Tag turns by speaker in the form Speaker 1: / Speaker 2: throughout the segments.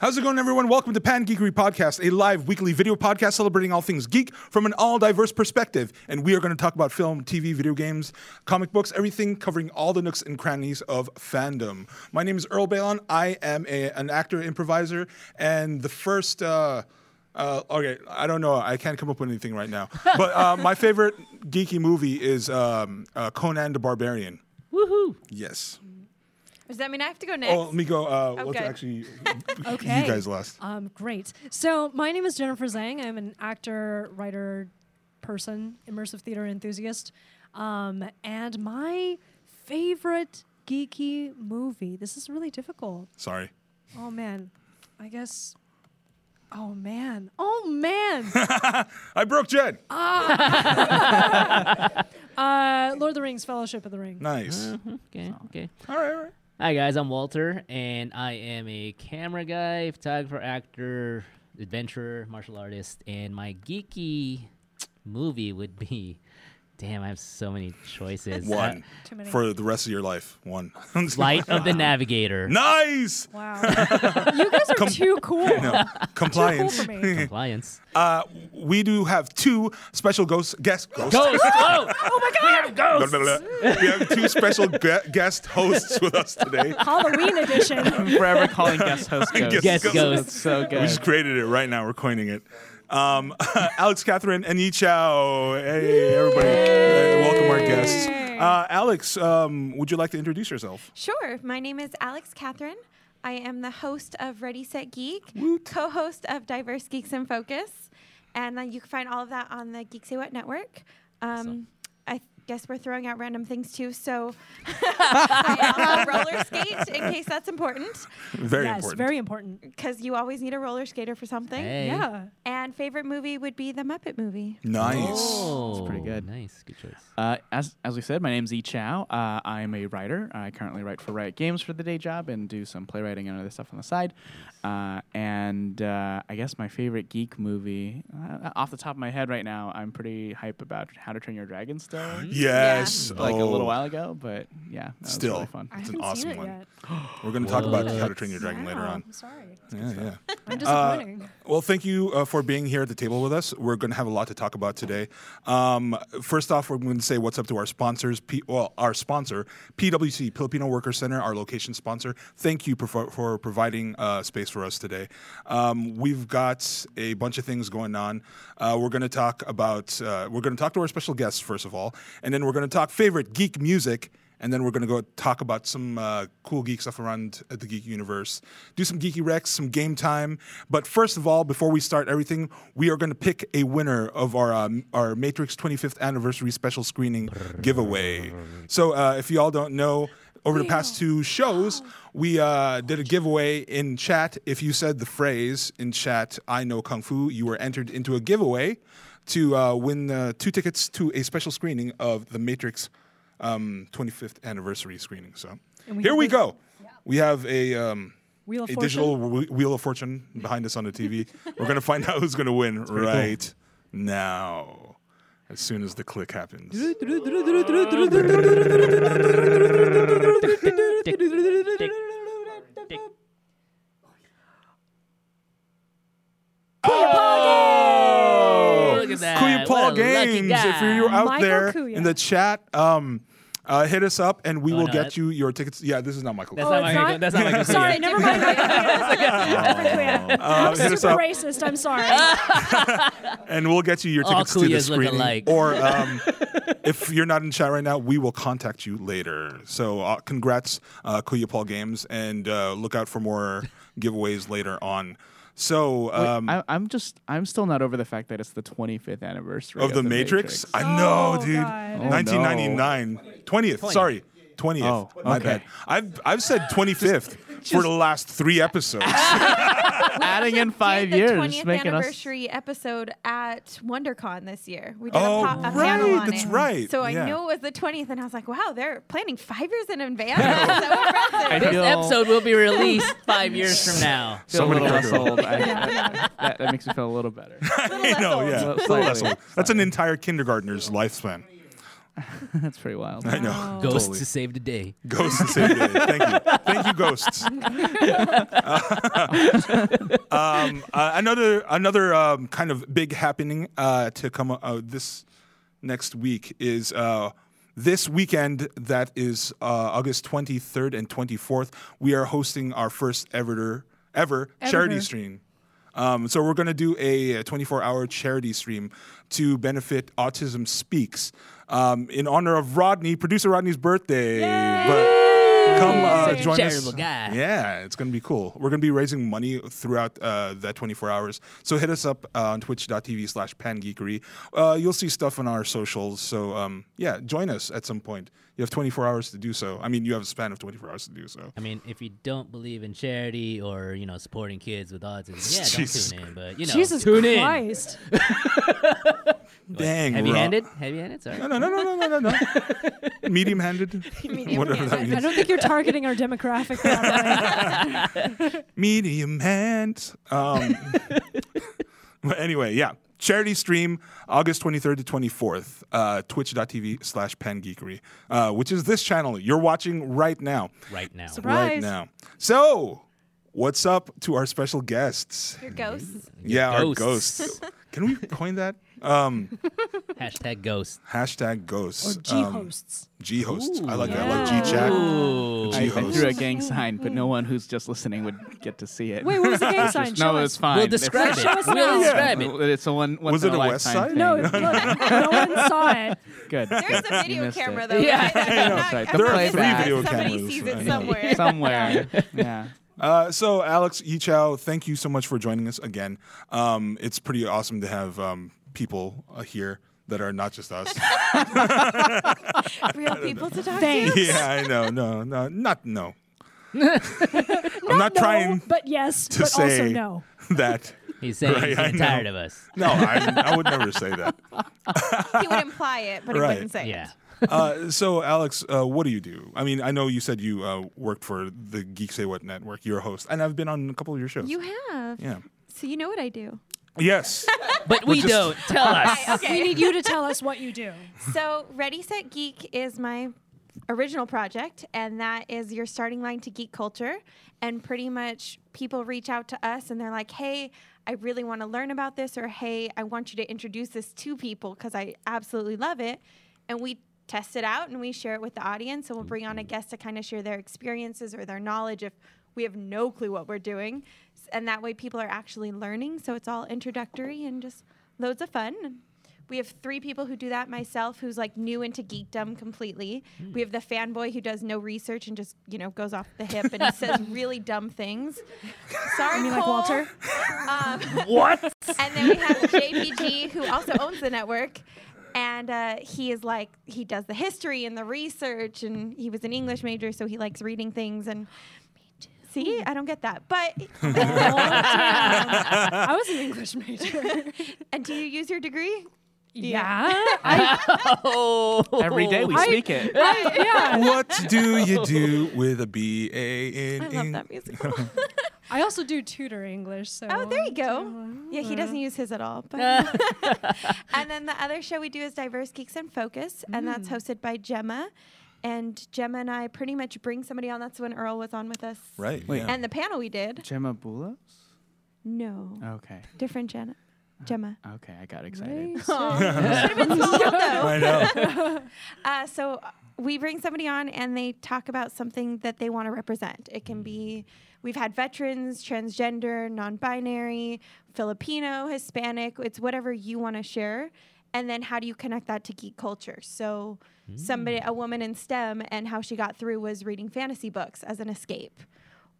Speaker 1: How's it going, everyone? Welcome to Pan Geekery Podcast, a live weekly video podcast celebrating all things geek from an all diverse perspective. And we are going to talk about film, TV, video games, comic books, everything covering all the nooks and crannies of fandom. My name is Earl Balon. I am a, an actor, improviser, and the first. Uh, uh, okay, I don't know. I can't come up with anything right now. But uh, my favorite geeky movie is um, uh, Conan the Barbarian.
Speaker 2: Woohoo!
Speaker 1: Yes.
Speaker 3: Does that mean I have to go next?
Speaker 1: Oh, let me go. Uh, Let's
Speaker 3: Okay.
Speaker 1: actually.
Speaker 2: Okay.
Speaker 1: You guys last.
Speaker 2: Um, great. So my name is Jennifer Zhang. I'm an actor, writer, person, immersive theater enthusiast, um, and my favorite geeky movie. This is really difficult.
Speaker 1: Sorry.
Speaker 2: Oh man, I guess. Oh man. Oh man.
Speaker 1: I broke Jed.
Speaker 2: uh, Lord of the Rings, Fellowship of the Ring.
Speaker 1: Nice.
Speaker 4: Okay, okay.
Speaker 1: All right, all right.
Speaker 4: Hi guys, I'm Walter, and I am a camera guy, photographer, actor, adventurer, martial artist, and my geeky movie would be. Damn, I have so many choices. Uh,
Speaker 1: One
Speaker 2: Too many.
Speaker 1: for the rest of your life. One.
Speaker 4: Light of the Navigator.
Speaker 1: nice.
Speaker 2: Wow. you guys are too cool.
Speaker 1: No.
Speaker 2: Cool
Speaker 1: Compliance.
Speaker 2: for me.
Speaker 4: Compliance.
Speaker 1: Uh, we do have two special ghost guest ghosts.
Speaker 4: Ghost! Oh!
Speaker 2: Oh my god.
Speaker 1: Blah, blah, blah. we have two special gue- guest hosts with us today.
Speaker 2: Halloween edition.
Speaker 5: I'm forever calling guest host ghosts.
Speaker 1: Guest
Speaker 4: Guest
Speaker 1: ghosts.
Speaker 4: Ghosts.
Speaker 5: That's so
Speaker 1: We just
Speaker 5: good.
Speaker 1: created it right now. We're coining it. Um, Alex, Catherine, and Yi Chao. Hey, everybody. Uh, welcome our guests. Uh, Alex, um, would you like to introduce yourself?
Speaker 3: Sure. My name is Alex Catherine. I am the host of Ready Set Geek, co-host of Diverse Geeks in Focus, and then you can find all of that on the Geek Say What network. Um, I guess we're throwing out random things too, so I also roller skate in case that's important,
Speaker 1: Very
Speaker 2: yes,
Speaker 1: important.
Speaker 2: very important.
Speaker 3: because you always need a roller skater for something.
Speaker 4: Hey.
Speaker 2: Yeah.
Speaker 3: And favorite movie would be the Muppet movie.
Speaker 1: nice.
Speaker 4: Oh,
Speaker 5: That's pretty good.
Speaker 4: Nice, good choice.
Speaker 5: Uh, as, as we said, my name's E Chow. Uh, I am a writer. I currently write for Riot Games for the day job and do some playwriting and other stuff on the side. Uh, and uh, I guess my favorite geek movie, uh, off the top of my head right now, I'm pretty hype about How to Train Your Dragon still.
Speaker 1: Yes.
Speaker 5: Like a
Speaker 1: Oh.
Speaker 5: little while ago, but yeah, that was
Speaker 1: Still.
Speaker 5: really fun.
Speaker 2: I
Speaker 1: It's an
Speaker 2: haven't
Speaker 1: awesome
Speaker 2: seen it
Speaker 1: one.
Speaker 2: yet.
Speaker 1: We're going to talk about
Speaker 4: Whoa.
Speaker 1: How to Train Your Dragon later
Speaker 2: Wow,
Speaker 1: on.
Speaker 2: I'm sorry.
Speaker 1: Yeah, yeah.
Speaker 2: I'm disappointing.
Speaker 1: Well, thank you uh, for being here at the table with us. We're going to have a lot to talk about today. Um, first off, we're going to say what's up to our sponsors. P- well, our sponsor, PWC, Filipino Worker Center, our location sponsor. Thank you for, for providing uh, space for us today. Um, we've got a bunch of things going on. Uh, we're going to talk about. Uh, we're going to talk to our special guests first of all, and then we're going to talk favorite geek music and then we're going to go talk about some uh, cool geek stuff around uh, the geek universe do some geeky recs some game time but first of all before we start everything we are going to pick a winner of our um, our matrix 25th anniversary special screening giveaway so uh, if you all don't know over the past two shows we uh, did a giveaway in chat if you said the phrase in chat i know kung fu you were entered into a giveaway to uh, win uh, two tickets to a special screening of the matrix um, 25th anniversary screening. So
Speaker 2: And we
Speaker 1: here
Speaker 2: have
Speaker 1: we
Speaker 2: the-
Speaker 1: go. We have a um,
Speaker 2: Wheel of
Speaker 1: a digital whe- wheel of fortune behind us on the TV. We're gonna find out who's gonna win right now, as soon as the click happens.
Speaker 4: Tick, tick, tick.
Speaker 1: Oh,
Speaker 4: Look at that.
Speaker 1: Kuya Paul
Speaker 4: What a lucky
Speaker 1: Games.
Speaker 4: guy.
Speaker 1: If you're out
Speaker 2: Michael
Speaker 1: there
Speaker 2: Kuya.
Speaker 1: in the chat, um, uh, hit us up and we
Speaker 4: Oh,
Speaker 1: will
Speaker 4: no,
Speaker 1: get
Speaker 4: that's-
Speaker 1: you your tickets. Yeah, this is not Michael.
Speaker 4: That's
Speaker 2: Oh,
Speaker 4: not
Speaker 2: it's
Speaker 4: my
Speaker 2: not?
Speaker 4: That's not my
Speaker 2: Sorry, never mind.
Speaker 1: Uh,
Speaker 2: I'm
Speaker 1: hit us
Speaker 2: super
Speaker 1: up.
Speaker 2: racist. I'm sorry.
Speaker 1: and we'll get you your
Speaker 4: All
Speaker 1: tickets to the
Speaker 4: Kuyas look
Speaker 1: screening.
Speaker 4: alike.
Speaker 1: Or um, if you're not in chat right now, we will contact you later. So uh, congrats, uh, Kuya Paul Games, and uh, look out for more giveaways later on. So um,
Speaker 5: I, I'm just, I'm still not over the fact that it's the 25th anniversary
Speaker 1: of the, Matrix, I
Speaker 2: Oh,
Speaker 1: know, dude,
Speaker 2: God. Oh,
Speaker 1: 1999, 20th, Sorry. 20th.
Speaker 5: Oh,
Speaker 1: My
Speaker 5: okay.
Speaker 1: bad. I've I've said 25th for the last 3 episodes.
Speaker 5: Adding in five
Speaker 3: did the
Speaker 5: years,
Speaker 3: 20th
Speaker 5: making us
Speaker 3: anniversary episode at WonderCon this year. We did
Speaker 1: Oh,
Speaker 3: a, po- a
Speaker 1: right,
Speaker 3: panel on
Speaker 1: that's
Speaker 3: it.
Speaker 1: right,
Speaker 3: So I
Speaker 1: yeah.
Speaker 3: knew it was the 20th, and I was like, wow, they're planning five years in advance. That's so impressive.
Speaker 5: I
Speaker 4: This
Speaker 5: feel-
Speaker 4: episode will be released five years from now.
Speaker 5: feel
Speaker 1: So
Speaker 5: a
Speaker 1: many
Speaker 5: little less
Speaker 1: cookies.
Speaker 5: old. I, I- that, that makes me feel a little better.
Speaker 1: I know, yeah.
Speaker 5: Slightly.
Speaker 1: That's an
Speaker 5: Slightly.
Speaker 1: entire kindergartner's lifespan.
Speaker 5: That's pretty wild.
Speaker 1: I know.
Speaker 2: Wow.
Speaker 4: Ghosts
Speaker 1: Totally.
Speaker 4: to save the day.
Speaker 1: Ghosts and save the day. Thank you. Thank you, ghosts. um, uh, another another um, kind of big happening uh, to come uh, this next week is uh, this weekend that is uh, August 23rd and 24th. We are hosting our first ever ever charity
Speaker 2: Everter.
Speaker 1: stream. Um, so we're going to do a 24-hour charity stream to benefit Autism Speaks um, in honor of Rodney, producer Rodney's birthday. But come uh,
Speaker 4: Such a
Speaker 1: join us.
Speaker 4: charitable guy.
Speaker 1: Yeah, it's going to be cool. We're going to be raising money throughout uh, that 24 hours. So hit us up uh, on twitch.tv slash pangeekery. Uh, you'll see stuff on our socials. So um, yeah, join us at some point. You have 24 hours to do so. I mean, you have a span of 24 hours to do so.
Speaker 4: I mean, if you don't believe in charity or you know supporting kids with autism, yeah,
Speaker 1: Jesus
Speaker 4: don't tune in. But you know,
Speaker 2: Jesus
Speaker 4: tune in.
Speaker 2: Christ.
Speaker 1: Dang, Rod-
Speaker 4: Heavy-handed, heavy-handed. Sorry.
Speaker 1: No, no, no, no, no, no, no. no. Medium-handed. Whatever that
Speaker 2: I
Speaker 1: means.
Speaker 2: don't think you're targeting our demographic that way.
Speaker 1: medium hand. Um, but anyway, yeah. Charity stream August 23rd to 24th, uh, twitch.tv slash pangeekery, uh, which is this channel you're watching right now.
Speaker 4: Right now.
Speaker 1: Right
Speaker 2: Surprise.
Speaker 1: now. So, what's up to our special guests?
Speaker 3: Your ghosts.
Speaker 1: Yeah, our
Speaker 4: ghosts.
Speaker 1: ghosts. Can we coin that? Um,
Speaker 4: Hashtag ghost.
Speaker 1: hashtag ghosts. Um,
Speaker 2: Or G hosts.
Speaker 1: G hosts. I
Speaker 4: Ooh.
Speaker 1: like that.
Speaker 2: Yeah.
Speaker 1: I like G Jack.
Speaker 4: Ooh.
Speaker 5: I, I
Speaker 1: G-host.
Speaker 5: threw a gang sign, but no one who's just listening would get to see it.
Speaker 2: Wait, what was the gang sign? Show
Speaker 5: no, it's
Speaker 2: us.
Speaker 5: fine.
Speaker 4: We'll describe
Speaker 2: Show
Speaker 4: it.
Speaker 2: us
Speaker 4: We'll
Speaker 2: now.
Speaker 4: describe it.
Speaker 5: It's a one. Once
Speaker 1: Was
Speaker 5: in
Speaker 1: it
Speaker 5: a
Speaker 1: a West
Speaker 5: lifetime
Speaker 1: Side?
Speaker 5: Thing.
Speaker 2: No, look, no one saw it.
Speaker 5: good.
Speaker 3: There's
Speaker 5: good.
Speaker 3: a
Speaker 5: You
Speaker 3: video
Speaker 5: missed
Speaker 3: camera
Speaker 5: it.
Speaker 3: though.
Speaker 4: Yeah.
Speaker 5: That's right.
Speaker 3: Not
Speaker 5: There are
Speaker 3: everyone
Speaker 5: three
Speaker 3: does.
Speaker 5: video
Speaker 3: Somebody
Speaker 1: cameras.
Speaker 3: sees
Speaker 1: I
Speaker 3: it
Speaker 1: know.
Speaker 3: somewhere.
Speaker 5: Somewhere. yeah.
Speaker 1: Uh, so, Alex Yichao, thank you so much for joining us again. Um, it's pretty awesome to have um, people uh, here that are not just us.
Speaker 3: Real people to talk to.
Speaker 2: Thanks.
Speaker 1: yeah, I know. No, no, not no. I'm not
Speaker 2: No,
Speaker 1: trying
Speaker 2: but yes,
Speaker 1: to
Speaker 2: but also
Speaker 1: say
Speaker 2: no.
Speaker 1: that.
Speaker 4: He's saying
Speaker 1: Right,
Speaker 4: he's
Speaker 1: I
Speaker 4: getting
Speaker 1: know.
Speaker 4: tired of us.
Speaker 1: No, I, I would never say that.
Speaker 3: He would imply it, but
Speaker 1: Right.
Speaker 3: he wouldn't say
Speaker 4: Yeah.
Speaker 3: it.
Speaker 1: Uh, so, Alex, uh, what do you do? I mean, I know you said you uh, worked for the Geek Say What Network. You're a host, and I've been on a couple of your shows.
Speaker 3: You have.
Speaker 1: yeah.
Speaker 3: So you know what I do.
Speaker 1: Yes.
Speaker 4: But we
Speaker 1: just-
Speaker 4: don't. Tell us.
Speaker 2: We need you to tell us what you do.
Speaker 3: So Ready Set Geek is my original project, and that is your starting line to geek culture. And pretty much people reach out to us and they're like, hey, I really want to learn about this, or hey, I want you to introduce this to people because I absolutely love it. And we test it out and we share it with the audience, and we'll bring on a guest to kind of share their experiences or their knowledge if we have no clue what we're doing. S- And that way people are actually learning. So it's all introductory and just loads of fun. And we have three people who do that. Myself, who's like new into geekdom completely.
Speaker 2: Mm.
Speaker 3: We have the fanboy who does no research and just you know goes off the hip and he says really dumb things. Sorry,
Speaker 2: You mean like
Speaker 3: Cole.
Speaker 2: Walter?
Speaker 3: Um,
Speaker 4: What?
Speaker 3: and then we have JPG, who also owns the network. And uh, he is like, he does the history and the research, and he was an English major, so he likes reading things. And see, I don't get that. But,
Speaker 2: I was an English major.
Speaker 3: and do you use your degree?
Speaker 2: Yeah.
Speaker 4: Oh.
Speaker 5: Every day we
Speaker 2: I-
Speaker 5: speak it.
Speaker 2: I- yeah.
Speaker 1: what do you do with a BA in
Speaker 3: I love that musical.
Speaker 2: I also do tutor English. So
Speaker 3: Oh, there you go. Yeah, he doesn't use his at all. But and then the other show we do is Diverse Geeks and Focus, and that's hosted by Gemma. And Gemma and I pretty much bring somebody on. That's when Earl was on with us.
Speaker 1: Right.
Speaker 5: Wait.
Speaker 1: yeah.
Speaker 3: And the panel we did.
Speaker 5: Gemma Bulos?
Speaker 3: No,
Speaker 5: Okay.
Speaker 3: different Jenna. Gemma.
Speaker 5: Okay, I got excited.
Speaker 1: I know.
Speaker 3: Uh, so uh, we bring somebody on and they talk about something that they want to represent. It can be we've had veterans, transgender, non binary, Filipino, Hispanic, it's whatever you want to share. And then how do you connect that to geek culture? So somebody a woman in STEM and how she got through was reading fantasy books as an escape.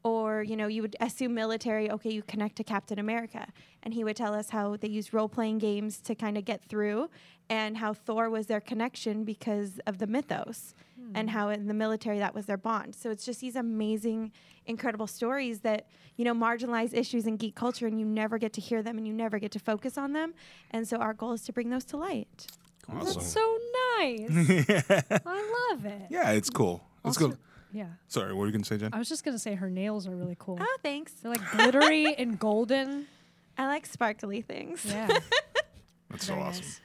Speaker 3: Or, you know, you would assume military, okay, you connect to Captain America. And he would tell us how they use role playing games to kind of get through and how Thor was their connection because of the mythos and how in the military that was their bond. So it's just these amazing, incredible stories that, you know, marginalize issues in geek culture and you never get to hear them and you never get to focus on them. And so our goal is to bring those to light.
Speaker 2: That's so nice. I love it.
Speaker 1: Yeah, it's cool. It's cool.
Speaker 2: Yeah.
Speaker 1: Sorry, what were you going to say, Jen?
Speaker 2: I was just going to say her nails are really cool.
Speaker 3: Oh, thanks.
Speaker 2: They're like glittery and golden.
Speaker 3: I like sparkly things.
Speaker 2: Yeah.
Speaker 1: That's so
Speaker 2: very
Speaker 1: awesome.
Speaker 2: nice.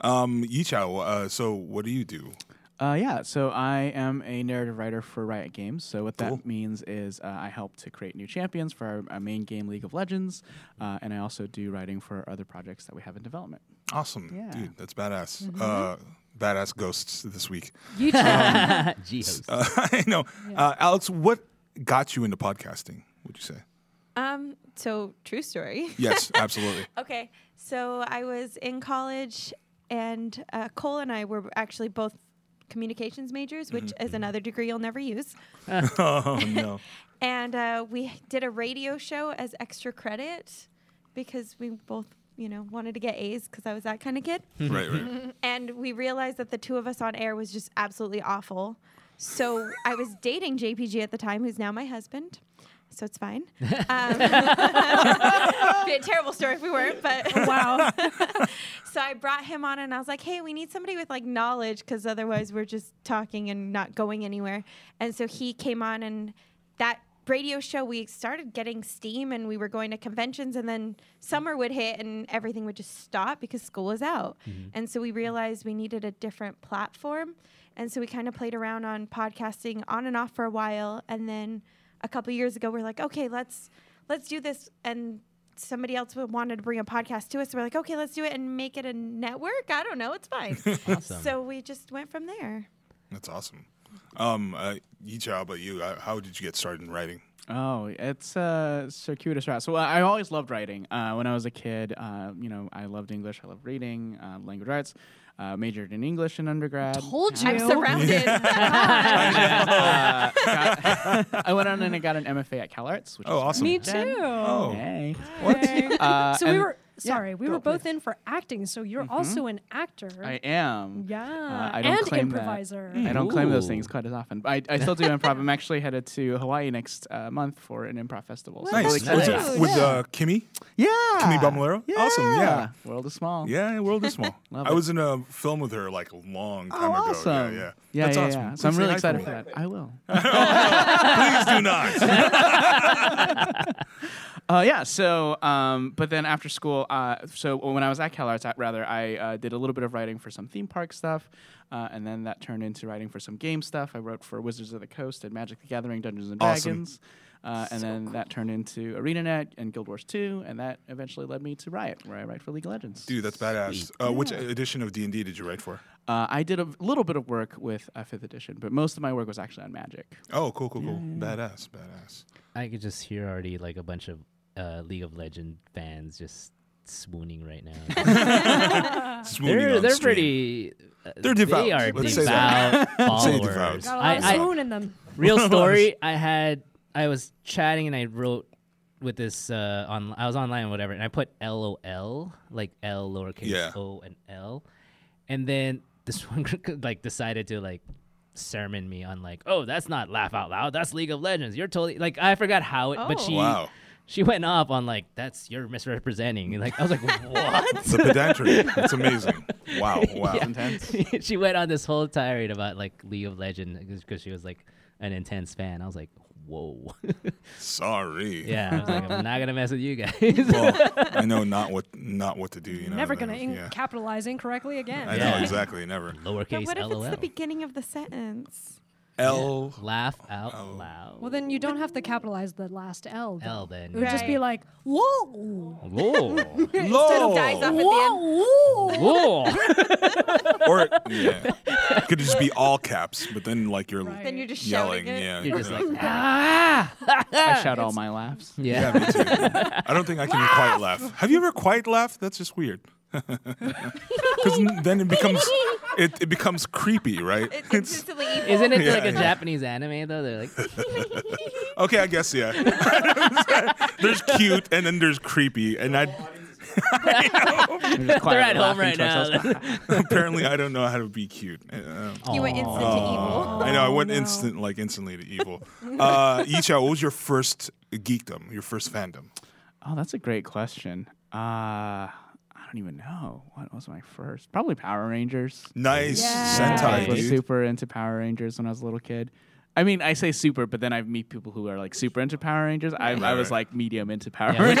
Speaker 1: Um, Yichao, uh, so what do you do?
Speaker 5: Uh, yeah, so I am a narrative writer for Riot Games. So what
Speaker 1: Cool.
Speaker 5: that means is uh, I help to create new champions for our, our main game, League of Legends, uh, and I also do writing for other projects that we have in development.
Speaker 1: Awesome,
Speaker 5: Yeah.
Speaker 1: dude. That's badass.
Speaker 2: Mm-hmm.
Speaker 1: Uh, badass ghosts this week.
Speaker 2: You too.
Speaker 4: G-host.
Speaker 1: Uh, I know. Uh, Alex, what got you into podcasting? Would you say?
Speaker 3: Um, so true story.
Speaker 1: Yes, absolutely.
Speaker 3: Okay, so I was in college, and uh, Cole and I were actually both communications majors, which is another degree you'll never use.
Speaker 1: oh no.
Speaker 3: And uh, we did a radio show as extra credit because we both, you know, wanted to get A's because I was that kind of kid.
Speaker 1: right, right.
Speaker 3: and we realized that the two of us on air was just absolutely awful. So I was dating JPG at the time, who's now my husband. So it's fine. Um, be a terrible story if we weren't, but wow. so I brought him on, and I was like, "Hey, we need somebody with like knowledge, because otherwise we're just talking and not going anywhere." And so he came on, and that radio show we started getting steam, and we were going to conventions, and then summer would hit, and everything would just stop because school was out. And so we realized we needed a different platform, and so we kind of played around on podcasting on and off for a while, and then a couple years ago we're like, "Okay, let's." Let's do this and somebody else would- wanted to bring a podcast to us. we're like, okay, let's do it and make it a network. I don't know. It's fine.
Speaker 4: Awesome.
Speaker 3: so we just went from there.
Speaker 1: That's awesome. Um, uh, Yichao, how about you? Uh, how did you get started in writing?
Speaker 5: Oh, it's a circuitous route. So uh, I I always loved writing. Uh, when I was a kid, uh, you know, I loved English. I loved reading, uh, language arts. Uh, majored in English in undergrad.
Speaker 2: Told you.
Speaker 3: I'm surrounded.
Speaker 5: Uh, got- I went on and I got an MFA at CalArts, which
Speaker 1: Oh,
Speaker 5: is
Speaker 1: awesome.
Speaker 2: Me too.
Speaker 5: Then-
Speaker 1: Oh,
Speaker 5: Hey.
Speaker 2: Hey.
Speaker 5: Uh,
Speaker 2: so we
Speaker 5: and
Speaker 2: were
Speaker 5: yeah,
Speaker 2: sorry, we
Speaker 5: go,
Speaker 2: were both
Speaker 5: please.
Speaker 2: in for acting. So you're also an actor.
Speaker 5: I am.
Speaker 2: yeah,
Speaker 5: Uh, I don't
Speaker 2: and
Speaker 5: claim that.
Speaker 2: improviser.
Speaker 5: I don't claim those
Speaker 4: Ooh.
Speaker 5: things quite as often. But I, I still do improv. I'm actually headed to Hawaii next uh, month for an improv festival. so I'm
Speaker 1: nice.
Speaker 5: really
Speaker 1: Was
Speaker 5: excited.
Speaker 1: it with uh, Kimmy?
Speaker 5: Yeah.
Speaker 1: Kimmy Balmolero?
Speaker 5: Yeah.
Speaker 1: Awesome, yeah.
Speaker 5: World is small.
Speaker 1: Yeah, World is Small.
Speaker 5: Love
Speaker 1: I
Speaker 5: it.
Speaker 1: was in a film with her like a long
Speaker 5: Oh,
Speaker 1: time ago.
Speaker 5: awesome.
Speaker 1: Yeah, yeah.
Speaker 5: Yeah,
Speaker 1: That's
Speaker 5: yeah,
Speaker 1: awesome.
Speaker 5: yeah.
Speaker 1: Please
Speaker 5: So I'm
Speaker 1: say
Speaker 5: really
Speaker 1: hi for
Speaker 5: excited
Speaker 1: me.
Speaker 5: for that. I will.
Speaker 1: Please do not.
Speaker 5: Uh, yeah. So, um, but then after school, uh, so when I was at CalArts, I- rather, I uh, did a little bit of writing for some theme park stuff, uh, and then that turned into writing for some game stuff. I wrote for Wizards of the Coast and Magic: The Gathering, Dungeons and
Speaker 1: Awesome.
Speaker 5: Dragons, uh, and then that turned into ArenaNet and Guild Wars 2, and that eventually led me to Riot, where I write for League of Legends.
Speaker 1: Dude, that's badass. Uh, Which edition of D and D did you write for?
Speaker 5: Uh, I did a little bit of work with uh, Fifth Edition, but most of my work was actually on Magic.
Speaker 1: Oh, cool, cool, cool. Badass, badass.
Speaker 4: I could just hear already like a bunch of uh, League of Legend fans just swooning right now.
Speaker 5: Uh,
Speaker 1: Swooning
Speaker 4: they're
Speaker 1: on
Speaker 4: they're
Speaker 1: stream.
Speaker 4: pretty. uh,
Speaker 1: They're devout.
Speaker 4: They are
Speaker 1: Let's say
Speaker 4: devout
Speaker 1: Say
Speaker 4: followers.
Speaker 1: devout.
Speaker 2: Got a lot of
Speaker 4: I- I-
Speaker 2: swoon in them.
Speaker 4: real story i had i was chatting and i wrote with this uh on i was online and whatever and i put lol like l lowercase
Speaker 1: Yeah.
Speaker 4: o and l and then this one like decided to like sermon me on like oh that's not laugh out loud that's league of legends you're totally like i forgot how it but
Speaker 3: Oh.
Speaker 4: she
Speaker 1: Wow.
Speaker 4: she went off on like that's you're misrepresenting and, like i was like what
Speaker 1: The pedantry. It's amazing. Wow, wow.
Speaker 5: Intense.
Speaker 4: she went on this whole tirade about like league of legends because she was like an intense fan i was like whoa
Speaker 1: Sorry.
Speaker 4: Yeah, I was like, I'm not gonna mess with you guys.
Speaker 1: Well, I know not what not what to do. You know.
Speaker 2: Never
Speaker 1: and
Speaker 2: gonna
Speaker 1: then-
Speaker 2: in- capitalize incorrectly again.
Speaker 1: I know
Speaker 4: Yeah.
Speaker 1: exactly. Never.
Speaker 4: Lowercase
Speaker 3: But what if
Speaker 4: lol.
Speaker 3: it's the beginning of the sentence?
Speaker 1: L.
Speaker 4: Laugh out loud.
Speaker 2: Well, then you don't have to capitalize the last L. though.
Speaker 4: L then.
Speaker 2: It would just be like
Speaker 3: Right.
Speaker 2: whoa,
Speaker 4: Whoa.
Speaker 1: Lol.
Speaker 3: dies off-
Speaker 2: whoa, whoa.
Speaker 4: Whoa.
Speaker 1: Or yeah. Could just be all caps, but then like you're
Speaker 2: Right.
Speaker 3: Then you're just
Speaker 1: yelling.
Speaker 3: shouting it.
Speaker 1: Yeah.
Speaker 4: You're just
Speaker 1: yeah.
Speaker 4: like, ah.
Speaker 5: I shout all my laughs.
Speaker 1: Yeah,
Speaker 4: Yeah.
Speaker 1: me too. I don't think I can quite laugh. Have you ever quite laughed? That's just weird. Because then it becomes it, it becomes creepy, right?
Speaker 3: It's instantly evil.
Speaker 4: Isn't it
Speaker 1: Yeah,
Speaker 4: like a
Speaker 1: yeah.
Speaker 4: Japanese anime though? They're like,
Speaker 1: Okay, I guess yeah. there's cute and then there's creepy, and I
Speaker 4: they're at home right now.
Speaker 1: apparently I don't know how to be cute. Uh,
Speaker 3: You went instant to evil.
Speaker 1: I know I went
Speaker 2: no.
Speaker 1: instant like instantly to evil. Uh, Yichao, what was your first geekdom? Your first fandom?
Speaker 5: Oh, that's a great question. Uh, I don't even know. What was my first? Probably Power Rangers.
Speaker 1: Nice
Speaker 2: Yeah.
Speaker 5: I
Speaker 1: Sentai,
Speaker 5: was
Speaker 1: dude.
Speaker 5: super into Power Rangers when I was a little kid. I mean, I say super, but then I meet people who are like super into Power Rangers. I, I was like medium into Power
Speaker 4: Yeah, which-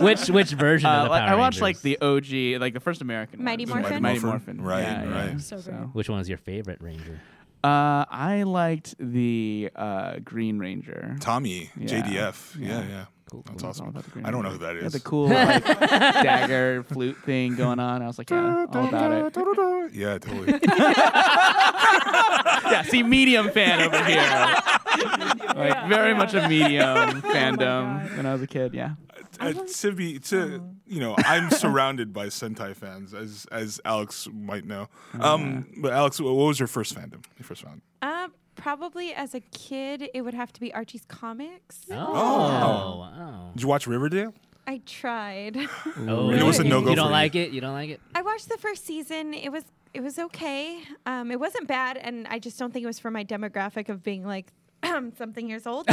Speaker 4: Which which version
Speaker 5: Uh,
Speaker 4: of the
Speaker 5: like,
Speaker 4: Power
Speaker 5: I watched like
Speaker 4: Rangers?
Speaker 5: the OG, like the first American.
Speaker 3: Mighty
Speaker 5: ones.
Speaker 3: Morphin?
Speaker 5: Mighty
Speaker 1: Morphin.
Speaker 5: Morphin.
Speaker 1: Right,
Speaker 5: Yeah, yeah.
Speaker 1: right.
Speaker 2: So great.
Speaker 4: Which one was your favorite Ranger?
Speaker 5: Uh, I liked the uh, Green Ranger.
Speaker 1: Tommy,
Speaker 5: Yeah.
Speaker 1: JDF. Yeah, yeah.
Speaker 5: Yeah.
Speaker 1: That's
Speaker 5: It was all
Speaker 1: awesome.
Speaker 5: about the Green
Speaker 1: I don't know who
Speaker 5: Ranger.
Speaker 1: that
Speaker 5: It had
Speaker 1: is.
Speaker 5: the cool like, dagger flute thing going on. I was like, yeah, all about it.
Speaker 1: Yeah, totally.
Speaker 5: Yeah, see, medium fan over here. like very much a
Speaker 1: Oh
Speaker 5: medium
Speaker 2: God.
Speaker 5: fandom when I was a kid. Yeah.
Speaker 1: uh, to be to
Speaker 5: Oh.
Speaker 1: you know i'm surrounded by sentai fans as as alex might know um but alex wh- what was your first fandom your first fandom
Speaker 3: Uh, probably as a kid, it would have to be Archie's comics.
Speaker 4: Oh, wow.
Speaker 1: did you watch riverdale
Speaker 3: I tried.
Speaker 4: Oh,
Speaker 1: It was a
Speaker 4: you-
Speaker 1: no-go
Speaker 4: You
Speaker 1: for
Speaker 4: don't
Speaker 1: me.
Speaker 4: like it? You don't like it?
Speaker 3: I watched the first season. It was it was okay. Um, it wasn't bad, and I just don't think it was for my demographic of being like something years old.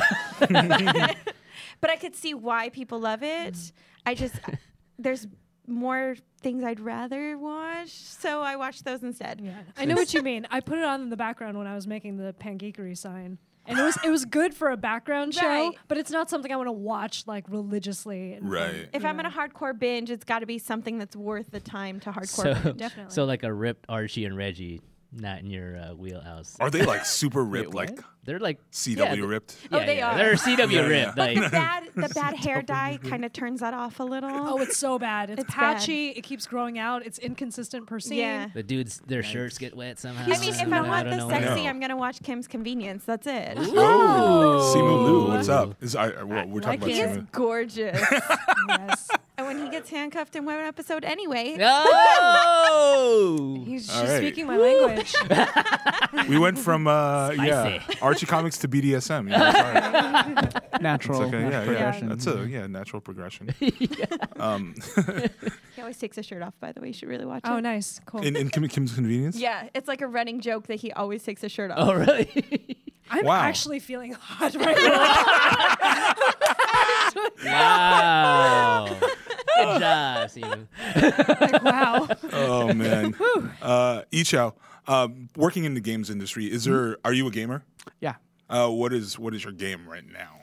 Speaker 3: but, I could see why people love it. I just there's more things I'd rather watch, so I watched those instead.
Speaker 2: Yeah, I know what you mean. I put it on in the background when I was making the pangeekery sign. And it was it was good for a background show,
Speaker 3: Right.
Speaker 2: but it's not something I want to watch like religiously. and-
Speaker 1: Right.
Speaker 3: If I'm gonna hardcore binge, it's got to be something that's worth the time to hardcore.
Speaker 4: So,
Speaker 3: binge.
Speaker 2: Definitely.
Speaker 4: so like a ripped Archie and Reggie, not in your uh, wheelhouse.
Speaker 1: are they like super ripped
Speaker 5: what?
Speaker 1: like
Speaker 4: They're like
Speaker 1: cw
Speaker 4: yeah, they-
Speaker 1: ripped
Speaker 4: Yeah,
Speaker 3: Oh, they
Speaker 4: yeah,
Speaker 3: are.
Speaker 4: They're CW
Speaker 1: Yeah,
Speaker 4: ripped.
Speaker 1: yeah.
Speaker 4: Like,
Speaker 3: Bad, the bad hair dye kind of turns that off a little.
Speaker 2: Oh, it's so bad. It's,
Speaker 3: It's bad.
Speaker 2: patchy. It keeps growing out. It's inconsistent per scene.
Speaker 3: yeah.
Speaker 4: the dudes, their shirts get wet somehow.
Speaker 3: I mean, if I
Speaker 4: don't
Speaker 3: want the
Speaker 4: know.
Speaker 3: sexy,
Speaker 1: No.
Speaker 3: I'm gonna watch Kim's Convenience. That's it.
Speaker 1: oh simu lu
Speaker 4: Ooh.
Speaker 1: what's up is i uh, well, we're
Speaker 2: Like
Speaker 1: talking
Speaker 3: He
Speaker 1: about
Speaker 3: is
Speaker 1: simu
Speaker 3: gorgeous.
Speaker 2: Yes.
Speaker 3: and when he gets handcuffed in one episode, anyway,
Speaker 4: No.
Speaker 2: He's
Speaker 1: All
Speaker 2: just
Speaker 1: right.
Speaker 2: speaking my language.
Speaker 1: we went from uh yeah
Speaker 4: Spicy.
Speaker 1: archie comics to bdsm you know, it's all right. It's
Speaker 5: Natural.
Speaker 1: like a- yeah, yeah,
Speaker 5: natural progression.
Speaker 1: that's a yeah natural progression um
Speaker 3: he always takes his shirt off. By the way, you should really watch
Speaker 2: oh,
Speaker 3: it.
Speaker 2: nice. Cool.
Speaker 1: in, in Kim- kim's convenience
Speaker 3: Yeah, it's like a running joke that he always takes his shirt off.
Speaker 4: Oh really?
Speaker 2: I'm
Speaker 1: Wow.
Speaker 2: actually feeling hot right now.
Speaker 4: wow. Good job, Steven.
Speaker 2: like, wow.
Speaker 1: oh man uh ichao um working in the games industry is
Speaker 5: Mm-hmm.
Speaker 1: there are you a gamer
Speaker 5: yeah.
Speaker 1: Uh, what is what is your game right now?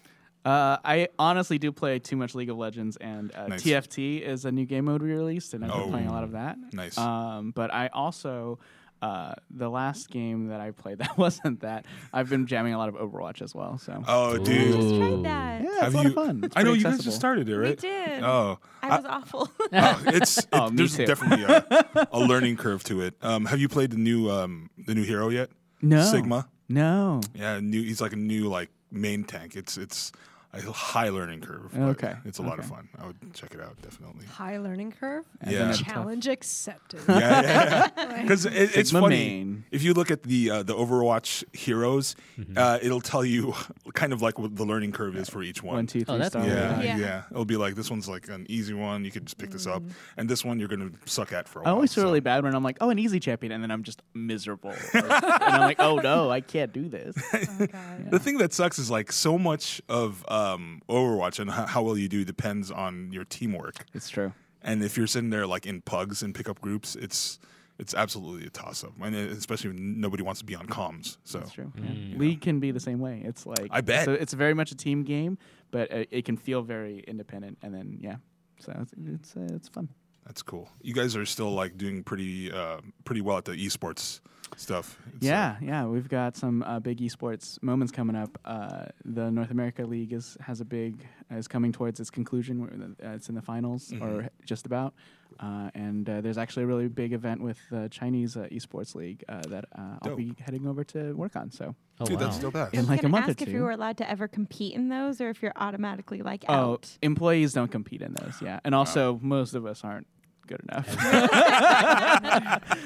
Speaker 5: Uh, I honestly do play too much League of Legends, and uh,
Speaker 1: Nice.
Speaker 5: TFT is a new game mode we released, and I've been
Speaker 1: Oh.
Speaker 5: playing a lot of that.
Speaker 1: Nice.
Speaker 5: Um, but I also, uh, the last game that I played that wasn't that, I've been jamming a lot of Overwatch as well. So
Speaker 1: Oh,
Speaker 4: Ooh.
Speaker 1: dude,
Speaker 3: Just
Speaker 4: Ooh.
Speaker 3: tried that.
Speaker 5: yeah, it's a lot of fun. It's
Speaker 1: I know
Speaker 5: pretty
Speaker 1: you guys
Speaker 5: accessible.
Speaker 1: just started it, right?
Speaker 3: did.
Speaker 1: Oh,
Speaker 3: I was awful.
Speaker 1: Oh, it's it-
Speaker 5: Oh, me
Speaker 1: there's
Speaker 5: too.
Speaker 1: definitely a, a learning curve to it. Um, have you played the new um the new hero yet?
Speaker 5: No.
Speaker 1: Sigma.
Speaker 5: No.
Speaker 1: Yeah, new. He's like a new like main tank. It's it's a high learning curve. but
Speaker 5: Okay,
Speaker 1: it's a lot of
Speaker 5: okay.
Speaker 1: fun. I would check it out definitely.
Speaker 2: High learning curve.
Speaker 1: Yeah.
Speaker 2: Challenge accepted.
Speaker 1: yeah, Because it, it's
Speaker 5: Sigma
Speaker 1: funny.
Speaker 5: main. Mm-hmm.
Speaker 1: If you look at the uh, the Overwatch heroes, uh, it'll tell you kind of like what the learning curve is for each one.
Speaker 5: One, two, three.
Speaker 4: that's
Speaker 5: star.
Speaker 4: cool.
Speaker 1: Yeah, yeah,
Speaker 3: Yeah.
Speaker 1: It'll be like this one's like an easy one. You could just pick this up, and this one you're gonna suck at for a
Speaker 5: I
Speaker 1: while.
Speaker 5: always feel
Speaker 1: so-
Speaker 5: really bad when I'm like, oh, an easy champion, and then I'm just miserable. Like, and I'm like, oh no, I can't do this.
Speaker 2: Oh, God.
Speaker 1: The thing that sucks is like so much of um, Overwatch and how, how well you do depends on your teamwork.
Speaker 5: It's true.
Speaker 1: And if you're sitting there like in pugs and pickup groups, it's it's absolutely a toss up, and it- especially when nobody wants to be on comms. So
Speaker 5: It's true. Yeah. League can be the same way. It's like
Speaker 1: I bet.
Speaker 5: so it's very much a team game, but uh, it can feel very independent. And then yeah, so it's it's, uh, it's fun.
Speaker 1: that's cool. You guys are still like doing pretty uh, pretty well at the esports stuff. It's, uh,
Speaker 5: yeah, yeah, we've got some uh, big esports moments coming up. Uh, the North America League is has a big is coming towards its conclusion. We're- Uh, it's in the finals
Speaker 1: Mm-hmm.
Speaker 5: or just about. Uh, and uh, there's actually a really big event with the Chinese uh, esports league uh, that uh, I'll
Speaker 1: Dope.
Speaker 5: be heading over to work on. So
Speaker 4: Oh,
Speaker 1: dude,
Speaker 4: wow.
Speaker 1: that's still bad.
Speaker 5: in like a
Speaker 3: gonna
Speaker 5: month
Speaker 3: ask
Speaker 5: or
Speaker 3: if
Speaker 5: two.
Speaker 3: you were allowed to ever compete in those, or if you're automatically like
Speaker 5: oh,
Speaker 3: out.
Speaker 5: employees don't compete in those. Yeah, and also most of us aren't good enough.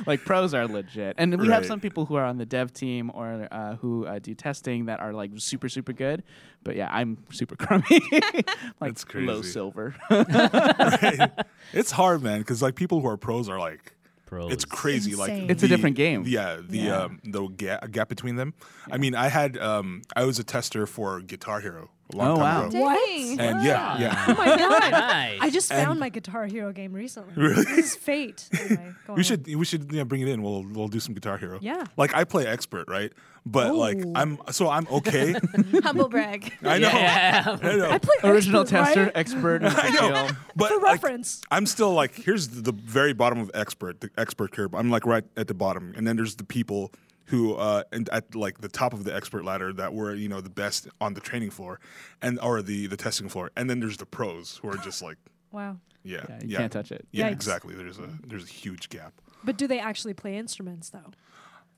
Speaker 5: like pros are legit, and we have
Speaker 1: Right.
Speaker 5: some people who are on the dev team or uh, who uh, do testing that are like super super good. But yeah, I'm super crummy. like
Speaker 1: That's crazy.
Speaker 5: low silver.
Speaker 1: It's hard, man, because like people who are pros are like
Speaker 4: Pros.
Speaker 1: it's crazy. Like
Speaker 2: Insane.
Speaker 5: It's a different game.
Speaker 1: Yeah, the
Speaker 5: Yeah.
Speaker 1: Um, the ga- gap between them. I mean, I had um, I was a tester for Guitar Hero a long
Speaker 5: Oh,
Speaker 1: time
Speaker 5: wow.
Speaker 1: ago.
Speaker 3: Dang.
Speaker 2: What?
Speaker 1: And yeah, yeah.
Speaker 2: Oh my god!
Speaker 4: Nice.
Speaker 2: I just found
Speaker 1: And-
Speaker 2: my Guitar Hero game recently.
Speaker 1: Really?
Speaker 2: This is fate. Anyway, go
Speaker 1: We
Speaker 2: on.
Speaker 1: should we should yeah, bring it in. We'll we'll do some Guitar Hero.
Speaker 2: Yeah.
Speaker 1: Like I play expert, right? But like
Speaker 2: Ooh.
Speaker 1: I'm so I'm okay.
Speaker 3: Humble brag.
Speaker 1: I know.
Speaker 4: Yeah.
Speaker 1: I know.
Speaker 2: I play
Speaker 5: Original
Speaker 2: expert, right?
Speaker 5: tester, expert.
Speaker 1: I know. But
Speaker 2: For
Speaker 1: like,
Speaker 2: reference.
Speaker 1: I'm still like here's the, the very bottom of expert the expert curve. I'm like right at the bottom, and then there's the people who uh and at like the top of the expert ladder that were you know the best on the training floor, and or the the testing floor, and then there's the pros who are just like
Speaker 2: Wow.
Speaker 1: yeah
Speaker 5: Yeah, you can't touch it.
Speaker 1: Yeah,
Speaker 2: Yikes.
Speaker 1: exactly. There's a there's a huge gap.
Speaker 2: But do they actually play instruments though?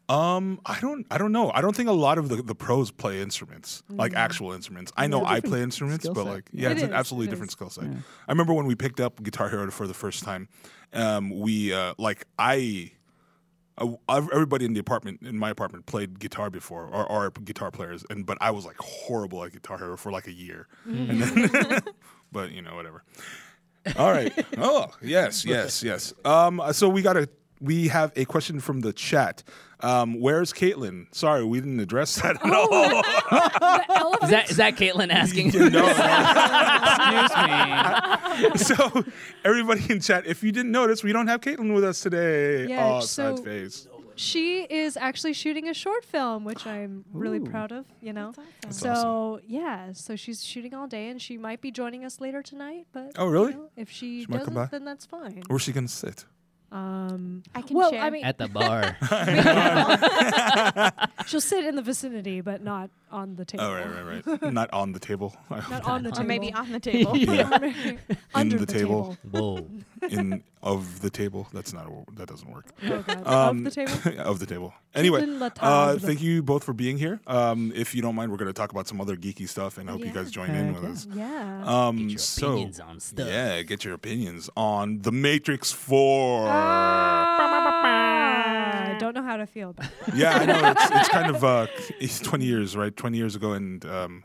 Speaker 1: Um, I don't, I don't know. I don't think a lot of the, the pros play instruments, like actual instruments. I know I
Speaker 5: Mm. different
Speaker 1: play instruments,
Speaker 5: skill
Speaker 1: but
Speaker 5: set.
Speaker 1: like, yeah,
Speaker 2: It
Speaker 1: it's
Speaker 2: is,
Speaker 1: an absolutely
Speaker 2: it
Speaker 1: different
Speaker 2: is.
Speaker 1: skill set. I remember when we picked up Guitar Hero for the first time. Um, we uh, like I, I- ev- everybody in the apartment, in my apartment, played guitar before, or are guitar players, and but I was like horrible at Guitar Hero for like a year,
Speaker 2: Mm-hmm.
Speaker 1: and then, but you know whatever. All right. Oh, yes, yes, yes. Um, so we got a we have a question from the chat. Um, where's Caitlin? Sorry, we didn't address that at
Speaker 2: Oh.
Speaker 1: all.
Speaker 2: The elephant-
Speaker 4: Is that is that Caitlin asking?
Speaker 1: You know.
Speaker 4: Excuse
Speaker 1: so
Speaker 4: me.
Speaker 1: everybody in chat, if you didn't notice, we don't have Caitlin with us today.
Speaker 2: Yeah,
Speaker 1: oh,
Speaker 2: so-
Speaker 1: sad face.
Speaker 2: she is actually shooting a short film, which I'm really proud of. You know.
Speaker 3: That's
Speaker 2: so
Speaker 1: awesome.
Speaker 2: yeah, so she's shooting all day, and she might be joining us later tonight. But
Speaker 1: Oh,
Speaker 2: you
Speaker 1: really?
Speaker 2: know, if she,
Speaker 1: She might come by.
Speaker 2: doesn't, then that's fine.
Speaker 1: Where's she gonna sit?
Speaker 2: Um,
Speaker 3: I can
Speaker 2: well,
Speaker 3: share.
Speaker 2: I mean,
Speaker 4: At the bar.
Speaker 2: she'll sit in the vicinity, but not on the table.
Speaker 1: Oh, right, right, right. Not on the table. I hope
Speaker 2: Not on the
Speaker 3: or
Speaker 2: table.
Speaker 3: maybe on the table.
Speaker 1: Yeah.
Speaker 2: under
Speaker 1: the
Speaker 2: the,
Speaker 1: table.
Speaker 2: table.
Speaker 4: Whoa.
Speaker 1: in of the table. That's not. A, that doesn't work.
Speaker 2: Oh, God.
Speaker 1: Um,
Speaker 2: Off the table.
Speaker 1: of the table. Anyway,
Speaker 2: Caitlin
Speaker 1: uh,
Speaker 2: Latab.
Speaker 1: thank you both for being here. Um, if you don't mind, we're going to talk about some other geeky stuff, and I hope you
Speaker 3: Yeah.
Speaker 1: guys join in
Speaker 5: Heck
Speaker 1: with
Speaker 5: yeah.
Speaker 1: us.
Speaker 2: Yeah.
Speaker 1: Um,
Speaker 4: Get your
Speaker 1: so,
Speaker 4: opinions on stuff.
Speaker 1: Yeah, get your opinions on The Matrix 4.
Speaker 4: Ah!
Speaker 1: Uh,
Speaker 2: I don't know how to feel about it.
Speaker 1: Yeah, I know. It's, it's kind of uh, it's 20 years, right? 20 years ago, and um,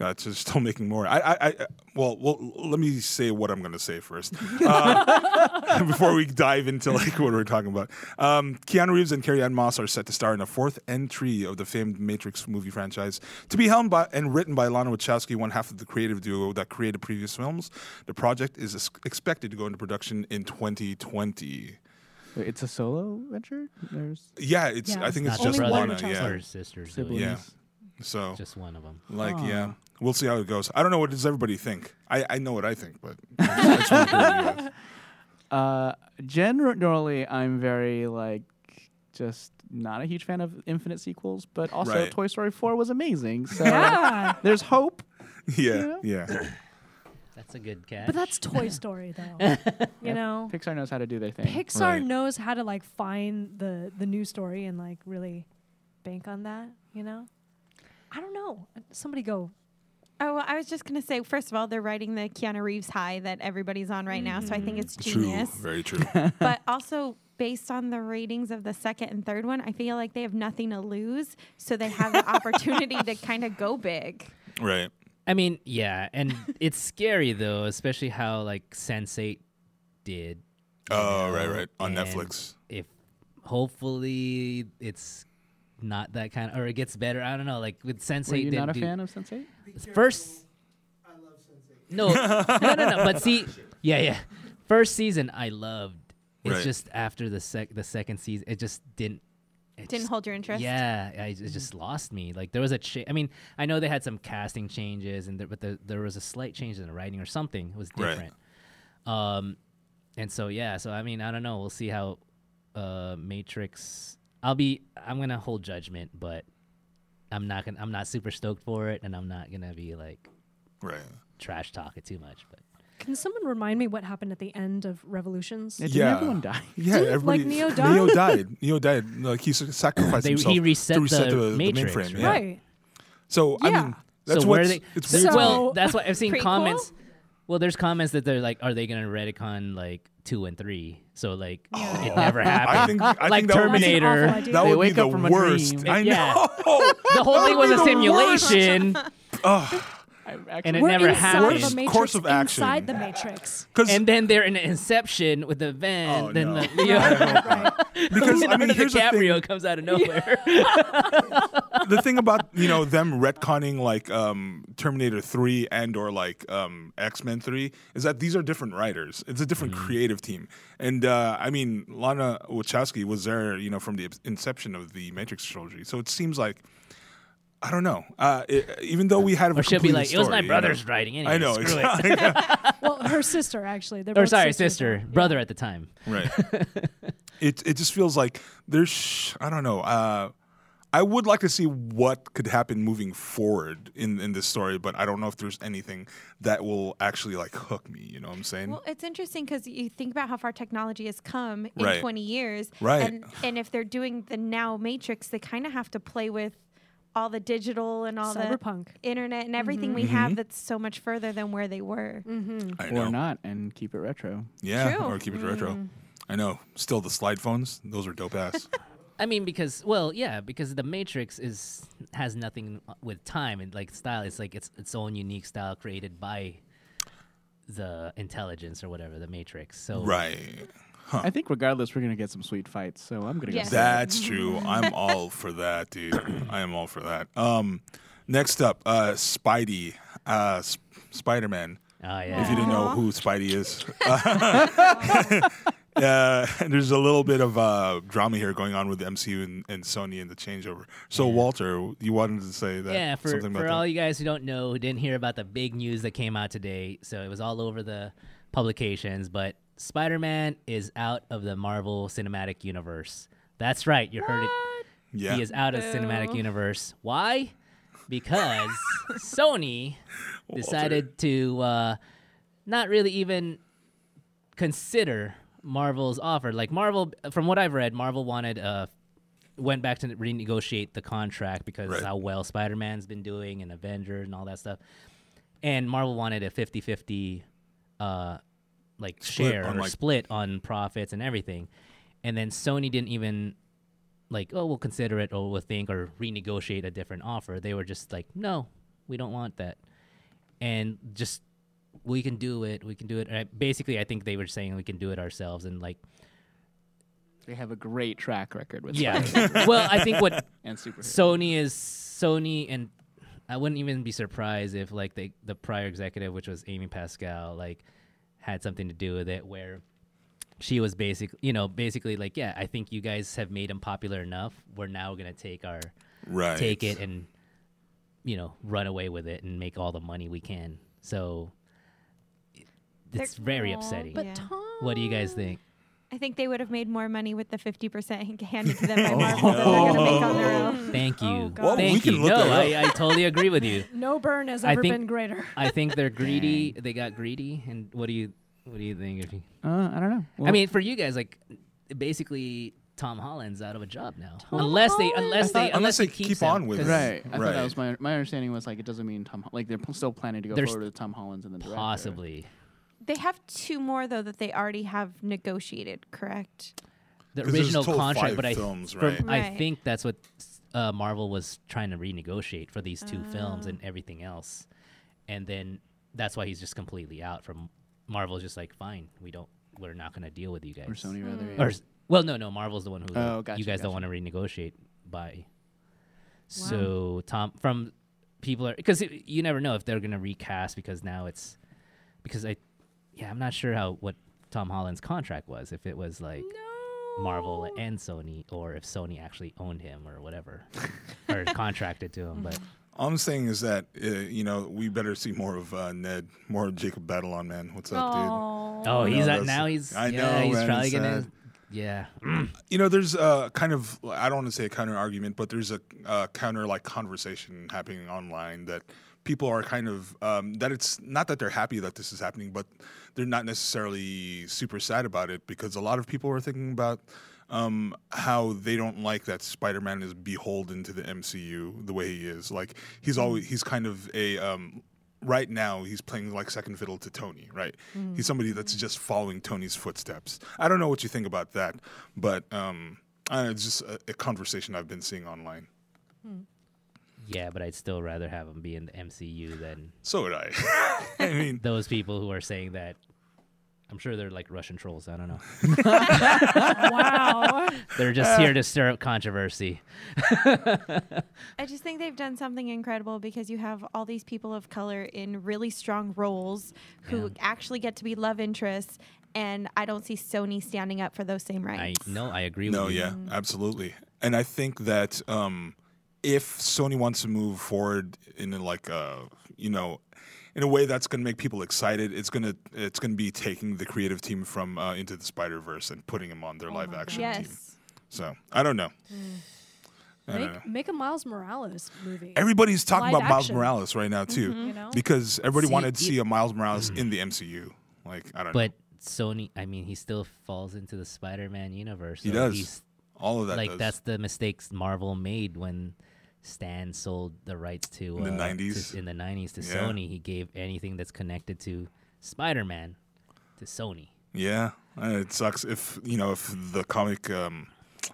Speaker 1: uh, it's just still making more. I, I, I well, well, let me say what I'm going to say first uh, before we dive into like what we're talking about. Um, Keanu Reeves and Carrie Ann Moss are set to star in a fourth entry of the famed Matrix movie franchise, to be helmed by and written by Lana Wachowski, one half of the creative duo that created previous films. The project is ex- expected to go into production in 2020.
Speaker 5: Wait, it's a solo venture. There's
Speaker 1: Yeah, it's.
Speaker 2: Yeah.
Speaker 1: I think
Speaker 4: Not
Speaker 1: it's
Speaker 4: the
Speaker 1: just
Speaker 2: Only one
Speaker 1: Lana.
Speaker 2: Wachowski.
Speaker 1: Yeah.
Speaker 4: Or sisters. really.
Speaker 5: siblings.
Speaker 1: Yeah. So
Speaker 4: Just one of them.
Speaker 1: Like,
Speaker 5: Aw.
Speaker 1: yeah, we'll see how it goes. I don't know what does everybody think. I, I know what I think, but I just wanna hear what you guys-
Speaker 5: Uh, generally, I'm very like just not a huge fan of infinite sequels, but also
Speaker 1: Right.
Speaker 5: Toy Story 4 was amazing. So
Speaker 2: Yeah.
Speaker 5: there's hope.
Speaker 1: yeah, yeah,
Speaker 4: That's a good catch.
Speaker 2: But that's Toy Story, though. you know,
Speaker 5: Pixar knows how to do their thing.
Speaker 2: Pixar
Speaker 1: Right.
Speaker 2: knows how to like find the the new story and like really bank on that. You know, I don't know. Somebody go.
Speaker 3: Oh, well, I was just going to say, first of all, they're riding the Keanu Reeves high that everybody's on right now. So I think it's genius.
Speaker 1: Mm-hmm. true, very true.
Speaker 3: but also, based on the ratings of the second and third one, I feel like they have nothing to lose. So they have the opportunity to kind of go big.
Speaker 1: right,
Speaker 4: I mean, yeah, and it's scary though, especially how like Sense8 did. you
Speaker 1: Oh, right,
Speaker 4: know,
Speaker 1: right, on
Speaker 4: and
Speaker 1: Netflix.
Speaker 4: If hopefully it's not that kind of, or it gets better. I don't know. Like with Sense8,
Speaker 5: Were you
Speaker 4: they
Speaker 5: not a
Speaker 4: do-
Speaker 5: fan of Sensei?
Speaker 4: First, no, no, no, no. But see, yeah, yeah. First season I loved. It's
Speaker 1: Right.
Speaker 4: just after the sec, the second season, it just didn't. It
Speaker 3: Didn't
Speaker 4: just-
Speaker 3: hold your interest.
Speaker 4: Yeah, I, it just lost me. Like there was a, cha- I mean, I know they had some casting changes, and there, but there, there was a slight change in the writing or something. It was
Speaker 1: Right.
Speaker 4: different. Um, and so yeah, so I mean, I don't know. We'll see how uh Matrix. I'll be. I'm gonna hold judgment, but I'm not gonna. I'm not super stoked for it, and I'm not gonna be like
Speaker 1: right.
Speaker 4: trash talk it too much. But
Speaker 2: Can someone remind me what happened at the end of Revolutions?
Speaker 5: Didn't
Speaker 1: Yeah.
Speaker 5: everyone die?
Speaker 1: Yeah,
Speaker 2: Didn't,
Speaker 1: everybody.
Speaker 2: like, Neo
Speaker 1: Neo
Speaker 2: die?
Speaker 1: died. Neo died. Like he s- sacrificed
Speaker 4: They- he
Speaker 1: himself
Speaker 4: reset
Speaker 1: to reset
Speaker 4: the
Speaker 1: the, the
Speaker 4: Matrix,
Speaker 1: mainframe. Yeah.
Speaker 2: Right.
Speaker 1: So I
Speaker 2: Yeah.
Speaker 1: mean, that's
Speaker 4: so
Speaker 1: what
Speaker 4: where they?
Speaker 1: it's
Speaker 4: so-
Speaker 1: weird. to me.
Speaker 4: well, that's why I've seen
Speaker 3: Prequel?
Speaker 4: comments. Well, there's comments that they're like, are they gonna retcon like two and three? So like it never happened.
Speaker 1: Oh, I think I
Speaker 4: like
Speaker 1: think that would be-
Speaker 2: That's
Speaker 4: Terminator.
Speaker 2: an awful idea.
Speaker 1: That
Speaker 5: They
Speaker 1: would
Speaker 5: wake
Speaker 1: be
Speaker 5: up
Speaker 1: the
Speaker 5: from a
Speaker 1: worst.
Speaker 5: dream.
Speaker 1: I
Speaker 4: Yeah.
Speaker 1: know.
Speaker 4: the whole thing was a
Speaker 1: be the worst.
Speaker 4: simulation.
Speaker 5: I'm
Speaker 4: And
Speaker 5: actually
Speaker 4: it
Speaker 2: We're
Speaker 4: never
Speaker 2: inside
Speaker 4: happened.
Speaker 2: the
Speaker 4: Worst
Speaker 2: Matrix.
Speaker 1: course of action.
Speaker 2: Inside the Matrix.
Speaker 1: Because
Speaker 4: and then they're in Inception with the van.
Speaker 1: Oh,
Speaker 4: then
Speaker 1: no.
Speaker 4: the, yeah.
Speaker 2: right.
Speaker 1: because I mean
Speaker 4: Leonardo
Speaker 1: here's the
Speaker 4: DiCaprio
Speaker 1: thing,
Speaker 4: comes out of nowhere.
Speaker 1: the thing about you know them retconning like um, Terminator Three and or like um, X Men Three is that these are different writers. It's a different
Speaker 4: Mm-hmm.
Speaker 1: creative team, and uh, I mean Lana Wachowski was there you know from the inception of the Matrix trilogy, so it seems like. I don't know. Uh, it, even though we had a
Speaker 4: Or she'll be
Speaker 1: completed
Speaker 4: like, "It was my
Speaker 1: story, you know?
Speaker 4: brother's writing." Anyway,
Speaker 1: I know,
Speaker 4: screw it.
Speaker 1: exactly.
Speaker 2: Well, her sister actually. They're
Speaker 4: Or
Speaker 2: both
Speaker 4: sorry,
Speaker 2: sisters
Speaker 4: sister,
Speaker 2: now.
Speaker 4: brother at the time.
Speaker 1: Right. it it just feels like there's I don't know. Uh, I would like to see what could happen moving forward in in this story, but I don't know if there's anything that will actually like hook me. You know what I'm saying?
Speaker 3: Well, it's interesting because you think about how far technology has come in
Speaker 1: Right.
Speaker 3: 20 years.
Speaker 1: Right.
Speaker 3: And, and if they're doing the now matrix, they kind of have to play with all the digital and all
Speaker 2: Cyberpunk.
Speaker 3: the internet and everything
Speaker 1: Mm-hmm.
Speaker 3: we have that's so much further than where they were.
Speaker 1: I know.
Speaker 5: or not and keep it retro.
Speaker 1: Yeah.
Speaker 3: True.
Speaker 1: Or keep it retro. I know. Still, the slide phones; those are dope ass.
Speaker 4: I mean, because well, yeah, because the Matrix is has nothing with time and like style. It's like it's its own unique style created by the intelligence or whatever the Matrix. So
Speaker 1: right.
Speaker 5: I think regardless, we're gonna get some sweet fights. So I'm gonna
Speaker 3: Yes.
Speaker 5: go.
Speaker 1: That's true. I'm all for that, dude. I am all for that. Um, next up, uh, Spidey, uh, S- Spider Man.
Speaker 4: Oh yeah.
Speaker 1: if you didn't know
Speaker 3: Aw.
Speaker 1: who Spidey is. uh, there's a little bit of uh, drama here going on with the MCU and, and Sony and the changeover. So Walter, you wanted to say that
Speaker 4: yeah, for,
Speaker 1: something about
Speaker 4: for
Speaker 1: that.
Speaker 4: all you guys who don't know, who didn't hear about the big news that came out today, so it was all over the publications, but Spider Man is out of the Marvel Cinematic Universe. That's right, you heard it.
Speaker 1: yeah.
Speaker 4: He is out of the cinematic
Speaker 3: Boo.
Speaker 4: universe. Why? Because Sony decided to uh, not really even consider Marvel's offer. Like Marvel, from what I've read, Marvel wanted uh, went back to renegotiate the contract because
Speaker 1: Right.
Speaker 4: how well Spider Man's been doing and Avengers and all that stuff. And Marvel wanted a 50-50 uh, like
Speaker 1: Split
Speaker 4: share
Speaker 1: on,
Speaker 4: or
Speaker 1: like-
Speaker 4: split on profits and everything. And then Sony didn't even like, oh, we'll consider it or we'll think or renegotiate a different offer. They were just like, no, we don't want that. And just, we can do it. We can do it. And I- Basically, I think they were saying we can do it ourselves. And like,
Speaker 5: They have a great track record with
Speaker 4: yeah.
Speaker 5: Spider-Man
Speaker 4: well, I think what
Speaker 5: and superheroes.
Speaker 4: Sony is Sony, and I wouldn't even be surprised if like the the prior executive, which was Amy Pascal, like had something to do with it, where she was basically, you know, basically like, yeah, I think you guys have made him popular enough. We're now gonna take our
Speaker 1: right.
Speaker 4: take it and you know run away with it and make all the money we can. So it's
Speaker 3: They're-
Speaker 4: very
Speaker 3: Aw,
Speaker 4: upsetting.
Speaker 2: But
Speaker 3: Yeah.
Speaker 2: Tom,
Speaker 4: what do you guys think?
Speaker 3: I think they would have made more money with the 50% handed to them by Marvel than they're going to make on their own.
Speaker 4: Thank you.
Speaker 2: Oh, God. Well, we
Speaker 4: Thank
Speaker 1: can
Speaker 4: you.
Speaker 1: look
Speaker 4: no,
Speaker 1: that
Speaker 4: I, I totally agree with you.
Speaker 2: No burn has
Speaker 4: I
Speaker 2: ever
Speaker 4: think-
Speaker 2: been greater.
Speaker 4: I think they're greedy. They got greedy. And what do you what do you think? If you,
Speaker 5: Uh, I don't know.
Speaker 4: I
Speaker 5: Well,
Speaker 4: mean, for you guys, like basically Tom Holland's out of a job now. unless they unless they
Speaker 1: Holland?
Speaker 4: unless they keep, him,
Speaker 1: on with
Speaker 4: 'cause
Speaker 1: it.
Speaker 5: right. I thought
Speaker 1: Right.
Speaker 5: that was my my understanding was like it doesn't mean Tom. Ho- Like they're pl- still planning to go
Speaker 4: There's
Speaker 5: forward with Tom Holland's and the director.
Speaker 4: Possibly.
Speaker 3: They have two more, though, that they already have negotiated, correct?
Speaker 4: The
Speaker 1: 'Cause there's
Speaker 4: original
Speaker 1: total
Speaker 4: contract,
Speaker 1: five
Speaker 4: but I
Speaker 1: films,
Speaker 4: from-
Speaker 1: right?
Speaker 4: I
Speaker 3: Right.
Speaker 4: think that's what uh, Marvel was trying to renegotiate for these two films and everything else. And then that's why he's just completely out from Marvel's just like, fine, we don't we're not gonna deal with you guys.
Speaker 5: Or Sony rather. yeah.
Speaker 4: Or s- well, no, no. Marvel's the one who
Speaker 5: Oh,
Speaker 4: like,
Speaker 5: gotcha,
Speaker 4: you guys
Speaker 5: gotcha.
Speaker 4: don't want to renegotiate by. So Tom, from people are because you never know if they're gonna recast because now it's because I, yeah, I'm not sure how what Tom Holland's contract was if it was like Marvel and Sony or if Sony actually owned him or whatever or contracted to him. But
Speaker 1: All I'm saying is that uh, you know we better see more of uh, Ned, more of Jacob Batalon, man. What's up, dude?
Speaker 2: Aw.
Speaker 4: oh, he's
Speaker 1: no,
Speaker 4: out
Speaker 1: that's-
Speaker 4: now. He's
Speaker 1: I
Speaker 4: yeah,
Speaker 1: know,
Speaker 4: he's
Speaker 1: man,
Speaker 4: probably
Speaker 1: it's
Speaker 4: gonna
Speaker 1: sad.
Speaker 4: yeah.
Speaker 1: you know there's a kind of i don't want to say a counter argument but there's a uh, counter like conversation happening online that people are kind of um, that it's not that they're happy that this is happening but they're not necessarily super sad about it because a lot of people are thinking about um, how they don't like that spider-man is beholden to the mcu the way he is like he's always he's kind of a um, right now he's playing like second fiddle to Tony, right? He's somebody that's just following Tony's footsteps. I don't know what you think about that, but um, I don't know, it's just a, a conversation I've been seeing online.
Speaker 4: Yeah, but I'd still rather have him be in the MCU than
Speaker 1: So would I. I mean,
Speaker 4: those people who are saying that. I'm sure they're like Russian trolls. I don't know.
Speaker 2: wow.
Speaker 4: They're just here to stir up controversy.
Speaker 3: I just think they've done something incredible because you have all these people of color in really strong roles who actually get to be love interests, and I don't see Sony standing up for those same
Speaker 4: I
Speaker 3: rights.
Speaker 4: no, I agree
Speaker 1: no,
Speaker 4: with you.
Speaker 1: yeah, absolutely. And I think that um, if Sony wants to move forward in a, like a you know, in a way that's going to make people excited, it's gonna it's gonna be taking the creative team from uh, Into the Spider Verse and putting them on their live action team.
Speaker 3: Yes.
Speaker 1: So I don't know. I don't know.
Speaker 2: Make, make a Miles Morales movie.
Speaker 1: Everybody's talking
Speaker 2: Live
Speaker 1: about Miles
Speaker 2: action. Mm-hmm.
Speaker 1: Morales right now too,
Speaker 2: You know?
Speaker 1: because everybody
Speaker 4: See,
Speaker 1: wanted to
Speaker 4: it-
Speaker 1: see a Miles Morales in the MCU. Like I don't
Speaker 4: Hmm. But Sony, I mean, he still falls into the Spider-Man universe.
Speaker 1: He
Speaker 4: so
Speaker 1: does.
Speaker 4: He's,
Speaker 1: know. All of that
Speaker 4: like
Speaker 1: does.
Speaker 4: that's the mistakes Marvel made when Stan sold the rights to
Speaker 1: In the
Speaker 4: uh, to-
Speaker 1: 90s?
Speaker 4: in the 90s to
Speaker 1: Yeah.
Speaker 4: Sony. He gave anything that's connected to Spider-Man to Sony.
Speaker 1: Yeah, uh, it sucks if you know if the comic um,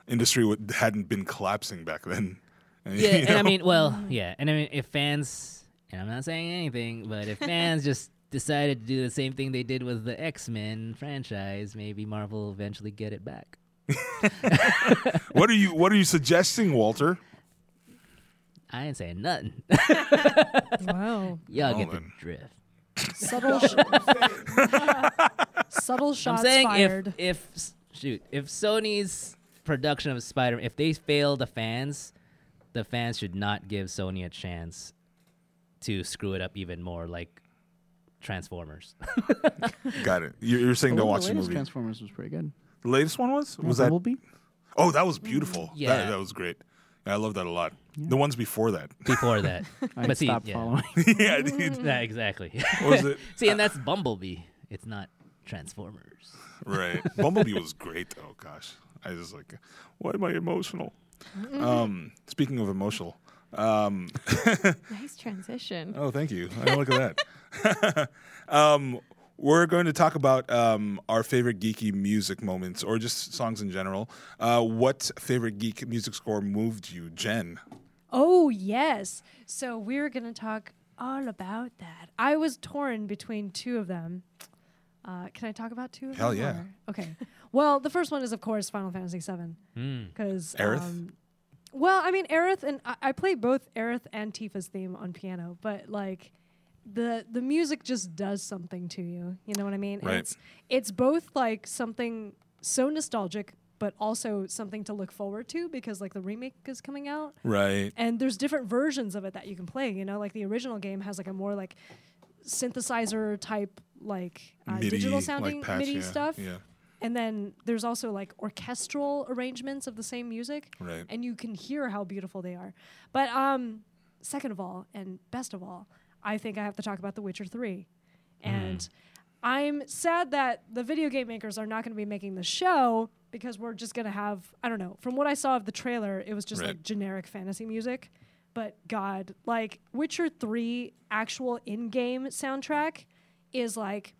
Speaker 1: industry would, hadn't been collapsing back then.
Speaker 4: Yeah,
Speaker 1: You
Speaker 4: and I
Speaker 1: know?
Speaker 4: mean, well, yeah, and I mean, if fans, and I'm not saying anything, but if fans just decided to do the same thing they did with the X-Men franchise, maybe Marvel will eventually get it back.
Speaker 1: what are you what are you suggesting, Walter?
Speaker 4: I ain't saying nothing.
Speaker 2: wow.
Speaker 4: Y'all
Speaker 1: Well
Speaker 4: get
Speaker 1: then.
Speaker 4: the drift.
Speaker 2: Subtle, sh- subtle shots
Speaker 4: I'm saying
Speaker 2: fired.
Speaker 4: if if s- shoot if Sony's production of Spider if they fail the fans, the fans should not give Sony a chance to screw it up even more, like Transformers.
Speaker 1: Got it. You're, you're saying don't watch the movie.
Speaker 5: Transformers was pretty good.
Speaker 1: the latest one was was that?
Speaker 5: Bumblebee?
Speaker 1: Oh, that was beautiful. That-
Speaker 4: yeah.
Speaker 1: that, was great. Yeah, I love that a lot. The ones before that.
Speaker 4: Before that,
Speaker 5: I
Speaker 4: but see,
Speaker 5: stopped
Speaker 4: yeah,
Speaker 5: following.
Speaker 1: yeah, dude.
Speaker 4: Yeah, exactly.
Speaker 1: What was it?
Speaker 4: see, and that's Bumblebee. It's not Transformers.
Speaker 1: Right. Bumblebee was great. Oh gosh, I was like, why am I emotional? Um, speaking of emotional, um,
Speaker 3: Nice transition.
Speaker 1: Oh, thank you. I look at that. um, we're going to talk about um, our favorite geeky music moments, or just songs in general. Uh, what favorite geek music score moved you, Jen?
Speaker 2: Oh, yes. So we're going to talk all about that. I was torn between two of them. Uh, can I talk about two of
Speaker 1: Hell
Speaker 2: them?
Speaker 1: yeah.
Speaker 2: or- Okay. well, the first one is, of course, Final Fantasy VII.
Speaker 4: Mm.
Speaker 2: Because.
Speaker 1: Aerith?
Speaker 2: well, I mean, Aerith, and I, I play both Aerith and Tifa's theme on piano, but like. The, the music just does something to you. You know what I mean? And
Speaker 1: Right.
Speaker 2: it's it's both like something so nostalgic, but also something to look forward to because like the remake is coming out
Speaker 1: Right.
Speaker 2: and there's different versions of it that you can play you know like the original game has like a more like synthesizer type like uh, digital sounding midi stuff
Speaker 1: Yeah.
Speaker 2: and then there's also like orchestral arrangements of the same music
Speaker 1: Right.
Speaker 2: and you can hear how beautiful they are but um second of all and best of all i think i have to talk about the witcher 3
Speaker 1: Mm-hmm.
Speaker 2: and i'm sad that the video game makers are not going to be making the show because we're just going to have i don't know from what i saw of the trailer it was just
Speaker 1: Right.
Speaker 2: like generic fantasy music but god like witcher 3 actual in-game soundtrack is like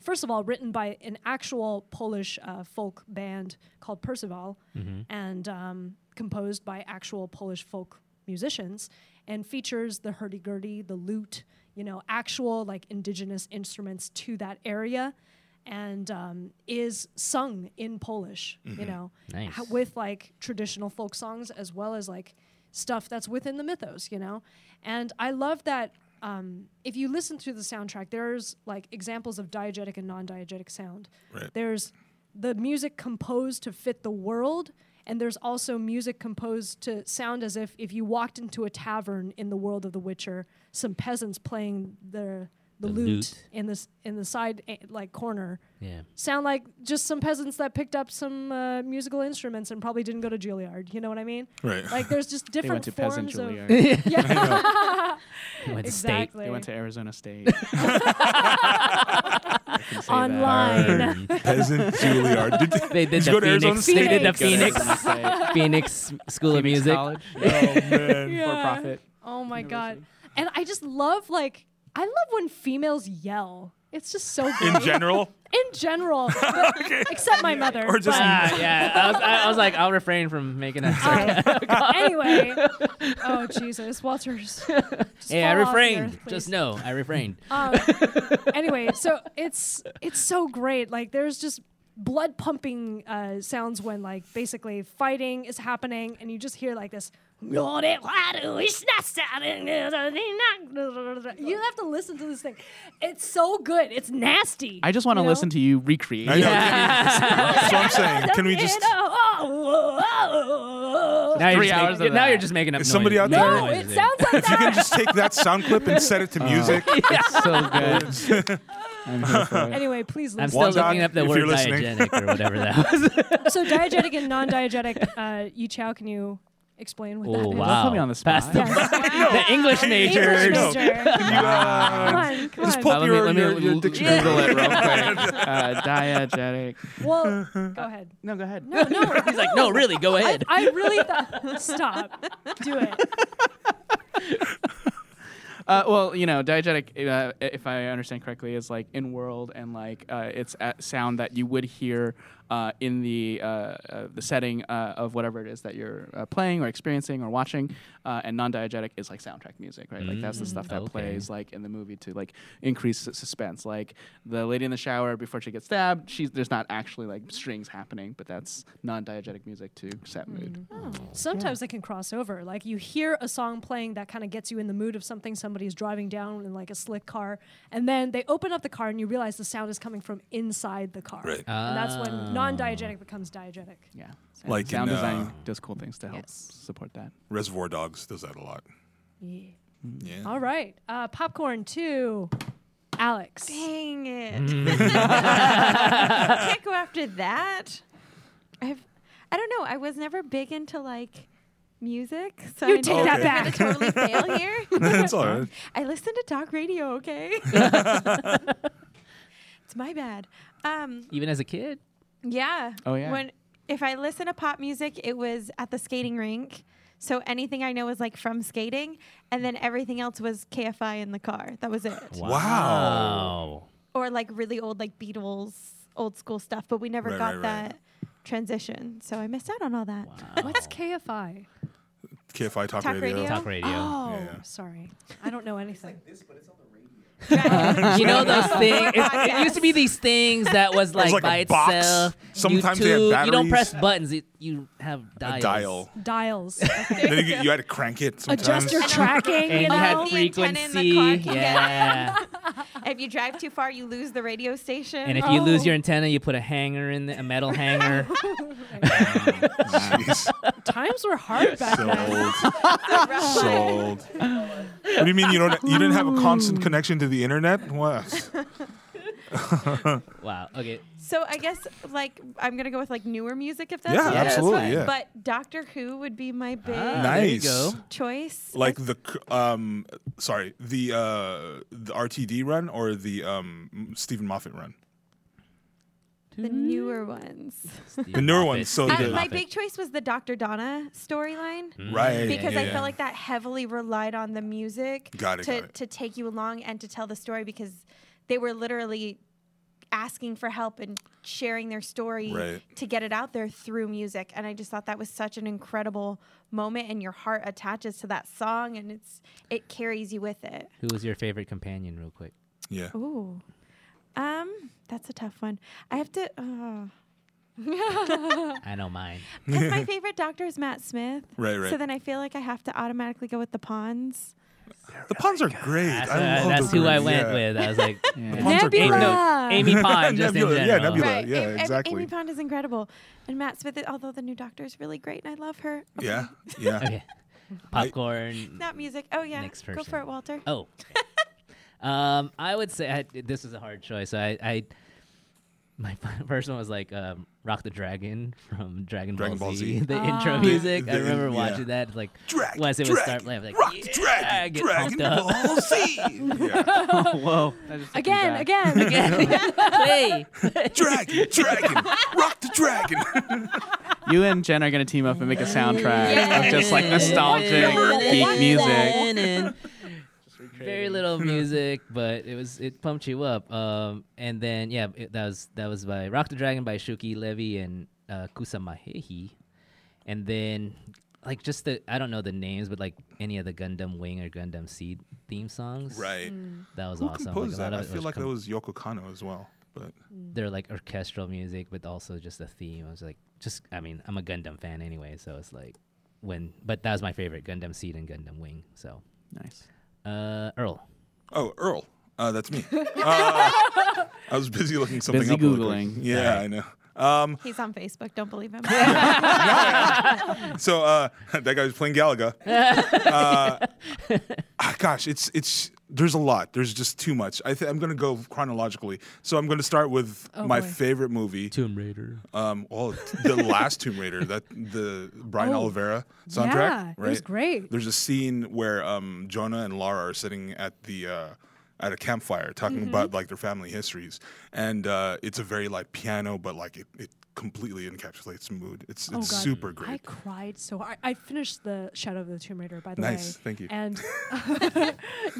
Speaker 2: first of all written by an actual Polish uh, folk band called Percival and um, composed by actual Polish folk musicians and features the hurdy-gurdy, the lute, you know, actual like indigenous instruments to that area and um, is sung in Polish, you know,
Speaker 4: Nice.
Speaker 2: ho- with like traditional folk songs as well as like stuff that's within the mythos, you know? And I love that um, if you listen to the soundtrack, there's like examples of diegetic and non diegetic sound.
Speaker 1: Right.
Speaker 2: There's the music composed to fit the world. And there's also music composed to sound as if if you walked into a tavern in the world of The Witcher, some peasants playing their the,
Speaker 4: The
Speaker 2: lute,
Speaker 4: lute.
Speaker 2: in this in the side eh, like corner
Speaker 4: Yeah.
Speaker 2: sound like just some peasants that picked up some uh, musical instruments and probably didn't go to Juilliard. You know what I mean?
Speaker 1: Right.
Speaker 2: Like there's just
Speaker 5: They
Speaker 2: different
Speaker 5: went to Peasant
Speaker 2: forms of
Speaker 5: Juilliard.
Speaker 2: yeah,
Speaker 4: He went to state.
Speaker 2: exactly.
Speaker 5: they went to Arizona State. I can say that.
Speaker 2: Online.
Speaker 4: Burn.
Speaker 1: Peasant Juilliard. Did
Speaker 4: they did
Speaker 1: Did
Speaker 4: the
Speaker 1: you go to Arizona
Speaker 4: Phoenix. They
Speaker 1: State?
Speaker 4: did the
Speaker 5: Go to
Speaker 4: Phoenix.
Speaker 5: Arizona State.
Speaker 4: Phoenix School of
Speaker 5: Phoenix
Speaker 4: Music.
Speaker 5: College. No,
Speaker 1: man.
Speaker 2: Yeah.
Speaker 5: for profit.
Speaker 2: Oh my god! And I just love like I love when females yell. It's just so great.
Speaker 1: in general.
Speaker 2: In general, but- except my mother.
Speaker 1: Or just-
Speaker 2: but-
Speaker 4: Ah, yeah. I was, I, I was like, I'll refrain from making that. Sarc-
Speaker 2: Um, anyway, oh Jesus, Walters. Just
Speaker 4: hey, I
Speaker 2: fall off the
Speaker 4: refrained.
Speaker 2: earth,
Speaker 4: Just
Speaker 2: please.
Speaker 4: no, I refrained.
Speaker 2: Um, anyway, so it's it's so great. Like there's just blood pumping uh, sounds when like basically fighting is happening, and you just hear like this. You have to listen to this thing. It's so good. It's nasty.
Speaker 5: I just want to
Speaker 2: you know?
Speaker 5: listen to you recreate.
Speaker 1: I know.
Speaker 4: Yeah.
Speaker 1: That's what I'm saying. Can we just?
Speaker 4: now you're
Speaker 5: Three
Speaker 4: just
Speaker 5: hours
Speaker 4: making-
Speaker 5: of
Speaker 4: now
Speaker 5: that.
Speaker 4: you're just making up.
Speaker 1: Is somebody
Speaker 4: noise-
Speaker 1: out
Speaker 4: making
Speaker 1: there-
Speaker 2: No,
Speaker 4: noises
Speaker 2: it
Speaker 4: there.
Speaker 2: sounds like
Speaker 1: If you can
Speaker 2: that.
Speaker 1: just take that sound clip and set it to music.
Speaker 5: It's so good. I'm here for it.
Speaker 2: Anyway, please
Speaker 4: I'm
Speaker 2: listen.
Speaker 4: still
Speaker 1: Wanda,
Speaker 4: looking up the
Speaker 1: if
Speaker 4: word
Speaker 1: you're listening.
Speaker 4: diegetic or whatever that was.
Speaker 2: so diegetic and non-diegetic. Uh, Yi Chao, can you explain what that
Speaker 4: Oh
Speaker 2: is?
Speaker 4: wow!
Speaker 5: put me on the
Speaker 4: Pass
Speaker 5: spot.
Speaker 2: Yes.
Speaker 4: the English
Speaker 1: English
Speaker 4: majors.
Speaker 1: major.
Speaker 2: Come
Speaker 1: Uh,
Speaker 2: on, come
Speaker 1: Let's
Speaker 2: on.
Speaker 1: pull
Speaker 5: Uh,
Speaker 1: up
Speaker 5: let me-
Speaker 1: your,
Speaker 5: let me
Speaker 1: your, your
Speaker 5: l-
Speaker 1: dictionary.
Speaker 5: Google it real quick. Uh, diegetic.
Speaker 2: Well, go ahead.
Speaker 5: No, go ahead.
Speaker 2: No, no.
Speaker 4: He's like, no, really, go ahead.
Speaker 2: I really thought. Stop. Do it.
Speaker 5: Uh, well, you know, diegetic, uh, if I understand correctly, is like in world and like uh, it's a sound that you would hear uh, in the uh, uh, the setting uh, of whatever it is that you're uh, playing or experiencing or watching. Uh, and non-diegetic is like soundtrack music, right? Like that's the stuff
Speaker 1: Mm,
Speaker 5: that
Speaker 4: okay.
Speaker 5: plays like in the movie to like increase s- suspense. Like the lady in the shower before she gets stabbed, she's there's not actually like strings happening, but that's non-diegetic music to set mood.
Speaker 2: Sometimes they can cross over. Like you hear a song playing that kind of gets you in the mood of something somebody's driving down in like a slick car, and then they open up the car and you realize the sound is coming from inside the car.
Speaker 1: Right.
Speaker 2: And that's
Speaker 4: Ah.
Speaker 2: when non-diegetic becomes diegetic.
Speaker 5: Yeah. And
Speaker 1: Like in,
Speaker 5: sound design
Speaker 1: uh,
Speaker 5: does cool things to help
Speaker 2: Yes.
Speaker 5: support that.
Speaker 1: Reservoir Dogs does that a lot.
Speaker 2: Yeah.
Speaker 1: Yeah.
Speaker 2: All right. Uh, popcorn two. Alex.
Speaker 3: Dang it.
Speaker 5: Mm.
Speaker 3: Can't go after that. I've, I don't know. I was never big into like music, so
Speaker 2: You
Speaker 3: I
Speaker 2: take
Speaker 3: know
Speaker 1: that
Speaker 3: I'm gonna
Speaker 2: back.
Speaker 3: Totally fail here.
Speaker 1: That's all right.
Speaker 3: I listen to talk radio. Okay. it's my bad. Um,
Speaker 4: Even as a kid.
Speaker 3: yeah.
Speaker 5: Oh, yeah.
Speaker 3: When if I listen to pop music, it was at the skating rink. So anything I know was like from skating, and then everything else was KFI in the car. That was it.
Speaker 1: Wow.
Speaker 3: Or like really old like Beatles, old school stuff. But we never
Speaker 1: Right,
Speaker 3: got
Speaker 1: right, right.
Speaker 3: that transition, so I missed out on all that.
Speaker 4: Wow.
Speaker 2: What's KFI?
Speaker 1: KFI Talk,
Speaker 3: Talk
Speaker 1: Radio.
Speaker 3: radio.
Speaker 4: Talk radio.
Speaker 2: Oh,
Speaker 1: Yeah.
Speaker 2: sorry. I don't know anything.
Speaker 4: You know those things. It, it
Speaker 3: Podcast.
Speaker 4: used to be these things that was like,
Speaker 1: like a
Speaker 4: by
Speaker 1: box.
Speaker 4: itself.
Speaker 1: Sometimes
Speaker 4: you
Speaker 1: they had
Speaker 4: You
Speaker 1: batteries.
Speaker 4: don't press buttons. It, you have dials.
Speaker 1: A dial.
Speaker 2: Dials. Okay.
Speaker 1: Then you, you had to crank it sometimes.
Speaker 2: Adjust your tracking.
Speaker 4: And
Speaker 2: you
Speaker 4: you
Speaker 2: know?
Speaker 3: Oh,
Speaker 4: had
Speaker 3: the antenna in
Speaker 4: frequency.
Speaker 3: the car can get-
Speaker 4: Yeah.
Speaker 3: If you drive too far, you lose the radio station.
Speaker 4: and if you lose
Speaker 2: Oh.
Speaker 4: your antenna, you put a hanger in the, a metal hanger.
Speaker 1: Jeez.
Speaker 2: Times were hard back
Speaker 1: So
Speaker 2: then.
Speaker 1: old. So old. What do you mean you don't? You didn't have a constant connection to the internet? What?
Speaker 4: wow. Okay.
Speaker 3: so I guess like I'm gonna go with like newer music if that's
Speaker 1: Yeah,
Speaker 3: okay.
Speaker 5: that's
Speaker 1: absolutely.
Speaker 5: fine.
Speaker 1: Yeah.
Speaker 3: But Doctor Who would be my big
Speaker 4: Ah,
Speaker 1: Nice.
Speaker 4: There you go.
Speaker 3: choice.
Speaker 1: like the c- um, sorry, the uh, the RTD run or the um Stephen Moffat run?
Speaker 3: the newer ones.
Speaker 1: The newer ones, so
Speaker 3: I,
Speaker 1: the-
Speaker 3: my big choice was the Doctor Donna storyline.
Speaker 4: Hmm. Mm.
Speaker 1: Right.
Speaker 3: Because I
Speaker 1: yeah.
Speaker 3: felt like that heavily relied on the music
Speaker 1: Got it,
Speaker 3: to,
Speaker 1: got it.
Speaker 3: to take you along and to tell the story because they were literally asking for help and sharing their story
Speaker 1: Right.
Speaker 3: to get it out there through music. And I just thought that was such an incredible moment and your heart attaches to that song and it's it carries you with it.
Speaker 4: Who was your favorite companion, real quick?
Speaker 1: Yeah.
Speaker 3: Ooh. Um, that's a tough one. I have to uh,
Speaker 4: I know mine.
Speaker 3: 'cause my favorite doctor is Matt Smith.
Speaker 1: Right, right.
Speaker 3: So then I feel like I have to automatically go with the Pawns.
Speaker 1: The puns are great.
Speaker 4: That's,
Speaker 1: I
Speaker 4: uh,
Speaker 1: love
Speaker 4: that's
Speaker 1: the
Speaker 4: who I
Speaker 1: puns,
Speaker 4: went
Speaker 1: yeah.
Speaker 4: with. I was like,
Speaker 1: The
Speaker 5: Yeah.
Speaker 1: puns are
Speaker 2: Nebula.
Speaker 1: great.
Speaker 4: no, Amy Pond, just in
Speaker 1: Nebula, yeah,
Speaker 4: general.
Speaker 1: Nebula. Right. yeah,
Speaker 3: Am- Am-
Speaker 1: exactly.
Speaker 3: Amy Pond is incredible, and Matt Smith. Although the new Doctor is really great, and I love her. Okay.
Speaker 1: Yeah, yeah.
Speaker 4: Okay. Popcorn.
Speaker 3: Not music. Oh yeah.
Speaker 4: Next
Speaker 3: Go
Speaker 4: person.
Speaker 3: for it, Walter.
Speaker 4: Oh. um, I would say I, this is a hard choice. I, I my f- first one was like um, "Rock the Dragon" from Dragon,
Speaker 1: Dragon Ball Z.
Speaker 4: the
Speaker 2: Ah.
Speaker 4: intro music.
Speaker 1: The-
Speaker 4: I
Speaker 1: the-
Speaker 4: remember
Speaker 1: yeah.
Speaker 4: watching that. Like
Speaker 1: Drag,
Speaker 4: once it would
Speaker 1: drag,
Speaker 4: start playing, I was like,
Speaker 1: rock
Speaker 4: yeah,
Speaker 1: the dragon,
Speaker 4: get
Speaker 1: dragon
Speaker 4: pumped up.
Speaker 1: Ball Z. Yeah.
Speaker 5: Whoa.
Speaker 2: Again, again.
Speaker 4: Play.
Speaker 1: Dragon, dragon, rock the dragon.
Speaker 5: You and Jen are gonna team up and make a soundtrack of just like nostalgic
Speaker 2: Number one,
Speaker 5: geek music.
Speaker 4: very little music, but it was it pumped you up. Um, and then yeah, it, that was that was by Rock the Dragon by Shuki Levy and uh, Kusamahehi, and then like just the I don't know the names, but like any of the Gundam Wing or Gundam Seed theme songs.
Speaker 1: Right.
Speaker 4: that was
Speaker 1: Who
Speaker 4: awesome.
Speaker 1: composed
Speaker 4: a lot
Speaker 1: that? I
Speaker 4: of it
Speaker 1: feel like
Speaker 4: com-
Speaker 1: that was Yoko Kano as well. But
Speaker 4: they're like orchestral music, but also just a theme. I was like, just I mean, I'm a Gundam fan anyway, so it's like when. But that was my favorite Gundam Seed and Gundam Wing. So
Speaker 5: Nice.
Speaker 4: uh, Earl.
Speaker 1: oh, Earl, uh, that's me. Uh, I was busy looking something
Speaker 5: Busy
Speaker 1: up. really quick.
Speaker 5: Googling.
Speaker 1: Yeah, I know. Um,
Speaker 3: He's on Facebook. Don't believe him.
Speaker 1: so uh, that guy was playing Galaga. uh, ah, gosh, it's it's there's a lot. There's just too much. I th- I'm gonna go chronologically. So I'm gonna start with
Speaker 2: Oh,
Speaker 1: my
Speaker 2: boy.
Speaker 1: favorite movie.
Speaker 4: Tomb Raider.
Speaker 1: Um, well, the last Tomb Raider, that the Brian
Speaker 2: Oh.
Speaker 1: Oliveira soundtrack,
Speaker 2: Yeah, it
Speaker 1: right?
Speaker 2: was great.
Speaker 1: There's a scene where um, Jonah and Lara are sitting at the uh, at a campfire talking
Speaker 2: Mm-hmm.
Speaker 1: about like their family histories, and uh, it's a very like piano, but like it, it completely encapsulates the mood. It's it's
Speaker 2: Oh, God.
Speaker 1: super
Speaker 2: I
Speaker 1: great.
Speaker 2: cried so hard. I finished the Shadow of the Tomb Raider, by the
Speaker 1: Nice,
Speaker 2: way.
Speaker 1: thank you.
Speaker 2: And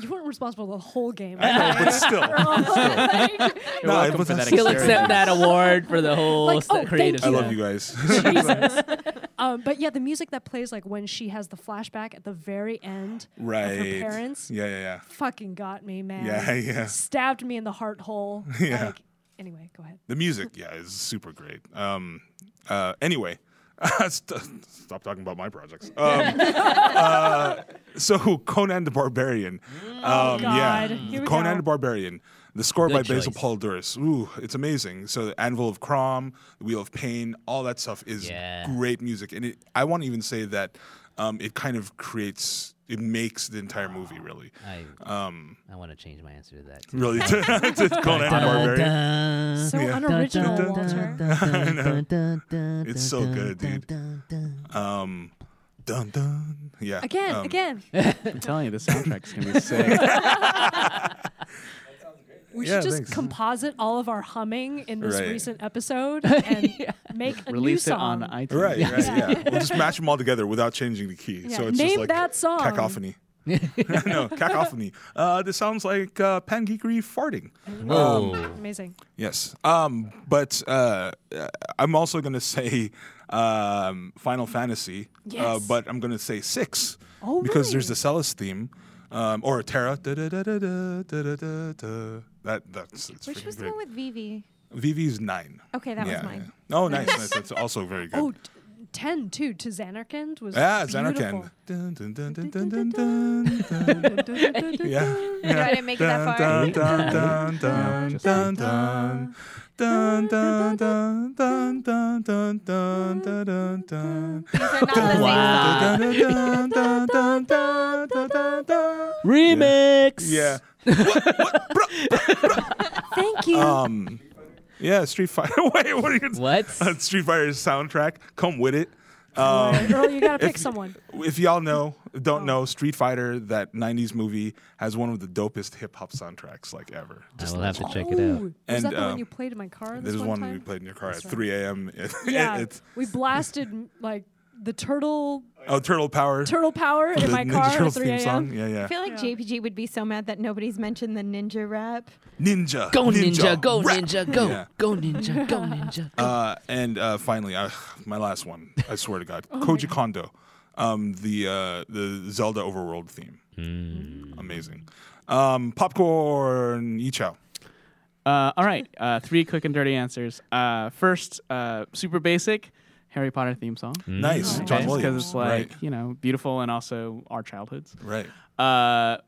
Speaker 2: you weren't responsible for the whole game. Oh,
Speaker 1: I know, but still,
Speaker 5: You're welcome
Speaker 1: but
Speaker 5: for that
Speaker 1: that's-
Speaker 4: He'll
Speaker 5: experience.
Speaker 4: accept that award for the whole
Speaker 2: Like,
Speaker 4: st-
Speaker 2: oh,
Speaker 4: creative.
Speaker 2: thank
Speaker 1: I
Speaker 2: you.
Speaker 1: love
Speaker 4: stuff.
Speaker 1: you guys.
Speaker 2: Jesus. um, but yeah, the music that plays like when she has the flashback at the very end
Speaker 1: right?
Speaker 2: of her parents
Speaker 1: Yeah, yeah, yeah.
Speaker 2: fucking got me, man.
Speaker 1: Yeah, yeah.
Speaker 2: Stabbed me in the heart hole.
Speaker 1: Yeah.
Speaker 2: Like, anyway, go ahead.
Speaker 1: The music, yeah, is super great. Um, uh, anyway, st- stop talking about my projects. Um, uh, so Conan the Barbarian. Um,
Speaker 2: Mm. Oh, God. Here we
Speaker 1: Conan
Speaker 2: go.
Speaker 1: the Barbarian. The score by
Speaker 4: Good
Speaker 1: Basil
Speaker 4: choice.
Speaker 1: Paul Duris. Ooh, it's amazing. So the Anvil of Crom, the Wheel of Pain, all that stuff is
Speaker 4: Yeah.
Speaker 1: great music. And it, I want to even say that um, it kind of creates, it makes the entire movie really.
Speaker 4: I,
Speaker 1: Um,
Speaker 4: I want to change my answer to that. too.
Speaker 1: really, to, to Conan the Barbarian.
Speaker 4: Dun,
Speaker 2: So
Speaker 1: Yeah.
Speaker 2: unoriginal,
Speaker 1: Dun, dun,
Speaker 2: Walter.
Speaker 4: dun, dun, dun, dun,
Speaker 1: It's
Speaker 4: dun,
Speaker 1: so
Speaker 4: dun,
Speaker 1: good,
Speaker 4: dun,
Speaker 1: dude.
Speaker 4: dun, dun.
Speaker 1: Um, dun dun. Yeah.
Speaker 2: Again,
Speaker 1: um,
Speaker 2: again.
Speaker 5: I'm telling you, the soundtrack's gonna be sick.
Speaker 2: We
Speaker 1: Yeah,
Speaker 2: should just
Speaker 1: thanks.
Speaker 2: composite all of our humming in this
Speaker 1: Right.
Speaker 2: recent episode and make a
Speaker 5: Release
Speaker 2: new
Speaker 5: it
Speaker 2: song.
Speaker 5: on iTunes.
Speaker 1: Right, right,
Speaker 2: Yeah.
Speaker 1: yeah. We'll just match them all together without changing the key.
Speaker 2: Yeah.
Speaker 1: So it's just
Speaker 2: Name
Speaker 1: like
Speaker 2: that song.
Speaker 1: cacophony. no, cacophony. Uh, this sounds like uh, pangeekery farting.
Speaker 4: Whoa.
Speaker 2: Um, Amazing.
Speaker 1: Yes. Um, but uh, uh, I'm also going to say um, Final Fantasy, uh,
Speaker 2: Yes.
Speaker 1: but I'm going to say six
Speaker 2: Oh,
Speaker 1: because there's the
Speaker 2: really?
Speaker 1: Celis theme. Um, or Terra. Da, da, da, da, da, da, da, da. That, that's it's
Speaker 3: Which
Speaker 1: freaking
Speaker 3: was the
Speaker 1: great.
Speaker 3: one with Vivi?
Speaker 1: VV's nine.
Speaker 3: Okay, that was
Speaker 1: Yeah,
Speaker 3: mine.
Speaker 1: yeah. Oh, nice. nice. That's also very good. Ah,
Speaker 2: Oh, t- 10 too, to Xanarkand was
Speaker 1: Yeah, it's
Speaker 2: beautiful.
Speaker 1: Anarchan. Dun, dun, dun, dun, dun, dun, dun, dun.
Speaker 2: Xanarkand.
Speaker 1: Yeah.
Speaker 3: No, I didn't make it that far.
Speaker 1: Dun, dun, dun, dun,
Speaker 5: Just-
Speaker 1: dun, dun. Dun, dun, dun, dun, dun, dun, dun, dun, dun, dun.
Speaker 3: These are not the same
Speaker 4: Wow.
Speaker 1: Dun,
Speaker 3: song.
Speaker 1: dun, dun, dun, dun, dun, dun, dun.
Speaker 4: Remix.
Speaker 1: Yeah.
Speaker 2: Thank you.
Speaker 1: Um, yeah, Street Fighter. Wait, what are you?
Speaker 4: What?
Speaker 1: Street Fighter's soundtrack. Come with it. Um,
Speaker 2: Earl, you got to
Speaker 1: if
Speaker 2: pick
Speaker 1: y-
Speaker 2: someone.
Speaker 1: If y'all know,
Speaker 2: Oh.
Speaker 1: don't know, Street Fighter, that '90s movie, has one of the dopest hip hop soundtracks like ever.
Speaker 4: I will have to check it out.
Speaker 2: Ooh,
Speaker 1: And,
Speaker 2: was that the
Speaker 1: um,
Speaker 2: one you played in my car
Speaker 1: This
Speaker 2: this
Speaker 1: is
Speaker 2: one
Speaker 1: one
Speaker 2: time?
Speaker 1: we played in your car
Speaker 2: That's
Speaker 1: at
Speaker 2: right.
Speaker 1: 3 a.m. It-
Speaker 2: Yeah,
Speaker 1: it's
Speaker 2: we blasted m- like the turtle
Speaker 1: oh, Turtle Power.
Speaker 2: turtle power in
Speaker 1: the
Speaker 2: my
Speaker 1: Ninja
Speaker 2: car at
Speaker 1: Turtles
Speaker 2: 3
Speaker 1: theme song.
Speaker 2: a.m.
Speaker 1: Yeah,
Speaker 3: I
Speaker 1: yeah.
Speaker 3: feel like
Speaker 2: Yeah.
Speaker 3: JPG would be so mad that nobody's mentioned the ninja rap.
Speaker 1: Ninja.
Speaker 4: Go ninja, go
Speaker 1: rap.
Speaker 4: ninja, go,
Speaker 1: Yeah.
Speaker 4: go ninja, go ninja. go.
Speaker 1: Uh, and uh, finally, uh, my last one. I swear to God,
Speaker 2: Oh,
Speaker 1: Koji Kondo, um, the uh, the Zelda Overworld theme.
Speaker 4: Mm.
Speaker 1: Amazing. Um, popcorn. Yichao.
Speaker 5: Uh, all right, uh, three quick and dirty answers. Uh, first, uh, super basic, Harry Potter theme song.
Speaker 1: Nice.
Speaker 2: Oh, Okay.
Speaker 1: John
Speaker 5: Mm. Just
Speaker 1: Williams.
Speaker 5: because it's like
Speaker 1: right.
Speaker 5: you know beautiful and also our childhoods.
Speaker 1: Right.
Speaker 5: Uh,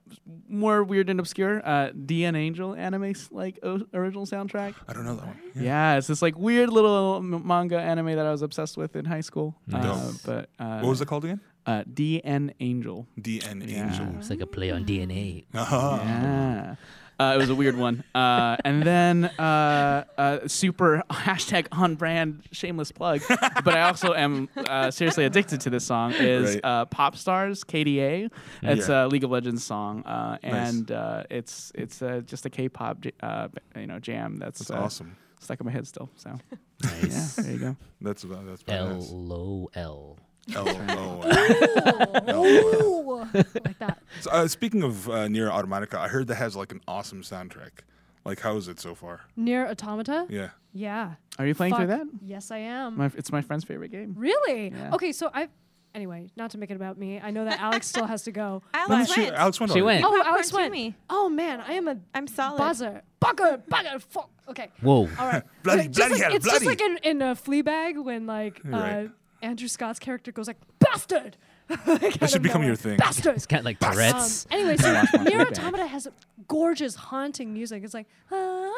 Speaker 5: more weird and obscure. Uh, DN Angel anime's like o- original soundtrack.
Speaker 1: I don't know that one.
Speaker 5: Yeah. it's this like weird little m- manga anime that I was obsessed with in high school. Uh,
Speaker 1: Nice.
Speaker 5: but uh,
Speaker 1: What was it called again?
Speaker 5: Uh, DN Angel.
Speaker 1: DN
Speaker 5: Yeah.
Speaker 1: Angel.
Speaker 4: It's like a play on DNA.
Speaker 1: Uh-huh.
Speaker 5: Yeah. Uh, it was a weird one. Uh, and then uh, uh, super hashtag on brand shameless plug. But I also am uh, seriously addicted to this song is
Speaker 1: Right.
Speaker 5: uh, Pop Stars KDA. It's
Speaker 1: Yeah.
Speaker 5: a League of Legends song, uh,
Speaker 1: Nice.
Speaker 5: and uh, it's it's uh, just a K-pop j- uh, you know jam that's,
Speaker 1: That's
Speaker 5: uh,
Speaker 1: awesome.
Speaker 5: stuck in my head still. So
Speaker 4: Nice.
Speaker 5: yeah, there you go.
Speaker 1: That's about that's about
Speaker 4: L O L.
Speaker 1: LOL.
Speaker 2: Ooh. like that.
Speaker 1: So, uh, speaking of uh, Near Automatica, I heard that has like an awesome soundtrack. Like, how is it so far?
Speaker 2: Near Automata?
Speaker 1: Yeah.
Speaker 2: Yeah.
Speaker 5: Are you playing through
Speaker 2: Fuck.
Speaker 5: that?
Speaker 2: Yes, I am.
Speaker 5: My, it's my friend's favorite game.
Speaker 2: really?
Speaker 5: Yeah.
Speaker 2: Okay, so I. Anyway, not to make it about me. I know that Alex still has to go.
Speaker 1: But
Speaker 3: Alex
Speaker 1: she-
Speaker 3: went.
Speaker 1: Alex went.
Speaker 4: She
Speaker 1: already.
Speaker 4: went.
Speaker 2: Oh,
Speaker 3: Popcorn
Speaker 2: Alex
Speaker 3: to
Speaker 2: went.
Speaker 3: me.
Speaker 2: Oh man, I am a
Speaker 3: I'm solid.
Speaker 2: buzzer. Bugger, bugger, fuck. Okay.
Speaker 4: Whoa.
Speaker 2: All right.
Speaker 1: Bloody-
Speaker 2: Wait, just
Speaker 1: bloody
Speaker 2: like-
Speaker 1: hell,
Speaker 2: It's
Speaker 1: bloody.
Speaker 2: just like in, in uh, Fleabag when like uh,
Speaker 1: Right.
Speaker 2: Andrew Scott's character goes like bastard. that
Speaker 1: should become your thing.
Speaker 2: Bastard.
Speaker 4: It's got like
Speaker 2: Um,
Speaker 4: Tourette's.
Speaker 2: anyway, so
Speaker 5: watch my
Speaker 2: Near
Speaker 5: Fleabag.
Speaker 2: Automata has gorgeous, haunting music. It's like, ah,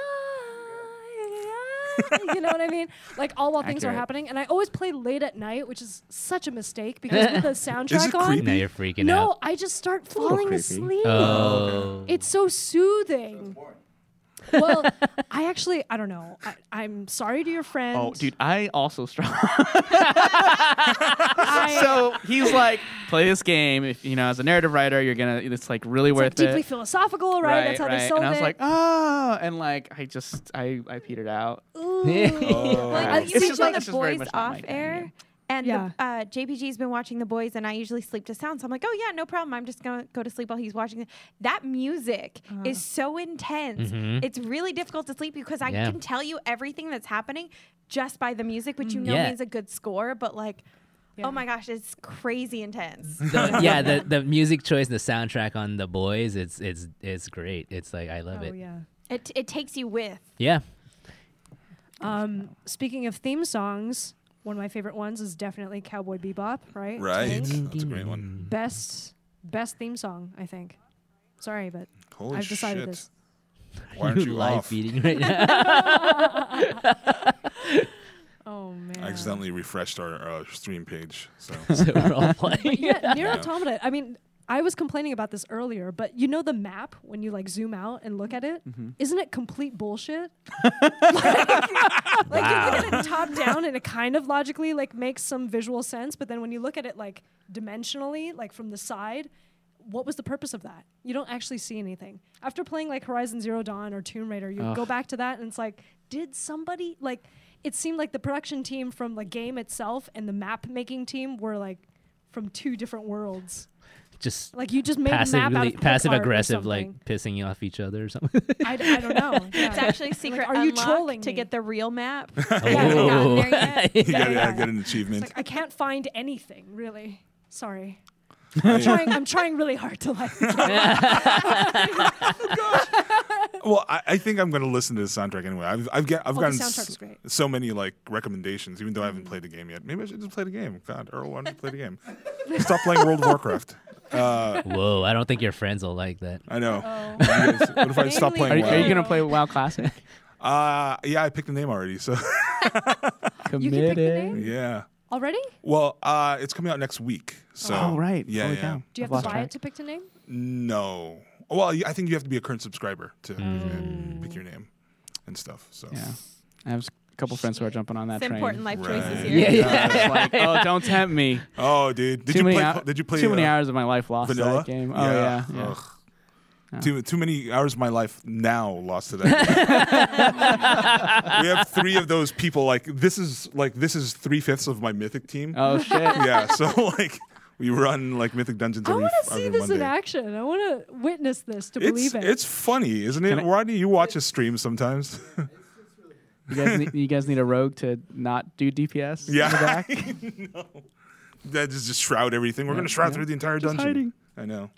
Speaker 2: you know what I mean? Like all while things are
Speaker 5: Accurate.
Speaker 2: happening. And I always play late at night, which is such a mistake because with the soundtrack
Speaker 1: Is it
Speaker 2: on,
Speaker 1: creepy?
Speaker 4: now you're freaking
Speaker 2: no,
Speaker 4: out.
Speaker 2: I just start
Speaker 5: a little
Speaker 2: falling
Speaker 5: creepy.
Speaker 2: asleep.
Speaker 4: Oh.
Speaker 2: It's so soothing. well, I actually, I don't know. I, I'm sorry to your friend.
Speaker 5: Oh, dude, I also struggle.
Speaker 2: I,
Speaker 5: so he's like, play this game. If you know, as a narrative writer, you're gonna. It's like really
Speaker 2: it's
Speaker 5: worth
Speaker 2: like deeply
Speaker 5: it.
Speaker 2: philosophical, right? That's how they sold
Speaker 5: And I was
Speaker 2: it.
Speaker 5: like, oh, and like I just I I petered out.
Speaker 1: Oh.
Speaker 3: Well,
Speaker 5: Uh,
Speaker 3: you
Speaker 5: it's
Speaker 3: mentioned
Speaker 5: just like-
Speaker 3: the
Speaker 5: it's just very
Speaker 3: boys
Speaker 5: much not
Speaker 3: off
Speaker 5: my kind of
Speaker 3: air,
Speaker 5: game.
Speaker 3: and
Speaker 2: Yeah.
Speaker 3: the, uh, JPG's been watching the boys, and I usually sleep to sound. So I'm like, oh yeah, no problem. I'm just gonna go to sleep while he's watching. it." That music is so intense.
Speaker 5: Mm-hmm.
Speaker 4: Mhm.
Speaker 3: It's really difficult to sleep because I
Speaker 4: Yeah.
Speaker 3: can tell you everything that's happening just by the music, which you
Speaker 5: Mm-hmm.
Speaker 3: know
Speaker 4: Yeah.
Speaker 3: means a good score, but like.
Speaker 2: Yeah.
Speaker 3: Oh my gosh, it's crazy intense.
Speaker 4: The- yeah, the, the music choice, the soundtrack on The Boys, it's it's it's great. It's like I love
Speaker 2: oh
Speaker 4: it.
Speaker 2: yeah.
Speaker 3: It, it takes you with.
Speaker 4: Yeah.
Speaker 2: Um, speaking of theme songs, one of my favorite ones is definitely Cowboy Bebop, right?
Speaker 1: Right.
Speaker 2: Tank.
Speaker 1: That's a great one.
Speaker 2: Best best theme song, I think. Sorry, but
Speaker 1: Holy
Speaker 2: I've decided
Speaker 1: shit.
Speaker 2: this.
Speaker 1: Why aren't you
Speaker 4: live
Speaker 1: off?
Speaker 4: feeding right now?
Speaker 2: Oh man.
Speaker 1: I accidentally refreshed our uh, stream page. So
Speaker 4: so we're all playing.
Speaker 2: Yeah, Near
Speaker 1: Yeah.
Speaker 2: Automata. I mean, I was complaining about this earlier, but you know the map when you like zoom out and look at it, not it complete bullshit? like, like you look at it top down and it kind of logically like makes some visual sense, but then when you look at it like dimensionally, like from the side, what was the purpose of that? You don't actually see anything. After playing like Horizon Zero Dawn or Tomb Raider, you go back to that and it's like, did somebody like it seemed like the production team from the game itself and the map making team were like from two different worlds.
Speaker 4: Just
Speaker 2: Like you just made a map out
Speaker 4: passively
Speaker 2: of
Speaker 4: passive aggressive, like pissing off each other or something.
Speaker 2: I, d- I don't know. Yeah.
Speaker 3: It's actually a secret
Speaker 2: are you
Speaker 3: unlock
Speaker 2: trolling
Speaker 3: to
Speaker 2: me?
Speaker 3: get the real map.
Speaker 2: Yeah, it's not
Speaker 4: Oh.
Speaker 3: there yet.
Speaker 1: you gotta uh,
Speaker 2: yeah.
Speaker 1: get an achievement.
Speaker 2: Like, I can't find anything really. Sorry.
Speaker 1: Yeah.
Speaker 2: I'm trying, I'm trying really hard to like.
Speaker 1: Well, I, I think I'm going to listen to the soundtrack anyway. I've I've, get, I've
Speaker 2: Oh, the
Speaker 1: gotten
Speaker 2: soundtrack's
Speaker 1: s-
Speaker 2: great. Mm.
Speaker 1: so many like recommendations, even though I haven't played the game yet. Maybe I should just play the game. God, Earl, why don't you play the game? Stop playing World of Warcraft. Uh,
Speaker 4: Whoa, I don't think your friends will like that.
Speaker 1: I know.
Speaker 2: Oh.
Speaker 1: You guys- what if I stop
Speaker 2: Mainly
Speaker 1: playing?
Speaker 5: Are you, are you
Speaker 1: WoW?
Speaker 5: gonna play WoW Classic?
Speaker 1: Uh, yeah, I picked the name already. So
Speaker 2: You can pick the
Speaker 5: Committed.
Speaker 2: name
Speaker 1: yeah.
Speaker 2: already.
Speaker 1: Well, uh, it's coming out next week. So
Speaker 5: Oh right.
Speaker 1: Yeah,
Speaker 5: Holy
Speaker 1: yeah.
Speaker 5: cow.
Speaker 2: Do you have
Speaker 5: I've lost
Speaker 2: to buy
Speaker 5: track.
Speaker 2: it to pick a name?
Speaker 1: No. Well, you- I think you have to be a current subscriber to pick your name and stuff. So
Speaker 5: Mm. Yeah. I have s- a couple friends who are jumping on that
Speaker 3: It's
Speaker 5: train.
Speaker 3: important life choices
Speaker 1: Right.
Speaker 3: here.
Speaker 4: Yeah, yeah.
Speaker 5: It's like, oh, don't tempt me.
Speaker 1: Oh, dude, did
Speaker 5: too
Speaker 1: you
Speaker 5: many
Speaker 1: play?
Speaker 5: hou-
Speaker 1: did you play
Speaker 5: too many
Speaker 1: uh,
Speaker 5: hours of my life lost to
Speaker 1: Vanilla
Speaker 5: that game? Oh yeah. yeah.
Speaker 1: Ugh.
Speaker 5: Yeah.
Speaker 1: Too too many hours of my life now lost to that. we have three of those people. Like this is like this is three fifths of my mythic team.
Speaker 5: Oh shit.
Speaker 1: Yeah, so like we run like mythic dungeons
Speaker 2: I
Speaker 1: every,
Speaker 2: want to see
Speaker 1: every
Speaker 2: this
Speaker 1: Monday.
Speaker 2: in action. I want to witness this to
Speaker 1: It's
Speaker 2: believe it.
Speaker 1: it's funny, isn't it?
Speaker 5: Can I-
Speaker 1: Why do you watch a stream sometimes?
Speaker 5: You guys, need, you guys need a rogue to not do DPS. in the
Speaker 1: yeah,
Speaker 5: back?
Speaker 1: no, that is just shroud everything. We're
Speaker 5: Yeah,
Speaker 1: gonna shroud
Speaker 5: yeah.
Speaker 1: through the entire
Speaker 5: Just
Speaker 1: dungeon.
Speaker 5: hiding.
Speaker 1: I know.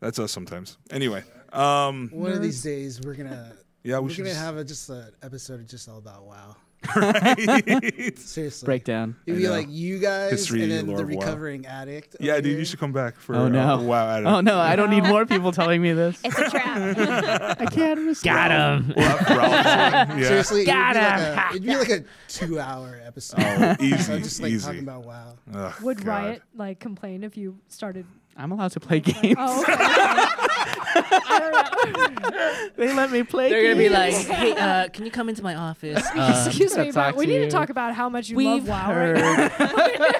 Speaker 1: That's us sometimes. Anyway, um,
Speaker 6: One of these days, we're gonna
Speaker 1: yeah, we
Speaker 6: we're
Speaker 1: should
Speaker 6: gonna
Speaker 1: just-
Speaker 6: have a, just an episode just all about WoW.
Speaker 1: Right?
Speaker 6: Seriously,
Speaker 5: Breakdown.
Speaker 6: It'd
Speaker 1: I
Speaker 6: be
Speaker 1: know.
Speaker 6: like you guys
Speaker 1: History,
Speaker 6: and then
Speaker 1: lore
Speaker 6: the
Speaker 1: of WoW.
Speaker 6: recovering addict.
Speaker 1: Yeah,
Speaker 6: over
Speaker 1: dude,
Speaker 6: here.
Speaker 1: you should come back for.
Speaker 5: Oh no.
Speaker 1: Uh, wow, Adam.
Speaker 5: Oh no. I don't need more people telling me this.
Speaker 3: It's a trap.
Speaker 5: I can't risk.
Speaker 1: Oh,
Speaker 4: Got him.
Speaker 1: Well, that's Ralph. yeah.
Speaker 6: Seriously,
Speaker 4: Got
Speaker 6: it'd, be like a, it'd be like a two-hour episode.
Speaker 1: Oh,
Speaker 6: So
Speaker 1: easy,
Speaker 6: just like
Speaker 1: easy.
Speaker 6: talking about WoW.
Speaker 1: Ugh,
Speaker 2: Would
Speaker 1: God.
Speaker 2: Riot like complain if you started?
Speaker 5: I'm allowed to play games.
Speaker 2: Oh, okay. I don't know.
Speaker 5: They let me play.
Speaker 4: They're gonna be like,
Speaker 5: games.
Speaker 4: "Hey, uh, can you come into my office?" Uh,
Speaker 2: Excuse
Speaker 5: gonna
Speaker 2: me,
Speaker 5: Um, talk
Speaker 2: but we
Speaker 5: to
Speaker 2: need to
Speaker 5: you.
Speaker 2: talk about how much you
Speaker 4: we've
Speaker 2: love WoW. Right?
Speaker 4: heard.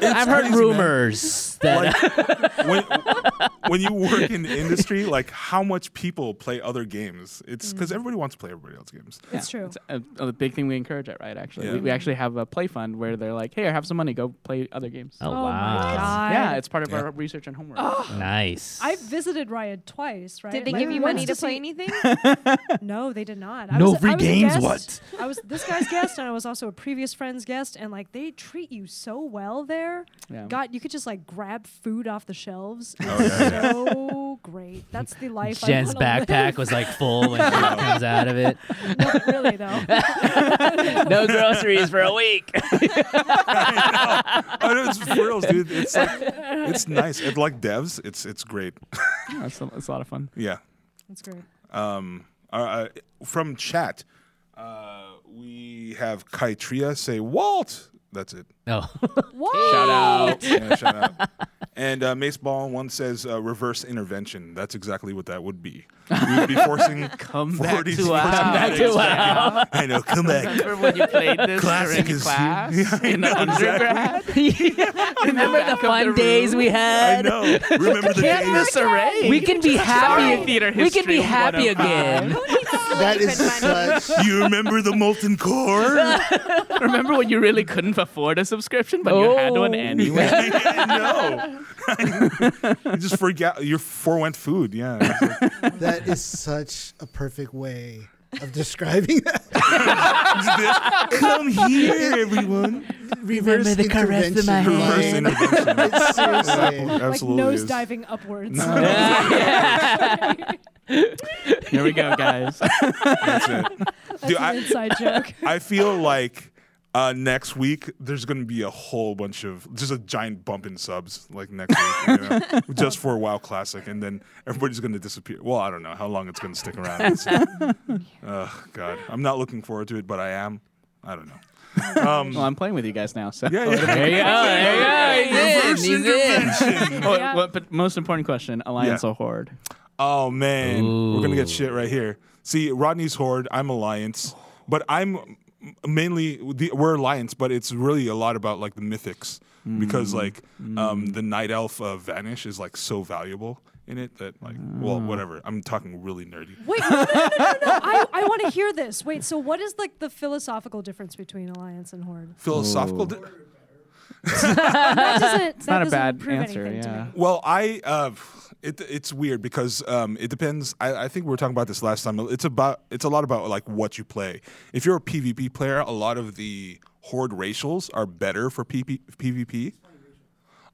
Speaker 4: I've heard
Speaker 1: crazy, man.
Speaker 4: rumors that.
Speaker 1: like, when, when you work in industry, like how much people play other games. It's because
Speaker 2: Mm-hmm.
Speaker 1: everybody wants to play everybody else's games.
Speaker 2: It's true.
Speaker 5: It's a, a big thing we encourage at Riot. Actually,
Speaker 1: Yeah.
Speaker 5: we, we actually have a play fund where they're like, "Hey, I have some money. Go play other games."
Speaker 4: oh,
Speaker 2: oh
Speaker 4: wow.
Speaker 2: my god.
Speaker 5: Yeah, it's part of
Speaker 1: Yeah.
Speaker 5: our research and homework.
Speaker 4: nice.
Speaker 2: I visited Riot twice, right?
Speaker 3: Did they
Speaker 2: Like,
Speaker 3: give you
Speaker 2: once
Speaker 3: money to
Speaker 2: see-
Speaker 3: play anything?
Speaker 2: No, they did not.
Speaker 5: No
Speaker 2: was,
Speaker 5: free
Speaker 2: I was a
Speaker 5: games,
Speaker 2: guest.
Speaker 5: what?
Speaker 2: I was this guy's guest, and I was also a previous friend's guest, and like they treat you so well there.
Speaker 5: Yeah.
Speaker 2: God, you could just like grab food off the shelves. It's
Speaker 1: Oh, yeah, yeah.
Speaker 2: so great. That's the life. I
Speaker 4: Jen's
Speaker 2: wanna
Speaker 4: backpack was like full when she comes out of it.
Speaker 2: live. Not really though.
Speaker 4: No groceries for a week.
Speaker 1: I know it's for reals, dude. It's like, it's nice. It, like devs, it's it's great.
Speaker 5: Yeah, it's, a, it's a lot of fun.
Speaker 1: yeah.
Speaker 2: That's great.
Speaker 1: Um, uh, uh, from chat, uh, we have Kaitria say Walt. That's it.
Speaker 4: No.
Speaker 2: What?
Speaker 5: Shout out.
Speaker 1: Yeah, shout out. And uh, Mace Ball one says uh, reverse intervention. That's exactly what that would be. We would be forcing
Speaker 5: Come back
Speaker 1: 40s
Speaker 5: to WoW. Come back to WoW.
Speaker 1: I know. Come back.
Speaker 5: Remember when you played this
Speaker 1: Classic
Speaker 5: during
Speaker 1: is-
Speaker 5: class
Speaker 1: Yeah,
Speaker 5: in the undergrad?
Speaker 4: Remember the fun days we
Speaker 1: I
Speaker 4: had?
Speaker 1: know. Remember the
Speaker 5: Can't
Speaker 1: days.
Speaker 5: disarray.
Speaker 4: We can be happy.
Speaker 5: Sorry, theater
Speaker 4: we can be
Speaker 5: history
Speaker 4: happy
Speaker 5: 105.
Speaker 4: again.
Speaker 6: That is
Speaker 3: Good money.
Speaker 6: such.
Speaker 1: You remember the molten core?
Speaker 5: Remember when you really couldn't afford a subscription, but you had one
Speaker 4: Oh.
Speaker 5: anyway?
Speaker 1: no. you just forgot. You forewent food. Yeah. It's like-
Speaker 6: That is such a perfect way of describing that.
Speaker 1: Come here, everyone.
Speaker 6: Reverse
Speaker 4: the caress in
Speaker 6: intervention.
Speaker 4: my
Speaker 1: Reverse
Speaker 4: hand.
Speaker 6: man.
Speaker 1: intervention.
Speaker 6: It's seriously.
Speaker 2: Like
Speaker 1: Absolutely.
Speaker 2: nose
Speaker 1: is.
Speaker 2: diving upwards.
Speaker 5: Here we go, guys.
Speaker 1: That's it. Dude,
Speaker 2: It's an
Speaker 1: I,
Speaker 2: inside joke.
Speaker 1: I feel like uh, next week there's going to be a whole bunch of just a giant bump in subs like next week, you know, just for WoW Classic, and then everybody's going to disappear. Well, I don't know how long it's going to stick around. It's- uh, Ugh, God, I'm not looking forward to it, but I am. I don't know. Um,
Speaker 5: well, I'm playing with you guys now, so.
Speaker 1: yeah, yeah.
Speaker 4: There you go. There you go.
Speaker 1: Reverse
Speaker 4: He's in. He's in.
Speaker 1: intervention.
Speaker 5: Oh, what- but most important question: Alliance
Speaker 1: Yeah.
Speaker 5: or Horde?
Speaker 1: Oh man, we're gonna
Speaker 4: Ooh.
Speaker 1: get shit right here. See, Rodney's Horde. I'm Alliance, but I'm m- mainly the, we're Alliance, but it's really a lot about like the mythics because like um, the Night Elf uh, Vanish is like so valuable in it that like well whatever. I'm talking really nerdy.
Speaker 2: Wait, no, no, no, no, no, no. I, I want to hear this. Wait, so what is like the philosophical difference between alliance and horde?
Speaker 1: Philosophical. Di-
Speaker 2: That doesn't. that
Speaker 5: not a
Speaker 2: doesn't
Speaker 5: bad
Speaker 2: prove
Speaker 5: answer,
Speaker 2: anything to
Speaker 5: yeah.
Speaker 2: me.
Speaker 1: Well, I uh, it, it's weird because um, it depends. I, I think we were talking about this last time. It's about it's a lot about like what you play. If you're a PvP player, a lot of the horde racials are better for PP, PvP.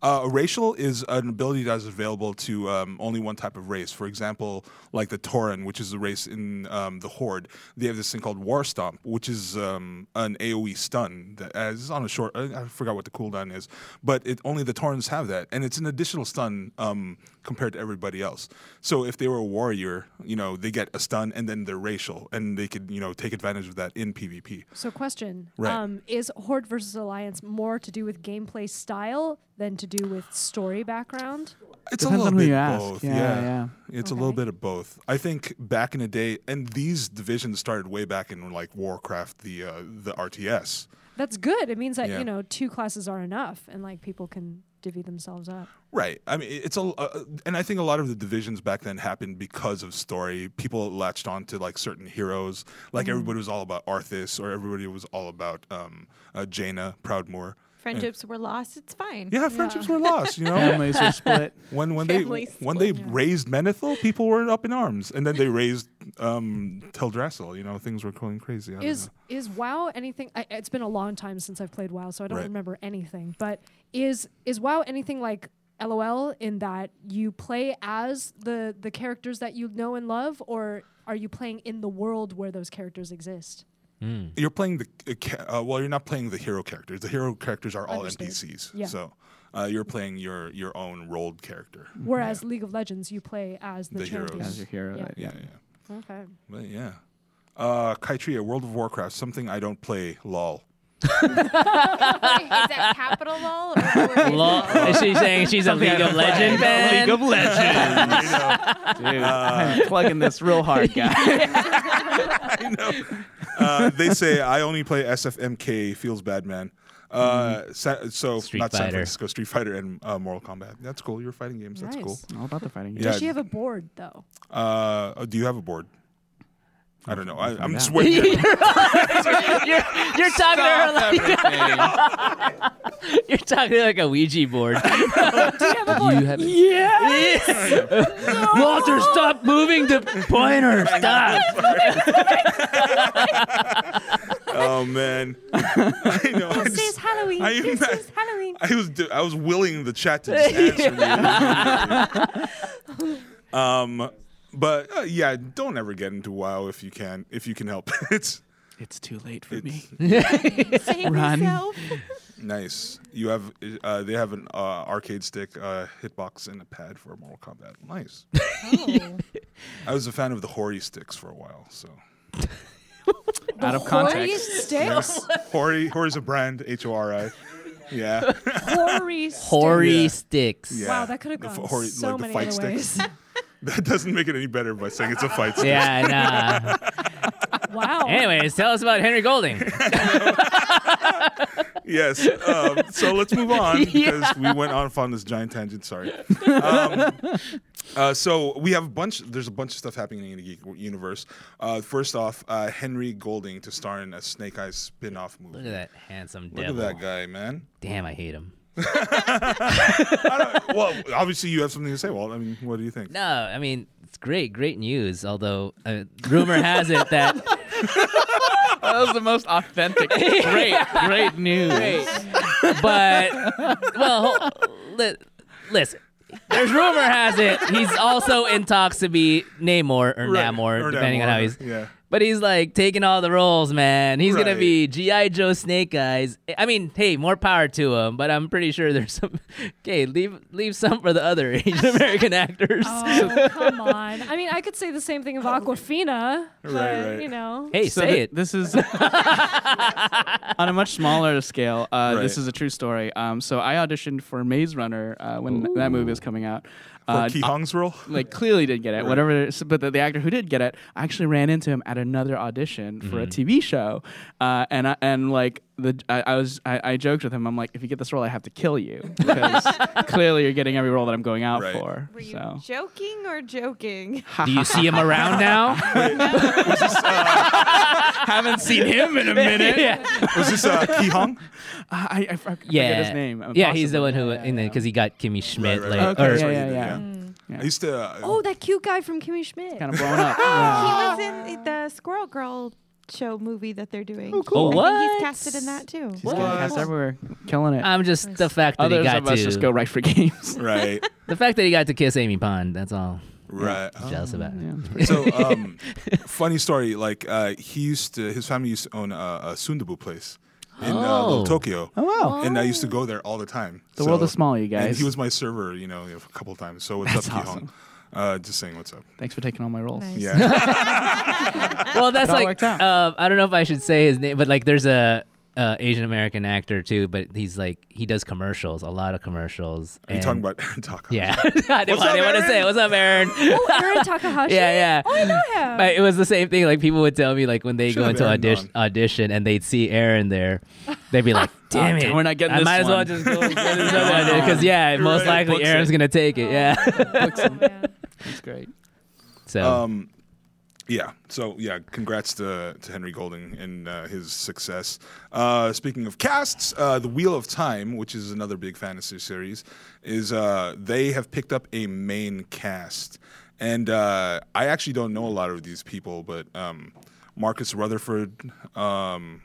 Speaker 1: Uh, a racial is an ability that is available to um, only one type of race. For example, like the Tauren, which is the race in um, the Horde, they have this thing called War Stomp, which is um, an AoE stun that uh, it's on a short. I, I forgot what the cooldown is, but it only the Taurens have that, and it's an additional stun um, compared to everybody else. So if they were a warrior, you know, they get a stun and then they're racial, and they could you know take advantage of that in PvP.
Speaker 2: So, question:
Speaker 1: Right.
Speaker 2: um, Is Horde versus Alliance more to do with gameplay style than to do with story background?
Speaker 1: It's
Speaker 5: Depends
Speaker 1: a little
Speaker 5: on who
Speaker 1: bit
Speaker 5: you ask.
Speaker 1: both.
Speaker 5: Yeah,
Speaker 1: Yeah,
Speaker 5: yeah.
Speaker 1: It's a little
Speaker 2: Okay.
Speaker 1: bit of both. I think back in the day, and these divisions started way back in like Warcraft, the uh, the RTS.
Speaker 2: That's good. It means that
Speaker 1: Yeah.
Speaker 2: you know two classes are enough, and like people can divvy themselves up.
Speaker 1: Right. I mean, it's a, uh, and I think a lot of the divisions back then happened because of story. People latched on to like certain heroes. Like
Speaker 2: Mm-hmm.
Speaker 1: everybody was all about Arthas, or everybody was all about um, uh, Jaina Proudmoore.
Speaker 3: Friendships were lost. It's fine.
Speaker 1: Yeah, friendships were lost. You know,
Speaker 5: Families are split.
Speaker 1: When when they
Speaker 3: Families
Speaker 1: when they raised Menethil, people were up in arms, and then they raised um, Teldrassil. You know, things were going crazy. I don't
Speaker 2: Is is WoW anything? I, it's been a long time since I've played WoW, so I don't
Speaker 1: Right.
Speaker 2: remember anything. But is is WoW anything like LOL in that you play as the the characters that you know and love, or are you playing in the world where those characters exist?
Speaker 4: Hmm.
Speaker 1: know. you're playing the uh, ca- uh, well, you're not playing the hero characters. The hero characters are all
Speaker 2: Understood.
Speaker 1: NPCs.
Speaker 2: Yeah.
Speaker 1: So uh, you're playing your your own rolled character.
Speaker 2: Whereas League of Legends, you play as the,
Speaker 1: Mm-hmm. The heroes.
Speaker 5: As your
Speaker 2: champions.
Speaker 5: hero,
Speaker 2: Yeah.
Speaker 5: yeah.
Speaker 1: Yeah, yeah.
Speaker 2: Okay.
Speaker 1: But yeah. Uh, Kaitria, World of Warcraft, something I don't play. Lol.
Speaker 3: Wait, is that capital lol? Or where is
Speaker 4: Lo-
Speaker 3: it?
Speaker 4: is she saying she's a League of Legends fan?
Speaker 5: League of Legends.
Speaker 1: You know?
Speaker 5: Dude, I'm plugging this real hard, guys.
Speaker 1: uh, they say I only play SFMK. Feels bad, man. Uh,
Speaker 2: Mm-hmm.
Speaker 1: sa- so
Speaker 4: Street
Speaker 1: not San
Speaker 4: Fighter.
Speaker 1: Francisco Street Fighter and uh, Mortal Kombat. That's cool. You're fighting games. That's
Speaker 2: Nice.
Speaker 1: cool.
Speaker 5: All about the fighting game.
Speaker 1: Yeah.
Speaker 2: Does she have a board though?
Speaker 1: Uh, oh, do you have a board? I don't know. I, I'm
Speaker 5: find
Speaker 1: just
Speaker 5: out.
Speaker 1: waiting.
Speaker 4: you're, you're talking to her like you're talking like a Ouija board. you have Yes. Walter, stop moving the pointer. Stop.
Speaker 1: oh man, I know. I,
Speaker 3: This is
Speaker 1: just,
Speaker 3: Halloween.
Speaker 1: I am
Speaker 3: this
Speaker 1: not-
Speaker 3: is Halloween.
Speaker 1: I was do- I was willing the chat to just answer me. um, but uh, yeah, don't ever get into WoW if you can if you can help. it's
Speaker 5: It's too late for me.
Speaker 3: Save
Speaker 5: Run.
Speaker 3: yourself.
Speaker 1: nice. You have uh, they have an uh, arcade stick, uh, hitbox, and a pad for Mortal Kombat. Nice.
Speaker 2: Oh.
Speaker 1: I was a fan of the Hori sticks for a while. So
Speaker 5: Out of
Speaker 2: Hori
Speaker 5: context.
Speaker 2: sticks.
Speaker 1: Hori Hori's a brand. H O R I. Yeah.
Speaker 2: Hori sticks.
Speaker 4: Hori
Speaker 1: Yeah.
Speaker 4: sticks.
Speaker 1: Yeah.
Speaker 2: Wow, that could have
Speaker 1: The
Speaker 2: gone
Speaker 1: f- Hori-
Speaker 2: so
Speaker 1: like the
Speaker 2: many
Speaker 1: fight
Speaker 2: other
Speaker 1: sticks.
Speaker 2: ways.
Speaker 1: That doesn't make it any better by saying it's a fight stick.
Speaker 4: Yeah, nah.
Speaker 2: wow.
Speaker 4: Anyways, tell us about Henry Golding.
Speaker 1: Yes. Um, so let's move on because we went off on this giant tangent. Sorry. Um, uh, so we have a bunch. There's a bunch of stuff happening in the geek universe. Uh, first off, uh, Henry Golding to star in a Snake Eyes spin-off movie.
Speaker 4: Look at that handsome
Speaker 1: Look
Speaker 4: devil.
Speaker 1: at that guy, man.
Speaker 4: Damn, I hate him.
Speaker 1: Well, obviously you have something to say. Well, I mean, what do you think?
Speaker 4: No, I mean it's great, great news. Although uh, rumor has it that
Speaker 5: That was the most authentic. great, great news.
Speaker 4: but well, ho- li- listen. There's rumor has it he's also in talks to be Namor or
Speaker 1: Right,
Speaker 4: Namor,
Speaker 1: or
Speaker 4: depending on
Speaker 1: Namor,
Speaker 4: how he's.
Speaker 1: yeah.
Speaker 4: But he's like taking all the roles, man. He's gonna
Speaker 1: Right.
Speaker 4: be GI Joe Snake Eyes. I mean, hey, more power to him. But I'm pretty sure there's some. Okay, leave leave some for the other Asian American actors.
Speaker 2: Oh, come on. I mean, I could say the same thing of Aquafina, but
Speaker 1: right.
Speaker 2: you know.
Speaker 4: Hey,
Speaker 5: So
Speaker 4: say
Speaker 5: thi-
Speaker 4: it.
Speaker 5: This is on a much smaller scale. Uh, This
Speaker 1: Right.
Speaker 5: is a true story. Um, so I auditioned for Maze Runner uh, when that movie was coming out.
Speaker 1: For
Speaker 5: Uh,
Speaker 1: Ki
Speaker 5: I-
Speaker 1: Hong's role.
Speaker 5: like clearly didn't get it. Whatever, but the, the actor who did get it, I actually ran into him at another audition for a
Speaker 1: Mm-hmm.
Speaker 5: TV show, uh, and I, and like the I, I was I, I joked with him. I'm like, if you get this role, I have to kill you because clearly you're getting every role that I'm going out
Speaker 1: Right.
Speaker 5: for.
Speaker 3: Were you
Speaker 5: So
Speaker 3: joking or joking?
Speaker 4: Do you see him around now?
Speaker 5: haven't seen him in a minute.
Speaker 4: yeah.
Speaker 1: Was this uh, Ki Hong?
Speaker 5: I, I, I forget
Speaker 4: yeah.
Speaker 5: his name. Uh,
Speaker 4: Yeah, he's the
Speaker 5: possibly.
Speaker 4: one who
Speaker 5: Yeah,
Speaker 4: in because he got Kimmy Schmidt.
Speaker 1: right,
Speaker 4: like,
Speaker 1: right.
Speaker 5: Okay,
Speaker 4: or-
Speaker 5: yeah,
Speaker 1: Sorry,
Speaker 5: yeah, Mm.
Speaker 1: you did,
Speaker 5: yeah.
Speaker 1: I used to. Uh,
Speaker 2: Oh, that cute guy from Kimmy Schmidt.
Speaker 5: kind of blown up.
Speaker 4: Ah!
Speaker 5: Yeah.
Speaker 3: He was in the Squirrel Girl show movie that they're doing.
Speaker 5: cool. Oh,
Speaker 3: I think
Speaker 4: what?
Speaker 3: he's casted in that too.
Speaker 5: He's getting cast everywhere, killing it.
Speaker 4: I'm just the fact that
Speaker 5: Others
Speaker 4: he got
Speaker 5: of us
Speaker 4: to
Speaker 5: just go right for games.
Speaker 1: Right.
Speaker 4: the fact that he got to kiss Amy Pond. That's all.
Speaker 1: Right. uh-huh.
Speaker 4: I'm jealous about.
Speaker 1: So, um, funny story. Like uh, he used to, his family used to own a, a sundubu place in uh, Little
Speaker 4: Oh.
Speaker 1: Tokyo.
Speaker 5: Oh wow.
Speaker 1: And I used to go there all the time.
Speaker 5: The world is small, you
Speaker 1: And
Speaker 5: guys.
Speaker 1: he was my server, you know, a couple times. So what's
Speaker 5: That's
Speaker 1: up, Ki
Speaker 5: awesome.
Speaker 1: Hong? Uh, just saying, what's up?
Speaker 5: Thanks for taking all my roles.
Speaker 2: Nice.
Speaker 1: Yeah.
Speaker 4: Well, that's
Speaker 5: It all
Speaker 4: like
Speaker 5: worked out.
Speaker 4: um, I don't know if I should say his name, but like there's a uh, Asian American actor too, but he's like he does commercials, a lot of commercials.
Speaker 1: Are you
Speaker 4: and-
Speaker 1: talking about Aaron Taka?
Speaker 4: Yeah, I
Speaker 1: What's
Speaker 4: didn't, I
Speaker 1: up,
Speaker 4: didn't want to
Speaker 1: Aaron?
Speaker 4: say what's up, Aaron.
Speaker 2: Oh, Aaron Takahashi.
Speaker 4: Yeah, yeah.
Speaker 2: Oh, I know him.
Speaker 4: But it was the same thing. Like people would tell me, like when they
Speaker 1: Should've
Speaker 4: go into
Speaker 1: Aaron
Speaker 4: audition,
Speaker 1: gone.
Speaker 4: audition, and they'd see Aaron there, they'd be like, "Damn it,
Speaker 5: we're not getting
Speaker 4: I
Speaker 5: this
Speaker 4: might as well
Speaker 5: one."
Speaker 4: just go because yeah, most
Speaker 1: right,
Speaker 4: likely
Speaker 1: books
Speaker 4: Aaron's
Speaker 1: it.
Speaker 4: gonna take it. Yeah.
Speaker 2: Oh, man.
Speaker 5: That's great.
Speaker 4: so
Speaker 1: Um, yeah. So yeah, congrats to, to Henry Golding and uh, his success. Uh, speaking of casts, uh, the Wheel of Time, which is another big fantasy series, is uh, they have picked up a main cast, and uh, I actually don't know a lot of these people, but um, Marcus Rutherford. Um,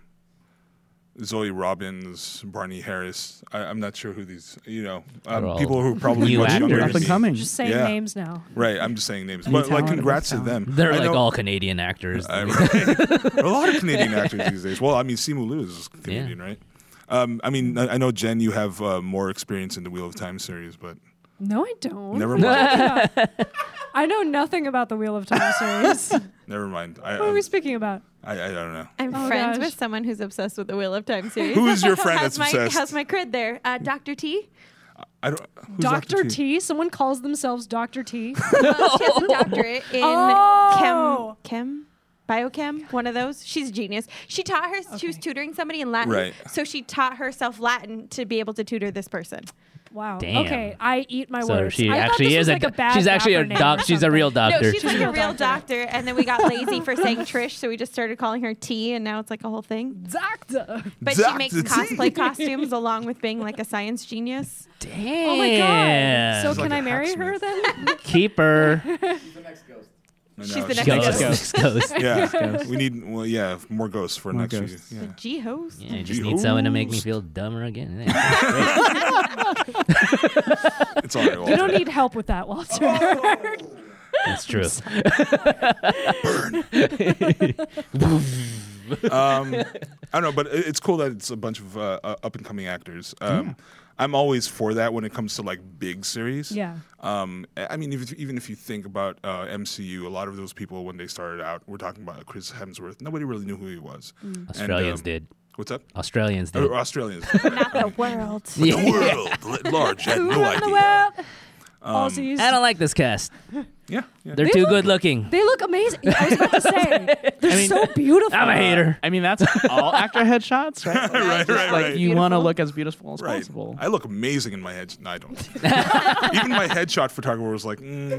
Speaker 1: Zoe Robbins, Barney Harris. I, I'm not sure who these, you know,
Speaker 4: They're
Speaker 1: um,
Speaker 4: all
Speaker 1: people who are probably
Speaker 4: new
Speaker 1: much younger. than
Speaker 4: actors.
Speaker 5: Up and
Speaker 1: me.
Speaker 5: coming.
Speaker 2: Just saying
Speaker 1: Yeah.
Speaker 2: names now.
Speaker 1: Right, I'm just saying names,
Speaker 5: New
Speaker 1: but like
Speaker 5: talent,
Speaker 1: congrats to
Speaker 5: new
Speaker 1: them.
Speaker 4: they're
Speaker 1: I
Speaker 4: like
Speaker 1: know-
Speaker 4: all Canadian actors.
Speaker 1: I- right. a lot of Canadian actors these days. Well, I mean, Simu Liu is Canadian, right? Um, I mean, I I know Jen, you have uh, more experience in the Wheel of Time series, but
Speaker 2: No, I don't.
Speaker 1: never mind.
Speaker 2: I know nothing about the Wheel of Time series. what
Speaker 1: never mind. I,
Speaker 2: are
Speaker 1: I,
Speaker 2: we speaking about?
Speaker 1: I, I don't know.
Speaker 3: I'm
Speaker 2: Oh,
Speaker 3: friends
Speaker 2: gosh.
Speaker 3: with someone who's obsessed with the Wheel of Time series.
Speaker 1: Who is your friend
Speaker 3: how's
Speaker 1: that's
Speaker 3: my,
Speaker 1: obsessed?
Speaker 3: How's my cred there? Uh, Dr. T?
Speaker 1: I don't. Who's
Speaker 2: Doctor T? Someone calls themselves Doctor T.
Speaker 3: Well, she has a doctorate in
Speaker 2: Oh.
Speaker 3: chem. Chem? biochem, one of those. She's a genius. She taught her. She was tutoring somebody in Latin,
Speaker 1: Right.
Speaker 3: so she taught herself Latin to be able to tutor this person.
Speaker 2: Wow.
Speaker 4: Damn.
Speaker 2: Okay, I eat my
Speaker 4: So
Speaker 2: words.
Speaker 4: she
Speaker 2: I thought
Speaker 4: actually
Speaker 2: this
Speaker 4: is
Speaker 2: was like
Speaker 4: a,
Speaker 2: a,
Speaker 4: doc-
Speaker 2: bad
Speaker 4: she's actually a
Speaker 2: rapper name or
Speaker 4: doc. She's a real
Speaker 2: something.
Speaker 4: doctor.
Speaker 3: No, she's like a
Speaker 2: real
Speaker 3: real
Speaker 2: doctor.
Speaker 3: doctor. And then we got lazy for saying Trish, so we just started calling her T, and now it's like a whole thing.
Speaker 2: doctor.
Speaker 3: But
Speaker 1: Doctor
Speaker 3: she makes
Speaker 1: T.
Speaker 3: cosplay costumes along with being like a science genius.
Speaker 4: Damn.
Speaker 2: Oh my god. So
Speaker 1: She's like
Speaker 2: can I
Speaker 1: a
Speaker 2: marry her
Speaker 1: hacksmith.
Speaker 2: then?
Speaker 4: keep her.
Speaker 1: I
Speaker 3: She's
Speaker 1: know,
Speaker 3: the
Speaker 1: she-
Speaker 3: next
Speaker 4: Ghost.
Speaker 5: ghost.
Speaker 4: Ghost.
Speaker 1: Yeah, we need well, yeah more ghosts for
Speaker 5: More
Speaker 1: next
Speaker 5: ghosts.
Speaker 1: year.
Speaker 3: The G host.
Speaker 4: Yeah, I just need someone to make me feel dumber again. Yeah.
Speaker 1: Yeah, it's all right.
Speaker 2: You
Speaker 1: Walter.
Speaker 2: don't need help with that, Walter.
Speaker 1: Oh.
Speaker 4: That's true.
Speaker 1: um, I don't know, but it- it's cool that it's a bunch of uh, up and coming actors. Um, I'm always for that when it comes to like big series.
Speaker 2: yeah.
Speaker 1: Um, I I mean, if, even if you think about uh, MCU, a lot of those people when they started out, we're talking about Chris Hemsworth. Nobody really knew who he was. And,
Speaker 4: Australians
Speaker 1: um,
Speaker 4: did.
Speaker 1: What's up?
Speaker 4: Australians did.
Speaker 1: Or Australians. the
Speaker 3: Not the world.
Speaker 1: world at large had no
Speaker 2: Around the
Speaker 1: idea.
Speaker 2: world. Aussies.
Speaker 4: I don't like this cast.
Speaker 1: Yeah, yeah.
Speaker 4: They're
Speaker 2: They
Speaker 4: too
Speaker 2: look-
Speaker 4: good looking.
Speaker 2: They look amazing. I was about to say they're so beautiful.
Speaker 4: I'm a hater.
Speaker 5: Uh, I mean, that's all actor headshots, right?
Speaker 1: right, right,
Speaker 5: like
Speaker 1: right.
Speaker 5: you want to
Speaker 2: Beautiful.
Speaker 5: look as beautiful as
Speaker 1: Right.
Speaker 5: possible.
Speaker 1: I look amazing in my head. No, I don't. Even my headshot photographer was like, mm,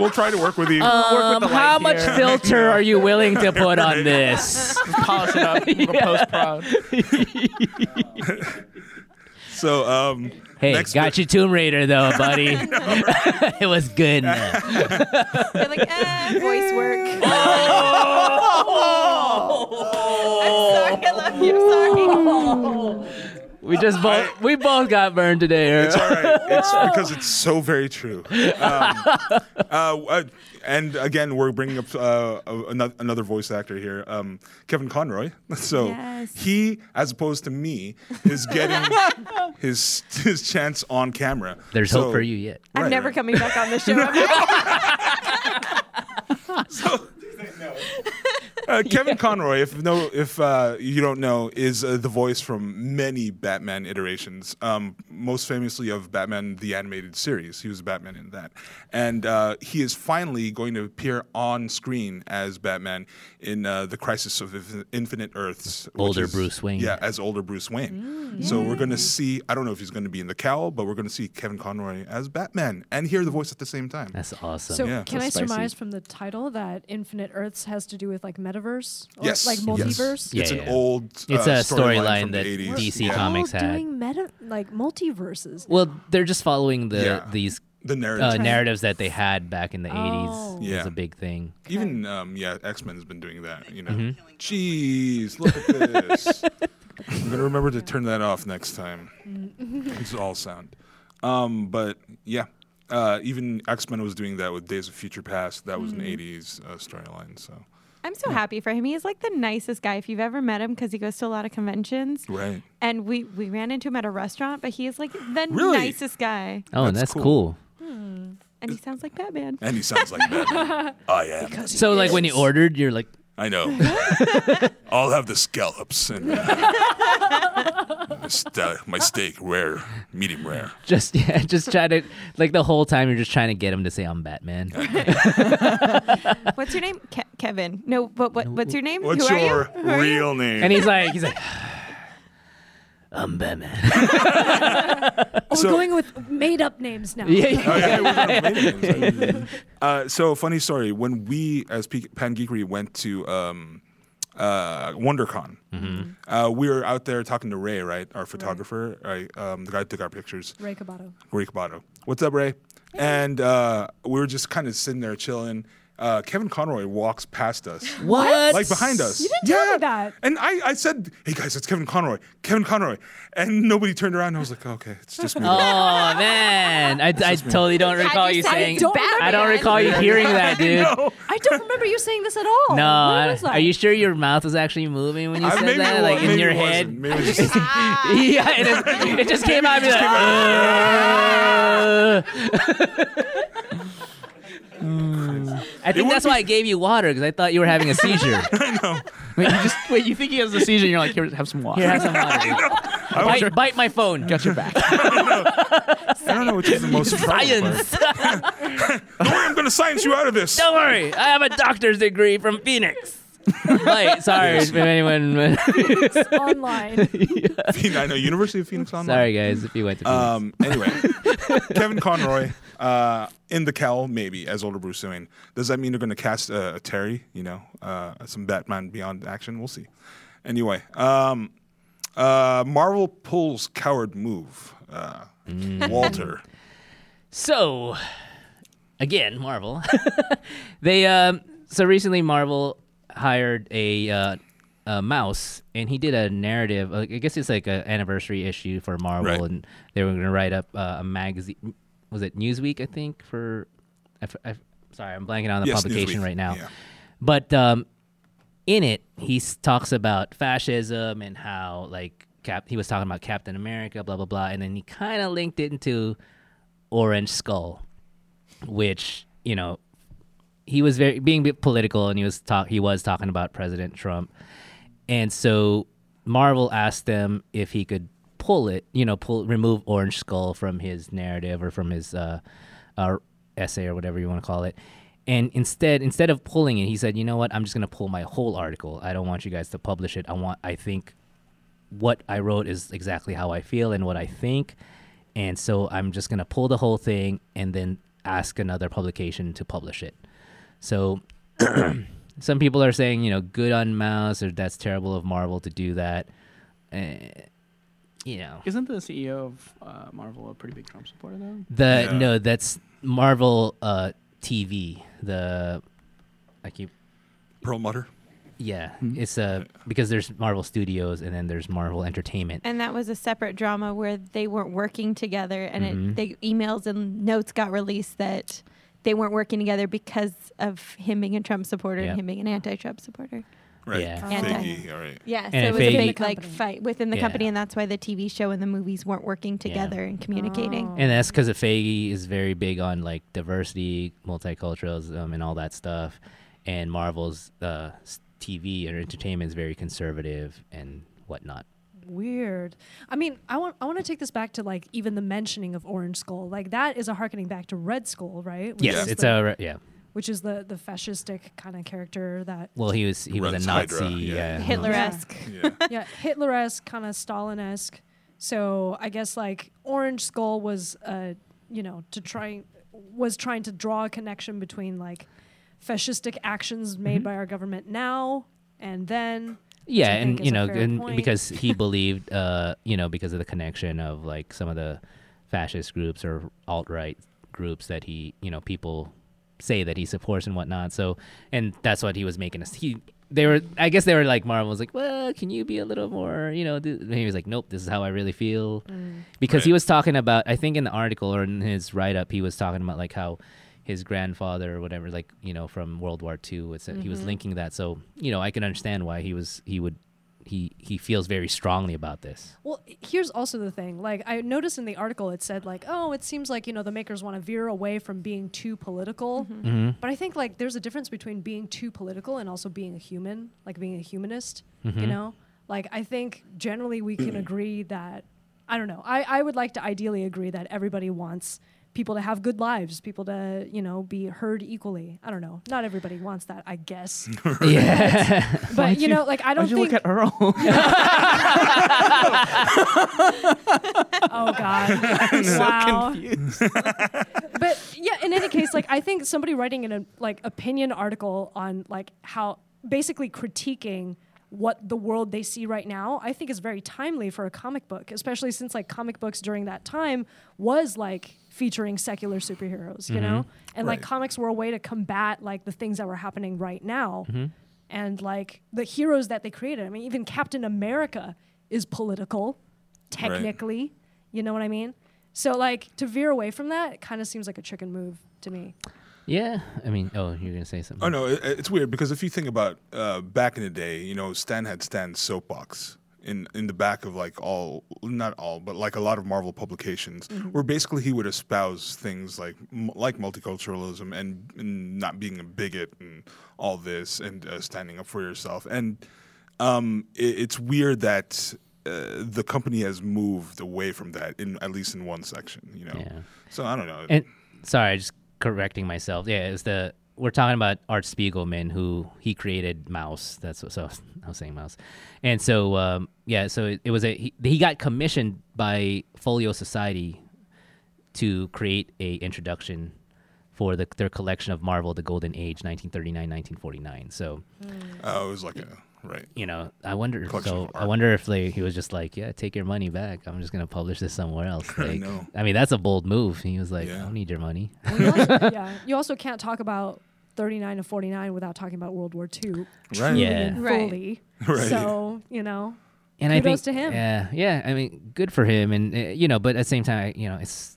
Speaker 1: "We'll try to work with you."
Speaker 5: Work with the
Speaker 4: Um, how
Speaker 5: light
Speaker 4: much
Speaker 5: here.
Speaker 4: filter are you willing to put on this?
Speaker 5: polish it up, post prod.
Speaker 1: so, um,
Speaker 4: Hey,
Speaker 1: Next
Speaker 4: got
Speaker 1: bit.
Speaker 4: you Tomb Raider though, buddy. it was good. man.
Speaker 3: They're like, eh, voice work. I'm sorry, I love
Speaker 4: Oh.
Speaker 3: you. I'm sorry.
Speaker 4: We just both we both got burned today.
Speaker 1: It's
Speaker 4: Earl.
Speaker 1: all right. It's because it's so very true. Um, uh, uh, and again, we're bringing up uh, another, another voice actor here, um, Kevin Conroy. So
Speaker 3: Yes.
Speaker 1: he, as opposed to me, is getting his his chance on camera.
Speaker 4: There's
Speaker 1: So-
Speaker 4: hope for you yet.
Speaker 3: I'm
Speaker 1: Right,
Speaker 3: never
Speaker 1: right.
Speaker 3: coming back on the show. ever.
Speaker 1: Uh, Kevin Conroy, if no, if uh, you don't know, is uh, the voice from many Batman iterations. Um, most famously of Batman the animated series, he was Batman in that, and uh, he is finally going to appear on screen as Batman in uh, the Crisis of Inf- Infinite Earths. which
Speaker 4: Older
Speaker 1: is-
Speaker 4: Bruce Wayne.
Speaker 1: Yeah, as older Bruce Wayne. so we're going to see. I don't know if he's going to be in the cowl, but we're going to see Kevin Conroy as Batman and hear the voice at the same time.
Speaker 4: That's awesome.
Speaker 2: So
Speaker 1: Yeah.
Speaker 2: can I
Speaker 5: That's spicy.
Speaker 2: surmise from the title that Infinite Earths has to do with like metaverse or
Speaker 1: Yes,
Speaker 2: like
Speaker 1: yes.
Speaker 2: multiverse?
Speaker 4: Yeah,
Speaker 1: it's an
Speaker 4: yeah.
Speaker 1: old.
Speaker 4: It's
Speaker 1: uh,
Speaker 4: a
Speaker 1: storyline
Speaker 4: storyline
Speaker 1: from
Speaker 4: that
Speaker 1: the 80s.
Speaker 4: DC
Speaker 1: yeah.
Speaker 4: Comics
Speaker 2: all
Speaker 4: had.
Speaker 2: doing meta like multiverses.
Speaker 4: Well, they're just following the
Speaker 1: Yeah.
Speaker 4: these
Speaker 1: The narrative.
Speaker 4: uh, narratives that they had back in the 80s.
Speaker 2: Oh.
Speaker 4: was
Speaker 1: Yeah.
Speaker 4: a big thing.
Speaker 1: Even um, yeah, X Men has been doing that. You know,
Speaker 4: Mm-hmm.
Speaker 1: jeez, look at this. I'm gonna remember to turn that off next time.
Speaker 2: Mm.
Speaker 1: it's all sound. Um, but yeah, uh, even X Men was doing that with Days of Future Past. That was
Speaker 2: Mm-hmm.
Speaker 1: an '80s uh, storyline. So
Speaker 3: I'm so happy for him. He is like the nicest guy if you've ever met him because he goes to a lot of conventions.
Speaker 1: right,
Speaker 3: And we, we ran into him at a restaurant, but he is like the
Speaker 1: Really?
Speaker 3: nicest guy.
Speaker 4: Oh,
Speaker 1: That's
Speaker 4: that's
Speaker 1: cool.
Speaker 4: cool.
Speaker 3: And he sounds like Batman.
Speaker 1: and he sounds like Batman. I am.
Speaker 4: So, like when you ordered, you're like,
Speaker 1: I know. I'll have the scallops and uh, my, st- uh, my steak rare, medium rare.
Speaker 4: just yeah, just try to like the whole time you're just trying to get him to say I'm Batman.
Speaker 3: What's your name? Ke- Kevin. No, but what, what's your name?
Speaker 1: What's
Speaker 3: Who
Speaker 1: your
Speaker 3: are you? Who are you?
Speaker 1: real name?
Speaker 4: And he's like, he's like, I'm Batman.
Speaker 2: We're
Speaker 1: So-
Speaker 2: going with made up names now.
Speaker 1: Oh, yeah, we're gonna play them. uh, so funny story. When we as P- Pan Geekery went to um, uh, WonderCon,
Speaker 4: Mm-hmm.
Speaker 1: uh, we were out there talking to Ray, right, our photographer, right, um, the guy who took our pictures,
Speaker 2: Ray Kabato.
Speaker 1: Ray Cabato. What's up, Ray? And uh, we were just kind of sitting there chilling. Uh, Kevin Conroy walks past us.
Speaker 4: What?
Speaker 1: Like behind us. You
Speaker 2: didn't tell me that.
Speaker 1: And I, I said, hey guys, it's Kevin Conroy. Kevin Conroy. And nobody turned around. I was like, okay, it's just me.
Speaker 4: Oh man, I, I totally don't recall
Speaker 3: you
Speaker 4: you
Speaker 3: said it,
Speaker 4: saying.
Speaker 2: don't
Speaker 4: I don't
Speaker 3: Batman.
Speaker 4: recall you hearing that, dude. no,
Speaker 2: I don't remember you saying this at all. Where
Speaker 4: I-
Speaker 2: was I?
Speaker 4: are you sure your mouth was actually moving when you
Speaker 1: I-
Speaker 4: said
Speaker 1: maybe
Speaker 4: that,
Speaker 1: it
Speaker 4: like
Speaker 1: was-
Speaker 4: in
Speaker 1: maybe
Speaker 4: your
Speaker 1: it wasn't.
Speaker 4: head?
Speaker 1: Maybe it was just-
Speaker 3: Ah.
Speaker 4: yeah, it, is, it just came out. Of me like, "Ugh." I think that's why I gave you water because I thought you were having a seizure.
Speaker 5: Wait, you just wait. You think he has a seizure? and You're like, here, have some water.
Speaker 4: Here, have some water. dude.
Speaker 1: I was
Speaker 4: Bite, bite my phone.
Speaker 5: Got your back.
Speaker 1: I don't know which is the most probable.
Speaker 4: Science.
Speaker 1: Don't worry, I'm gonna science you out of this.
Speaker 4: Don't worry, I have a doctor's degree from Phoenix. Wait, sorry if anyone.
Speaker 2: online.
Speaker 1: I know University of Phoenix Online.
Speaker 4: sorry guys, if you went to Phoenix.
Speaker 1: Um, anyway, Kevin Conroy uh, in the cowl, maybe as older Bruce Wayne. Does that mean they're going to cast uh, a Terry? You know, uh, some Batman Beyond action. We'll see. Anyway, um, uh, Marvel pulls coward move. Uh, Walter.
Speaker 4: So, again, Marvel. they um, so recently Marvel hired a, uh, a mouse, and he did a narrative. uh, I guess it's like an anniversary issue for Marvel,
Speaker 1: Right.
Speaker 4: and they were going to write up uh, a magazine. Was it Newsweek? I think for. I f- I f- sorry, I'm blanking on the
Speaker 1: Yes,
Speaker 4: publication
Speaker 1: Newsweek,
Speaker 4: right now.
Speaker 1: yeah.
Speaker 4: But um, in it, he s- talks about fascism and how like Cap- he was talking about Captain America, blah blah blah, and then he kind of linked it into Orange Skull, which you know he was very being a bit political and he was talk he was talking about President Trump, and so Marvel asked them if he could pull it, you know, pull remove Orange Skull from his narrative or from his uh, uh, essay or whatever you want to call it. And instead, instead of pulling it, he said, "You know what? I'm just gonna pull my whole article. I don't want you guys to publish it. I want. I think what I wrote is exactly how I feel and what I think. And so I'm just going to pull the whole thing and then ask another publication to publish it. So some people are saying, you know, good on Mouse or that's terrible of Marvel to do that. Uh, you know,
Speaker 5: Isn't the CEO of uh, Marvel a pretty big Trump supporter though?
Speaker 4: the
Speaker 1: Yeah.
Speaker 4: no, that's Marvel uh, TV. The I keep
Speaker 1: Perlmutter.
Speaker 4: yeah,
Speaker 1: Hmm?
Speaker 4: it's uh, because there's Marvel Studios and then there's Marvel Entertainment.
Speaker 3: And that was a separate drama where they weren't working together, and
Speaker 4: Mhm.
Speaker 3: it, the emails and notes got released that they weren't working together because of him being a Trump supporter
Speaker 4: Yep.
Speaker 3: and him being an anti-Trump supporter.
Speaker 1: Right.
Speaker 4: Yeah.
Speaker 1: Figgy, All right.
Speaker 3: Yeah,
Speaker 4: And
Speaker 3: so it was
Speaker 4: they-
Speaker 3: a big like
Speaker 2: Company.
Speaker 3: fight within the
Speaker 4: Yeah.
Speaker 3: company, and that's why the TV show and the movies weren't working
Speaker 4: Yeah.
Speaker 3: together and communicating.
Speaker 2: Oh.
Speaker 4: And that's because Feige is very big on like diversity, multiculturalism, and all that stuff. And Marvel's uh, s- TV or entertainment is very conservative and whatnot.
Speaker 2: Weird. I mean, I want I want to take this back to like even the mentioning of Orange Skull. Like that is a harkening back to Red Skull, right? Which
Speaker 4: Yes,
Speaker 2: is
Speaker 4: it's
Speaker 2: the,
Speaker 4: a re- yeah.
Speaker 2: which is the the fascistic kind of character that
Speaker 4: Well, he was he was a
Speaker 1: Runs
Speaker 4: Nazi,
Speaker 1: Hydra, yeah.
Speaker 4: yeah.
Speaker 3: Hitler-esque.
Speaker 1: Yeah.
Speaker 2: yeah, Hitler-esque, kind of Stalin-esque. So I guess like Orange Skull was, uh, you know, to try was trying to draw a connection between like fascistic actions made by our government now and then.
Speaker 4: Yeah,
Speaker 2: I think
Speaker 4: and
Speaker 2: is
Speaker 4: you
Speaker 2: a
Speaker 4: know,
Speaker 2: fair
Speaker 4: and
Speaker 2: point.
Speaker 4: because he believed, uh, you know, because of the connection of like some of the fascist groups or alt right groups that he, you know, people say that he supports and whatnot. So, and that's what he was making us. He, they were, I guess, they were like Marvel was like, well, can you be a little more, you know? th-" And he was like, nope, this is how I really feel,
Speaker 2: Mm.
Speaker 4: because he
Speaker 1: Right.
Speaker 4: was talking about, I think, in the article or in his write up, he was talking about like how his grandfather or whatever, like you know, from World War II. It's he was linking that, so you know, I can understand why he was he would he he feels very strongly about this.
Speaker 2: Well, here's also the thing. Like I noticed in the article, it said like, oh, it seems like you know the makers want to veer away from being too political.
Speaker 5: Mm-hmm.
Speaker 2: But I think like there's a difference between being too political and also being a human, like being a humanist.
Speaker 5: Mm-hmm.
Speaker 2: You know, like I think generally we can agree that I don't know. I I would like to ideally agree that everybody wants people to have good lives, people to you know be heard equally. I don't know. Not everybody wants that, I guess.
Speaker 4: Yeah,
Speaker 2: but you know, like I don't
Speaker 5: Why'd you
Speaker 2: think.
Speaker 5: look at Earl?
Speaker 2: oh God! wow. but yeah, in any case, like I think somebody writing an uh, like opinion article on like how basically critiquing what the world they see right now, I think is very timely for a comic book, especially since like comic books during that time was like featuring secular superheroes, you know? And like
Speaker 1: Right.
Speaker 2: comics were a way to combat like the things that were happening right now. And like the heroes that they created. I mean, even Captain America is political technically. You know what I mean? So like to veer away from that, it kind of seems like a chicken move to me.
Speaker 4: yeah. I mean, oh, you're gonna say something?
Speaker 1: Oh no, it, it's weird because if you think about uh, back in the day, you know, Stan had Stan's soapbox in in the back of like all, not all, but like a lot of Marvel publications, where basically he would espouse things like m- like multiculturalism and, and not being a bigot and all this and uh, standing up for yourself. And um, it, it's weird that uh, the company has moved away from that in at least in one section. You know,
Speaker 4: Yeah.
Speaker 1: so I don't know.
Speaker 4: And sorry, just correcting myself. Yeah, it's the we're talking about Art Spiegelman, who he created Mouse. That's what, so I was saying Mouse, and so um, yeah, so it, it was a he, he got commissioned by Folio Society to create a introduction for the, their collection of Marvel: The Golden Age, 1939, 1949. So
Speaker 1: uh, it was like, a, right?
Speaker 4: you know, I wonder.
Speaker 1: Collection
Speaker 4: So
Speaker 1: of
Speaker 4: I
Speaker 1: art.
Speaker 4: wonder if they, he was just like, "Yeah, take your money back. I'm just gonna publish this somewhere else."
Speaker 1: I
Speaker 4: Like,
Speaker 1: know.
Speaker 4: I mean, that's a bold move. He was like,
Speaker 1: Yeah.
Speaker 4: "I don't need your money."
Speaker 2: Well, you also- yeah, you also can't talk about 39 and 49 without talking about World War II
Speaker 1: Right.
Speaker 4: Yeah.
Speaker 2: and
Speaker 3: Right.
Speaker 2: fully.
Speaker 1: Right.
Speaker 2: So you know,
Speaker 4: and
Speaker 2: Kudos
Speaker 4: I think,
Speaker 2: to him.
Speaker 4: Yeah, yeah. I mean, good for him, and uh, you know, but at the same time, I- you know, it's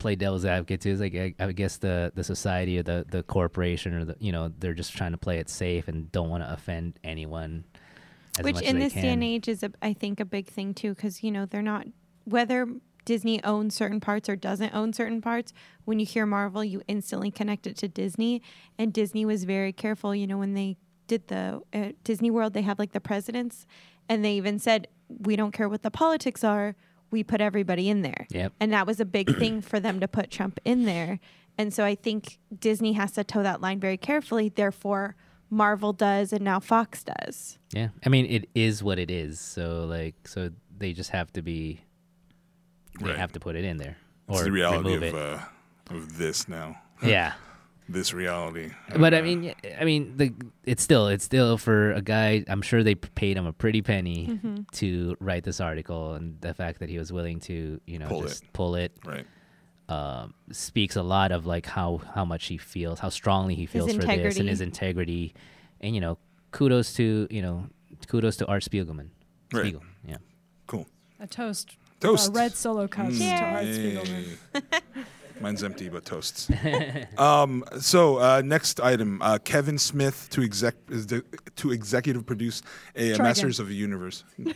Speaker 4: play devil's advocate too. It's like I, I guess the the society or the the corporation or the you know they're just trying to play it safe and don't want to offend anyone. As
Speaker 3: Which
Speaker 4: much
Speaker 3: in
Speaker 4: as they
Speaker 3: this day
Speaker 4: can.
Speaker 3: and age is, a, I think, a big thing too, because you know they're not whether Disney owns certain parts or doesn't own certain parts. When you hear Marvel, you instantly connect it to Disney, and Disney was very careful. You know when they did the uh, Disney World, they have like the presidents, and they even said we don't care what the politics are. We put everybody in there,
Speaker 4: Yep.
Speaker 3: and that was a big thing for them to put Trump in there. And so I think Disney has to toe that line very carefully. Therefore, Marvel does, and now Fox does.
Speaker 4: Yeah, I mean, it is what it is. So like, so they just have to be. They
Speaker 1: Right.
Speaker 4: have to put it in there or
Speaker 1: it's the reality
Speaker 4: remove
Speaker 1: of
Speaker 4: it.
Speaker 1: uh, of this now.
Speaker 4: yeah.
Speaker 1: This reality.
Speaker 4: but I
Speaker 1: Uh,
Speaker 4: mean, y- I mean, the it's still it's still for a guy. I'm sure they p- paid him a pretty penny to write this article, and the fact that he was willing to, you know,
Speaker 1: Pull
Speaker 4: just pull it
Speaker 1: right.
Speaker 4: um, speaks a lot of like how how much he feels, how strongly he feels for this, and his integrity. And you know, kudos to you know, kudos to Art Spiegelman.
Speaker 1: Right.
Speaker 4: Spiegel, yeah.
Speaker 1: Cool.
Speaker 2: a toast.
Speaker 1: Toast. Mm.
Speaker 2: A Uh, red solo cup to Art Spiegelman.
Speaker 1: Yay. Mine's empty, but toasts. um, so uh, next item, uh, Kevin Smith to exec is the, to executive produce a uh,
Speaker 2: Try
Speaker 1: Masters of the Universe.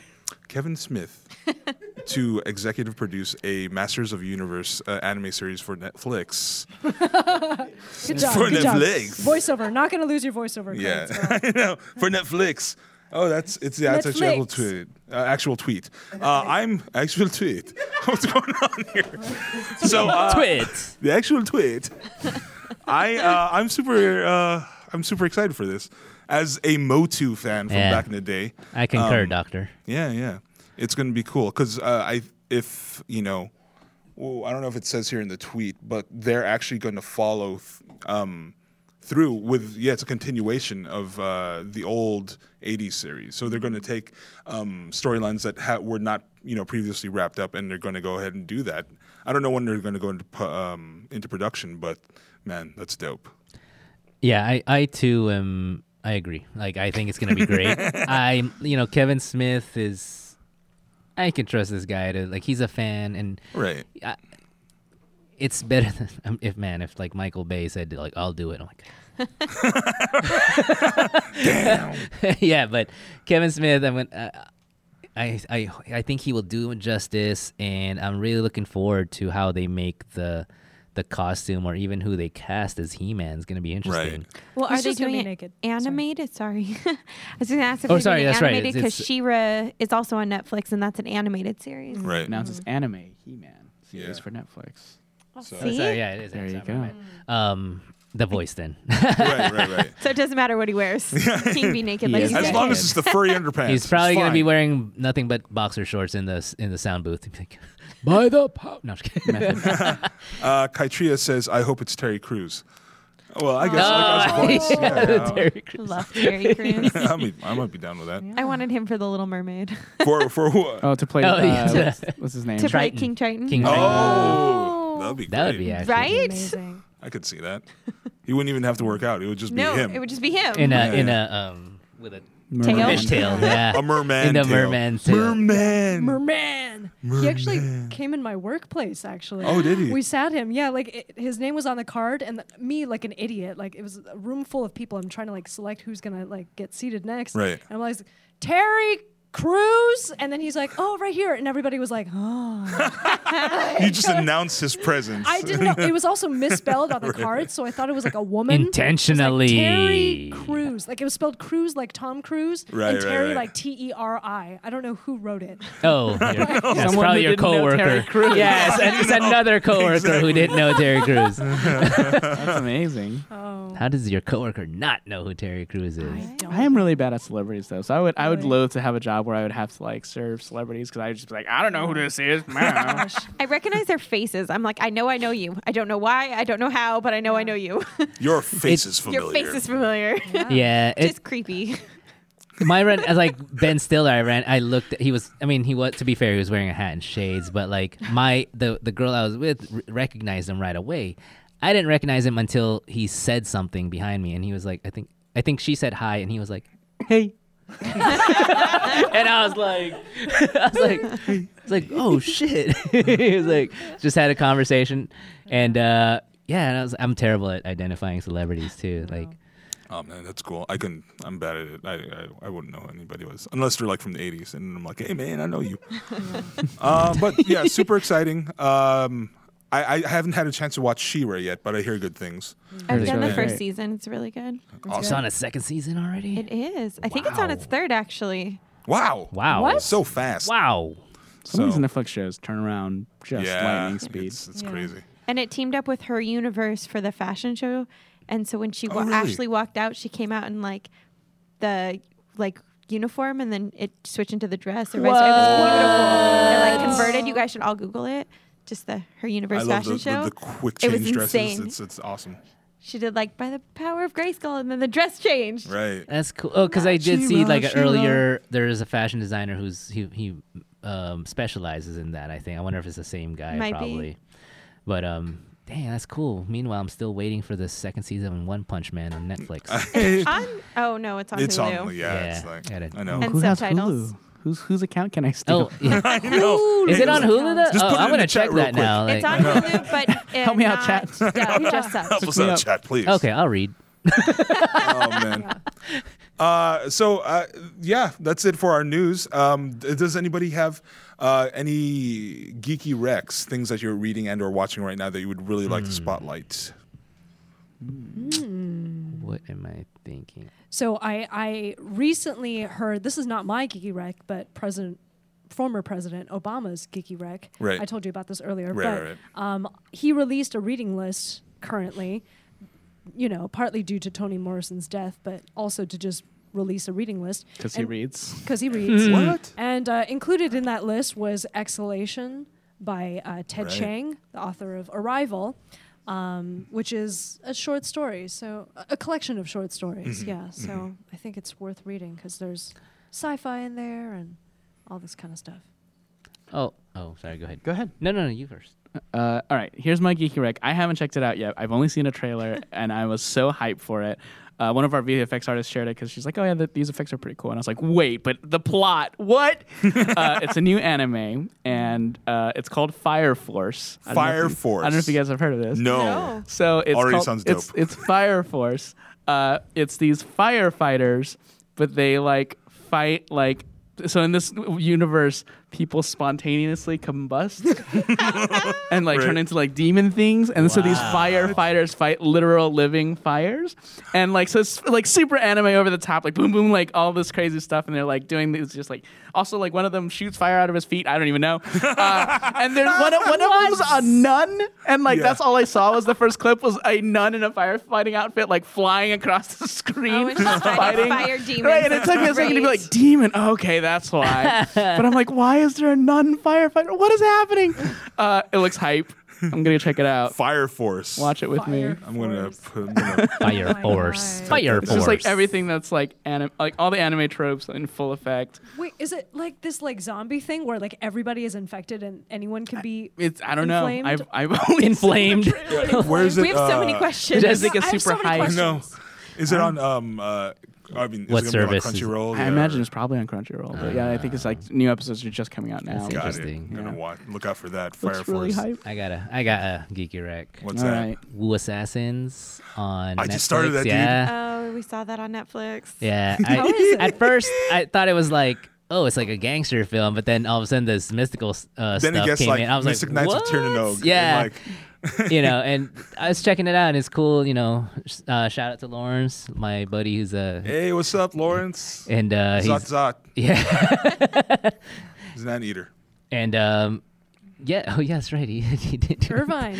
Speaker 1: Kevin Smith to executive produce a Masters of Universe uh, anime series for Netflix.
Speaker 2: Good job.
Speaker 1: For
Speaker 2: good job.
Speaker 1: Netflix.
Speaker 2: Voiceover. Not going to lose your voiceover.
Speaker 1: Yeah,
Speaker 2: credits, girl.
Speaker 1: I know for Netflix. Oh, that's it's yeah, it's actually actual
Speaker 2: Netflix.
Speaker 1: tweet. Uh, actual tweet. Uh, I'm actual tweet. What's going on here? So uh,
Speaker 4: Twit.
Speaker 1: the actual tweet. I uh, I'm super uh, I'm super excited for this. As a Motu fan from
Speaker 4: Yeah.
Speaker 1: back in the day,
Speaker 4: I concur,
Speaker 1: Um,
Speaker 4: Doctor.
Speaker 1: yeah, yeah, it's gonna be cool because uh, I if you know, well, I don't know if it says here in the tweet, but they're actually gonna follow th- um, through with yeah, it's a continuation of uh, the old '80s series. So they're gonna take um, storylines that ha- were not you know previously wrapped up, and they're gonna go ahead and do that. I don't know when they're gonna go into pu- um, into production, but man, that's dope.
Speaker 4: Yeah, I, I too am. I agree. Like, I think it's gonna be great. I, you know, Kevin Smith is. I can trust this guy to like. He's a fan, and
Speaker 1: Right.
Speaker 4: I, it's better than um, if man, if like Michael Bay said like, "I'll do it." I'm like, damn. yeah, but Kevin Smith, I'm gonna. Uh, I, I I think he will do him justice, and I'm really looking forward to how they make the the costume or even who they cast as He-Man is going to be interesting.
Speaker 3: Well,
Speaker 2: He's
Speaker 3: are they
Speaker 2: just gonna
Speaker 3: doing
Speaker 2: be
Speaker 3: it
Speaker 2: naked. Sorry.
Speaker 3: animated? Sorry, I was going to ask if
Speaker 4: Oh,
Speaker 3: they're
Speaker 4: sorry,
Speaker 3: doing it
Speaker 4: that's right.
Speaker 3: animated
Speaker 4: It's-
Speaker 3: because
Speaker 4: it's-
Speaker 3: Shira is also on Netflix, and that's an animated series.
Speaker 1: Right.
Speaker 5: Announces anime He-Man series
Speaker 1: Yeah.
Speaker 5: for Netflix.
Speaker 1: So-
Speaker 4: Oh,
Speaker 3: See,
Speaker 4: sorry, yeah, it is.
Speaker 5: There you
Speaker 4: sorry,
Speaker 5: go.
Speaker 4: my bad. Um, the voice then.
Speaker 1: right. Right. Right.
Speaker 3: so it doesn't matter what he wears; he can be naked.
Speaker 5: He
Speaker 3: like
Speaker 5: is
Speaker 3: you
Speaker 1: As
Speaker 3: said.
Speaker 1: long as it's the furry underpants.
Speaker 4: He's probably
Speaker 1: it's
Speaker 4: going to be
Speaker 1: fine.
Speaker 4: wearing nothing but boxer shorts in the s- in the sound booth. He'd be like, By the pow. No, I'm just kidding.
Speaker 1: Uh, Kaitria says, "I hope it's Terry Crews." Well, I guess
Speaker 4: Oh,
Speaker 1: like, as a voice, yeah,
Speaker 4: Terry Crews.
Speaker 3: Love Terry Crews.
Speaker 1: I, mean, I might be down with that.
Speaker 3: I wanted him for the Little Mermaid
Speaker 1: For for what?
Speaker 5: Oh, to play.
Speaker 4: Oh,
Speaker 5: uh,
Speaker 4: yeah.
Speaker 5: what's, what's his name?
Speaker 3: to play
Speaker 4: Triton.
Speaker 3: King Triton.
Speaker 4: King
Speaker 1: Oh,
Speaker 3: Oh.
Speaker 1: that'd be
Speaker 4: That would
Speaker 1: great.
Speaker 4: be actually.
Speaker 3: right?
Speaker 2: Amazing.
Speaker 1: I could see that. He wouldn't even have to work out. It would just be
Speaker 3: No,
Speaker 1: him.
Speaker 3: it would just be him.
Speaker 4: In a
Speaker 1: Yeah,
Speaker 4: in
Speaker 1: yeah.
Speaker 4: a um with a
Speaker 5: Merman.
Speaker 3: Tail.
Speaker 4: fish tail. Yeah.
Speaker 1: a merman.
Speaker 4: In the
Speaker 1: tail.
Speaker 4: merman tail.
Speaker 1: Merman.
Speaker 2: Merman. He actually came in my workplace. Actually.
Speaker 1: Oh, did he?
Speaker 2: We sat him. Yeah, like it, his name was on the card, and th- me, like an idiot, like it was a room full of people. I'm trying to like select who's gonna like get seated next.
Speaker 1: Right.
Speaker 2: And I'm like, Terry Cruise, and then he's like, "Oh, right here," and everybody was like, "Oh."
Speaker 1: You just announced his presence.
Speaker 2: I didn't know it was also misspelled on the card, so I thought it was like a woman It was like
Speaker 4: Intentionally.
Speaker 2: Terry Cruise, like it was spelled Cruise, like Tom Cruise,
Speaker 1: Right,
Speaker 2: and
Speaker 1: right,
Speaker 2: Terry
Speaker 1: right.
Speaker 2: like T E R I. I don't know who wrote it.
Speaker 4: Oh, your- that's
Speaker 5: Someone
Speaker 4: probably
Speaker 5: who
Speaker 4: your
Speaker 5: didn't know Terry
Speaker 4: coworker.
Speaker 5: Crews.
Speaker 4: Yes, and it's another coworker who didn't know Terry Crews.
Speaker 5: That's amazing.
Speaker 2: Oh,
Speaker 4: How does your coworker not know who Terry Crews is?
Speaker 2: I don't.
Speaker 5: I am really bad at celebrities though, so I would I would
Speaker 2: Really?
Speaker 5: loathe to have a job where I would have to like serve celebrities because I would just be like, I don't know who this is. man."
Speaker 2: Gosh.
Speaker 3: I recognize their faces. I'm like, I know I know you. I don't know why. I don't know how, but I know I know you.
Speaker 1: Your face is familiar.
Speaker 3: Your face is familiar.
Speaker 4: Yeah, it,
Speaker 3: Just creepy.
Speaker 4: my rent as like Ben Stiller I ran I looked at, he was I mean he was to be fair he was wearing a hat and shades but like my the the girl I was with r- recognized him right away I didn't recognize him until he said something behind me and he was like I think I think she said hi and he was like hey and I was like I was like it's like oh shit he was like just had a conversation and uh yeah and I was I'm terrible at identifying celebrities too like
Speaker 1: Oh man, that's cool. I can. I'm bad at it. I, I I wouldn't know who anybody was unless they're like from the '80s, and I'm like, hey man, I know you. uh, but yeah, super exciting. Um, I, I haven't had a chance to watch She-Ra yet, but I hear good things.
Speaker 3: I've
Speaker 5: Really
Speaker 3: done the
Speaker 5: good.
Speaker 3: first
Speaker 5: Great.
Speaker 3: season. It's really good.
Speaker 4: it's on a second season already
Speaker 3: It is. I think it's on its
Speaker 4: Wow.
Speaker 3: third, actually.
Speaker 1: Wow.
Speaker 4: wow
Speaker 2: What?
Speaker 1: So fast.
Speaker 4: Wow.
Speaker 5: Some of
Speaker 1: So-
Speaker 5: these Netflix shows turn around just
Speaker 1: Yeah.
Speaker 5: lightning speed.
Speaker 1: It's, it's
Speaker 2: Yeah.
Speaker 1: crazy.
Speaker 3: And it teamed up with her universe for the fashion show. And so when she
Speaker 1: Oh,
Speaker 3: wa-
Speaker 1: really?
Speaker 3: Ashley walked out, she came out in like the like uniform, and then it switched into the dress. Or vice versa. It was beautiful. It like converted. You guys should all Google it. Just the her universe
Speaker 1: I love the,
Speaker 3: fashion
Speaker 1: the,
Speaker 3: show.
Speaker 1: the quick
Speaker 3: It was
Speaker 1: change dresses.
Speaker 3: insane.
Speaker 1: It's it's awesome.
Speaker 3: she did like by the power of Grayskull, and then the dress changed.
Speaker 1: Right.
Speaker 4: That's cool. Oh, because I did see
Speaker 1: She-Ra,
Speaker 4: like a
Speaker 1: She-Ra.
Speaker 4: earlier. There is a fashion designer who's he he um, specializes in that. I think. I wonder if it's the same guy.
Speaker 3: Might be.
Speaker 4: probably. But um, dang, that's cool. Meanwhile, I'm still waiting for the second season of One Punch Man on Netflix.
Speaker 3: On oh no, it's on
Speaker 1: it's
Speaker 3: Hulu.
Speaker 1: on. Yeah. It's
Speaker 4: Yeah,
Speaker 1: like
Speaker 4: get it.
Speaker 1: I know.
Speaker 3: And
Speaker 5: Who has
Speaker 3: subtitles.
Speaker 5: Hulu? Whose whose account can I steal?
Speaker 4: oh, yeah.
Speaker 1: I know.
Speaker 4: is it on Hulu though?
Speaker 1: Just
Speaker 4: oh,
Speaker 1: put it
Speaker 4: I'm
Speaker 1: in
Speaker 4: gonna
Speaker 1: the chat
Speaker 4: check
Speaker 1: real
Speaker 4: that
Speaker 1: quick.
Speaker 4: now.
Speaker 3: It's
Speaker 4: like-
Speaker 3: on Hulu, but uh,
Speaker 5: Help me out,
Speaker 3: not
Speaker 5: chat.
Speaker 3: dub, just sub.
Speaker 1: Help us
Speaker 5: me
Speaker 1: out,
Speaker 5: up.
Speaker 1: chat, please.
Speaker 4: okay, I'll read.
Speaker 1: oh man. Uh, so uh, yeah, that's it for our news. Um, d- does anybody have uh, any geeky recs, things that you're reading and or watching right now that you would really like
Speaker 4: Hmm.
Speaker 1: to spotlight?
Speaker 4: What am I thinking?
Speaker 2: So I I recently heard this is not my geeky rec, but President former President Obama's geeky rec.
Speaker 1: Right.
Speaker 2: I told you about this earlier.
Speaker 1: Right,
Speaker 2: but
Speaker 1: right,
Speaker 2: Um, he released a reading list currently, you know, partly due to Toni Morrison's death, but also to just release a reading list
Speaker 5: Because he reads.
Speaker 2: because he
Speaker 5: Hmm.
Speaker 2: reads.
Speaker 1: What?
Speaker 2: And uh, included in that list was Exhalation by uh, Ted
Speaker 1: Right.
Speaker 2: Chiang, the author of Arrival, um, which is a short story, so a- a collection of short stories.
Speaker 1: Mm-hmm.
Speaker 2: Yeah, so I think it's worth reading because there's sci-fi in there and all this kind of stuff.
Speaker 4: Oh, oh, sorry. Go ahead.
Speaker 5: Go ahead.
Speaker 4: No, no, no. You first.
Speaker 5: Uh, all right, here's my geeky rec. I haven't checked it out yet. I've only seen a trailer, and I was so hyped for it. Uh, one of our VFX artists shared it because she's like, "Oh yeah, th these effects are pretty cool." And I was like, "Wait, but the plot? What?" uh, it's a new anime, and uh, it's called Fire Force. I don't know if
Speaker 1: Fire
Speaker 5: you- I don't know if you
Speaker 1: Force.
Speaker 5: guys have heard of this.
Speaker 1: No.
Speaker 3: No.
Speaker 5: So it's
Speaker 1: Already
Speaker 5: called,
Speaker 1: sounds
Speaker 5: It's,
Speaker 1: dope.
Speaker 5: it's Fire Force. Uh, it's these firefighters, but they like fight like. So in this universe, people spontaneously combust and like turn
Speaker 1: Right.
Speaker 5: into like demon things, and so these firefighters fight literal living fires, and like so it's like super anime over the top, like boom boom, like all this crazy stuff, and they're like doing this just like also like one of them shoots fire out of his feet, I don't even know, uh, and there's one of, one of them's a nun, and like
Speaker 1: Yeah.
Speaker 5: that's all I saw was the first clip was a nun in a firefighting outfit like flying across the screen
Speaker 3: Oh, and she's fighting fire demons.
Speaker 5: Right, and it took me a
Speaker 3: That's
Speaker 5: second to be
Speaker 3: great.
Speaker 5: like, demon. Oh, Okay, that's why. but I'm like, why is there a nun firefighter? What is happening? Uh, it looks hype. I'm gonna check it out.
Speaker 1: Fire Force.
Speaker 5: Watch it with me.
Speaker 1: I'm gonna put. I'm gonna-
Speaker 4: Fire
Speaker 2: my
Speaker 4: force.
Speaker 2: God.
Speaker 4: Fire
Speaker 5: It's
Speaker 4: force.
Speaker 5: just like everything that's like anim- like all the anime tropes in full effect.
Speaker 2: Wait, is it like this like zombie thing where like everybody is infected and anyone can be?
Speaker 5: It's I don't know.
Speaker 2: Inflamed?
Speaker 5: I've I've only
Speaker 4: inflamed.
Speaker 1: Where is it?
Speaker 3: We have so many
Speaker 1: uh,
Speaker 3: questions.
Speaker 5: Does it get
Speaker 2: I have so
Speaker 5: super
Speaker 2: many
Speaker 5: hype?
Speaker 1: I
Speaker 2: questions.
Speaker 1: know. Is it on? Um. Uh, I mean, is
Speaker 4: What
Speaker 1: it gonna be
Speaker 4: service
Speaker 1: on
Speaker 4: is it?
Speaker 1: Crunchyroll?
Speaker 5: I
Speaker 1: Yeah,
Speaker 5: imagine
Speaker 1: or-
Speaker 5: it's probably on Crunchyroll, but yeah, I think it's like new episodes are just coming out now.
Speaker 4: That's
Speaker 1: Got it.
Speaker 4: Interesting.
Speaker 1: Gonna
Speaker 5: Yeah.
Speaker 1: watch. Look out for that. Fire
Speaker 5: Looks really
Speaker 1: Force.
Speaker 5: hype.
Speaker 4: I got a. I got a geeky rec.
Speaker 1: What's
Speaker 5: all
Speaker 1: that?
Speaker 5: right.
Speaker 4: Woo Assassins on
Speaker 1: I
Speaker 4: Netflix.
Speaker 1: just started that, dude.
Speaker 4: yeah.
Speaker 3: Oh, we saw that on Netflix.
Speaker 4: Yeah.
Speaker 2: Uh, How
Speaker 4: I,
Speaker 2: is it?
Speaker 4: at first, I thought it was like oh, it's like a gangster film, but then all of a sudden this mystical uh,
Speaker 1: Then it
Speaker 4: stuff
Speaker 1: gets
Speaker 4: came
Speaker 1: like
Speaker 4: in. I was
Speaker 1: Mystic
Speaker 4: like,
Speaker 1: Knights
Speaker 4: what?
Speaker 1: of Tiernanog. and,
Speaker 4: Yeah,
Speaker 1: like,
Speaker 4: you know, and I was checking it out, and it's cool. You know, Sh- uh, shout out to Lawrence, my buddy, who's a
Speaker 1: hey, what's up, Lawrence?
Speaker 4: and uh,
Speaker 1: Zot
Speaker 4: he's
Speaker 1: Zot.
Speaker 4: yeah,
Speaker 1: He's an eater.
Speaker 4: and um, yeah, oh yeah, that's right, he, he did. do-
Speaker 2: Irvine.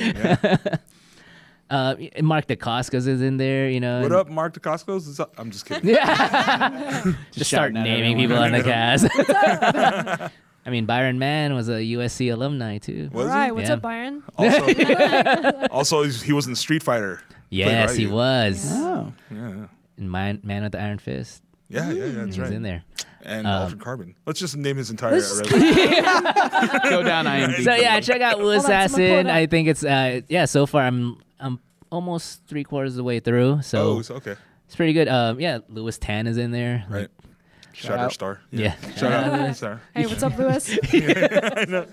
Speaker 4: Uh, Mark DeCoscos is in there, you know.
Speaker 1: What
Speaker 4: and-
Speaker 1: up, Mark DeCoscos? I'm just kidding.
Speaker 4: Just start
Speaker 5: shouting at
Speaker 4: naming people
Speaker 5: everyone.
Speaker 4: on the cast. I mean, Byron Mann was a USC alumni too.
Speaker 1: Was
Speaker 2: right,
Speaker 1: he?
Speaker 2: what's
Speaker 4: Yeah.
Speaker 2: up, Byron?
Speaker 1: Also, also he's- he was in Street Fighter. Played
Speaker 4: Yes, he
Speaker 1: Ryu.
Speaker 4: was.
Speaker 5: Oh,
Speaker 1: Yeah,
Speaker 4: And Man, Man with the Iron Fist
Speaker 1: yeah, yeah, yeah that's
Speaker 4: he was
Speaker 1: right.
Speaker 4: in there.
Speaker 1: And
Speaker 4: Um,
Speaker 1: Altered Carbon. Let's just name his entire
Speaker 2: Let's just-
Speaker 1: resume.
Speaker 5: go down IMDb.
Speaker 4: So yeah, check out Wu
Speaker 2: Hold on, someone pull it
Speaker 4: Assassin.
Speaker 2: up.
Speaker 4: I think it's uh yeah. So far, I'm I'm almost three quarters of the way through, so
Speaker 1: Oh, so- okay,
Speaker 4: it's pretty good. Um, yeah, Louis Tan is in there. Like,
Speaker 1: right. Shout out Star.
Speaker 4: Yeah.
Speaker 1: Shout out Star.
Speaker 2: Hey, what's up, Lewis?
Speaker 1: Yeah,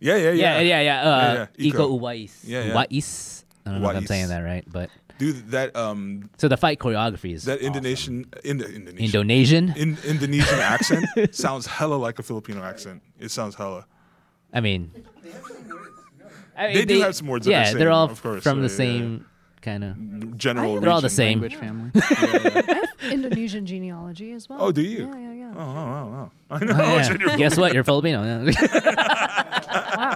Speaker 1: yeah,
Speaker 4: Yeah,
Speaker 1: yeah.
Speaker 4: yeah, yeah. Uh,
Speaker 1: Yeah, yeah,
Speaker 4: Iko
Speaker 1: Iko.
Speaker 4: Uwais.
Speaker 1: Yeah, yeah.
Speaker 4: Uwais. I don't know if I'm
Speaker 1: Uwais.
Speaker 4: saying that right, but
Speaker 1: Dude, that um,
Speaker 4: so the fight choreography is
Speaker 1: that
Speaker 4: awesome.
Speaker 1: Indonesian, in, Indonesian,
Speaker 4: Indonesian.
Speaker 1: in, Indonesian accent sounds hella like a Filipino accent. It sounds hella.
Speaker 4: I mean, I mean,
Speaker 1: They do have some words that are
Speaker 4: Yeah,
Speaker 1: same,
Speaker 4: they're all
Speaker 1: of course,
Speaker 4: from
Speaker 1: yeah,
Speaker 4: the
Speaker 1: yeah.
Speaker 4: same kind of.
Speaker 1: General.
Speaker 4: They're all the
Speaker 1: region.
Speaker 4: same.
Speaker 5: Language family.
Speaker 2: Indonesian genealogy as well.
Speaker 1: Oh, do you?
Speaker 2: Yeah, yeah, yeah.
Speaker 1: Oh, oh, oh, oh. I know.
Speaker 4: Oh,
Speaker 1: it's
Speaker 4: yeah.
Speaker 1: in your-
Speaker 4: Guess what? You're Filipino.
Speaker 2: Wow.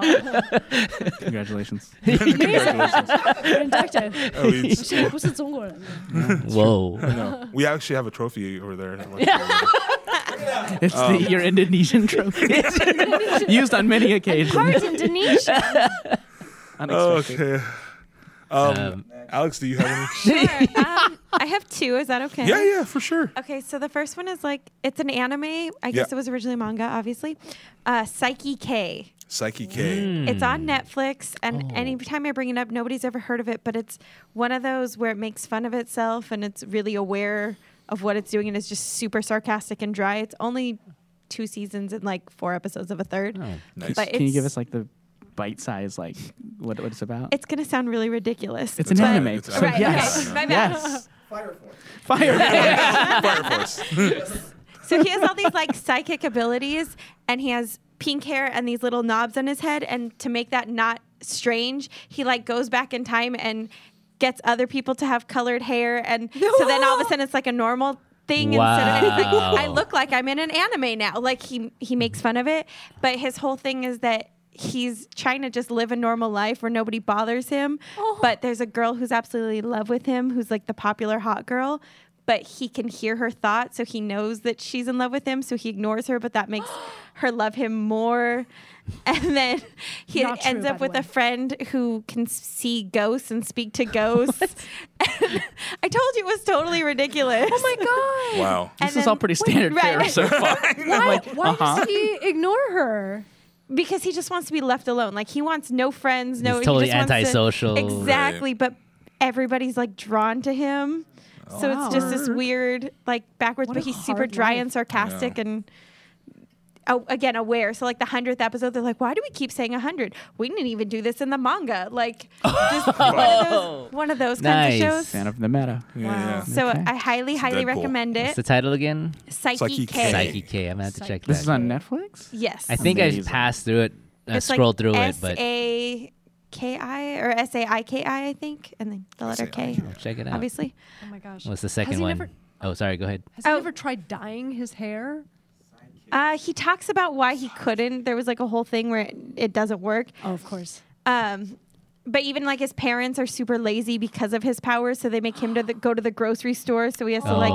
Speaker 5: Congratulations.
Speaker 1: Congratulations.
Speaker 2: You're inducted.
Speaker 1: Oh, it's-
Speaker 4: Whoa.
Speaker 1: no. We actually have a trophy over there.
Speaker 5: It's the, your Indonesian trophy. Used on many occasions.
Speaker 3: Indonesia.
Speaker 5: Unexpected.
Speaker 1: okay. Um,
Speaker 4: Um,
Speaker 1: Alex, do you have any?
Speaker 3: sure. Um, I have two. Is that okay?
Speaker 1: yeah, yeah, for sure.
Speaker 3: Okay, so the first one is like it's an anime. I guess it was originally manga, obviously. Uh, Psyche K.
Speaker 1: Psyche K.
Speaker 3: It's on Netflix, and
Speaker 4: Oh.
Speaker 3: anytime I bring it up, nobody's ever heard of it. But it's one of those where it makes fun of itself, and it's really aware of what it's doing, and it's just super sarcastic and dry. It's only two seasons and like four episodes of a third.
Speaker 4: Oh.
Speaker 1: Nice.
Speaker 3: But
Speaker 5: Can you give
Speaker 3: it's-
Speaker 5: us like the bite size, like what, what it's about?
Speaker 3: It's gonna sound really ridiculous.
Speaker 5: It's an
Speaker 3: but-
Speaker 5: anime.
Speaker 1: it's
Speaker 5: so
Speaker 1: an
Speaker 3: Right.
Speaker 5: yes.
Speaker 3: Okay. My bad.
Speaker 5: Yes.
Speaker 6: Fire Force.
Speaker 5: Fire.
Speaker 1: Fire Force.
Speaker 3: So he has all these like psychic abilities, and he has pink hair and these little knobs on his head. And to make that not strange, he like goes back in time and gets other people to have colored hair. And so then all of a sudden it's like a normal thing instead of it's like,
Speaker 4: Wow.
Speaker 3: I look like I'm in an anime now. Like he he makes fun of it, but his whole thing is that. He's trying to just live a normal life where nobody bothers him.
Speaker 2: Oh.
Speaker 3: But there's a girl who's absolutely in love with him, who's like the popular hot girl, but he can hear her thoughts, so he knows that she's in love with him, so he ignores her, but that makes her love him more. And then he
Speaker 2: Not true,
Speaker 3: ends
Speaker 2: by
Speaker 3: up
Speaker 2: the
Speaker 3: with
Speaker 2: way.
Speaker 3: a friend who can see ghosts and speak to ghosts. I told you it was totally ridiculous. Oh my
Speaker 2: God.
Speaker 1: Wow.
Speaker 3: And
Speaker 5: This is all
Speaker 3: then-
Speaker 5: pretty standard
Speaker 3: right.
Speaker 5: fare so far.
Speaker 2: Why,
Speaker 5: Like,
Speaker 2: why
Speaker 5: uh-huh.
Speaker 2: does he ignore her?
Speaker 3: because he just wants to be left alone. Like he wants no friends, no.
Speaker 4: He's
Speaker 3: he
Speaker 4: totally
Speaker 3: just wants to-
Speaker 4: antisocial.
Speaker 3: exactly, but everybody's like drawn to him. So it's just this weird, like backwards,
Speaker 2: What
Speaker 3: but
Speaker 2: a
Speaker 3: he's super
Speaker 2: hard
Speaker 3: dry
Speaker 2: life.
Speaker 3: and sarcastic and. Oh, again, aware. So, like the hundredth episode, they're like, "Why do we keep saying hundred? We didn't even do this in the manga." Like, just one of those, one of those kinds of
Speaker 4: Nice.
Speaker 3: shows.
Speaker 5: Fan of the meta.
Speaker 1: Yeah, yeah.
Speaker 3: So,
Speaker 5: Okay.
Speaker 3: I highly, highly
Speaker 1: Deadpool.
Speaker 3: recommend
Speaker 4: What's
Speaker 3: it.
Speaker 4: the title again?
Speaker 3: Psyche,
Speaker 1: Psyche
Speaker 3: K.
Speaker 4: Psyche K. I'm gonna have to check
Speaker 5: This is
Speaker 4: that.
Speaker 5: on Netflix?
Speaker 3: Yes,
Speaker 4: I think
Speaker 5: Amazing.
Speaker 4: I passed through it. I
Speaker 3: It's like
Speaker 4: scrolled through it,
Speaker 3: S
Speaker 4: but
Speaker 3: A K I or S A I K I, I think, and then the letter
Speaker 1: S.A.I.K.I..
Speaker 3: K,
Speaker 4: check it out.
Speaker 3: obviously.
Speaker 2: Oh my gosh.
Speaker 4: What's the
Speaker 2: Has
Speaker 4: second
Speaker 2: he
Speaker 4: one?
Speaker 2: never-
Speaker 4: oh, sorry. Go ahead.
Speaker 2: Has he
Speaker 3: Oh.
Speaker 2: ever tried dyeing his hair?
Speaker 3: Uh, he talks about why he couldn't. There was like a whole thing where it, it doesn't work.
Speaker 2: Oh, of course.
Speaker 3: Um, but even like his parents are super lazy because of his powers, so they make him to the, go to the grocery store. So he has to like,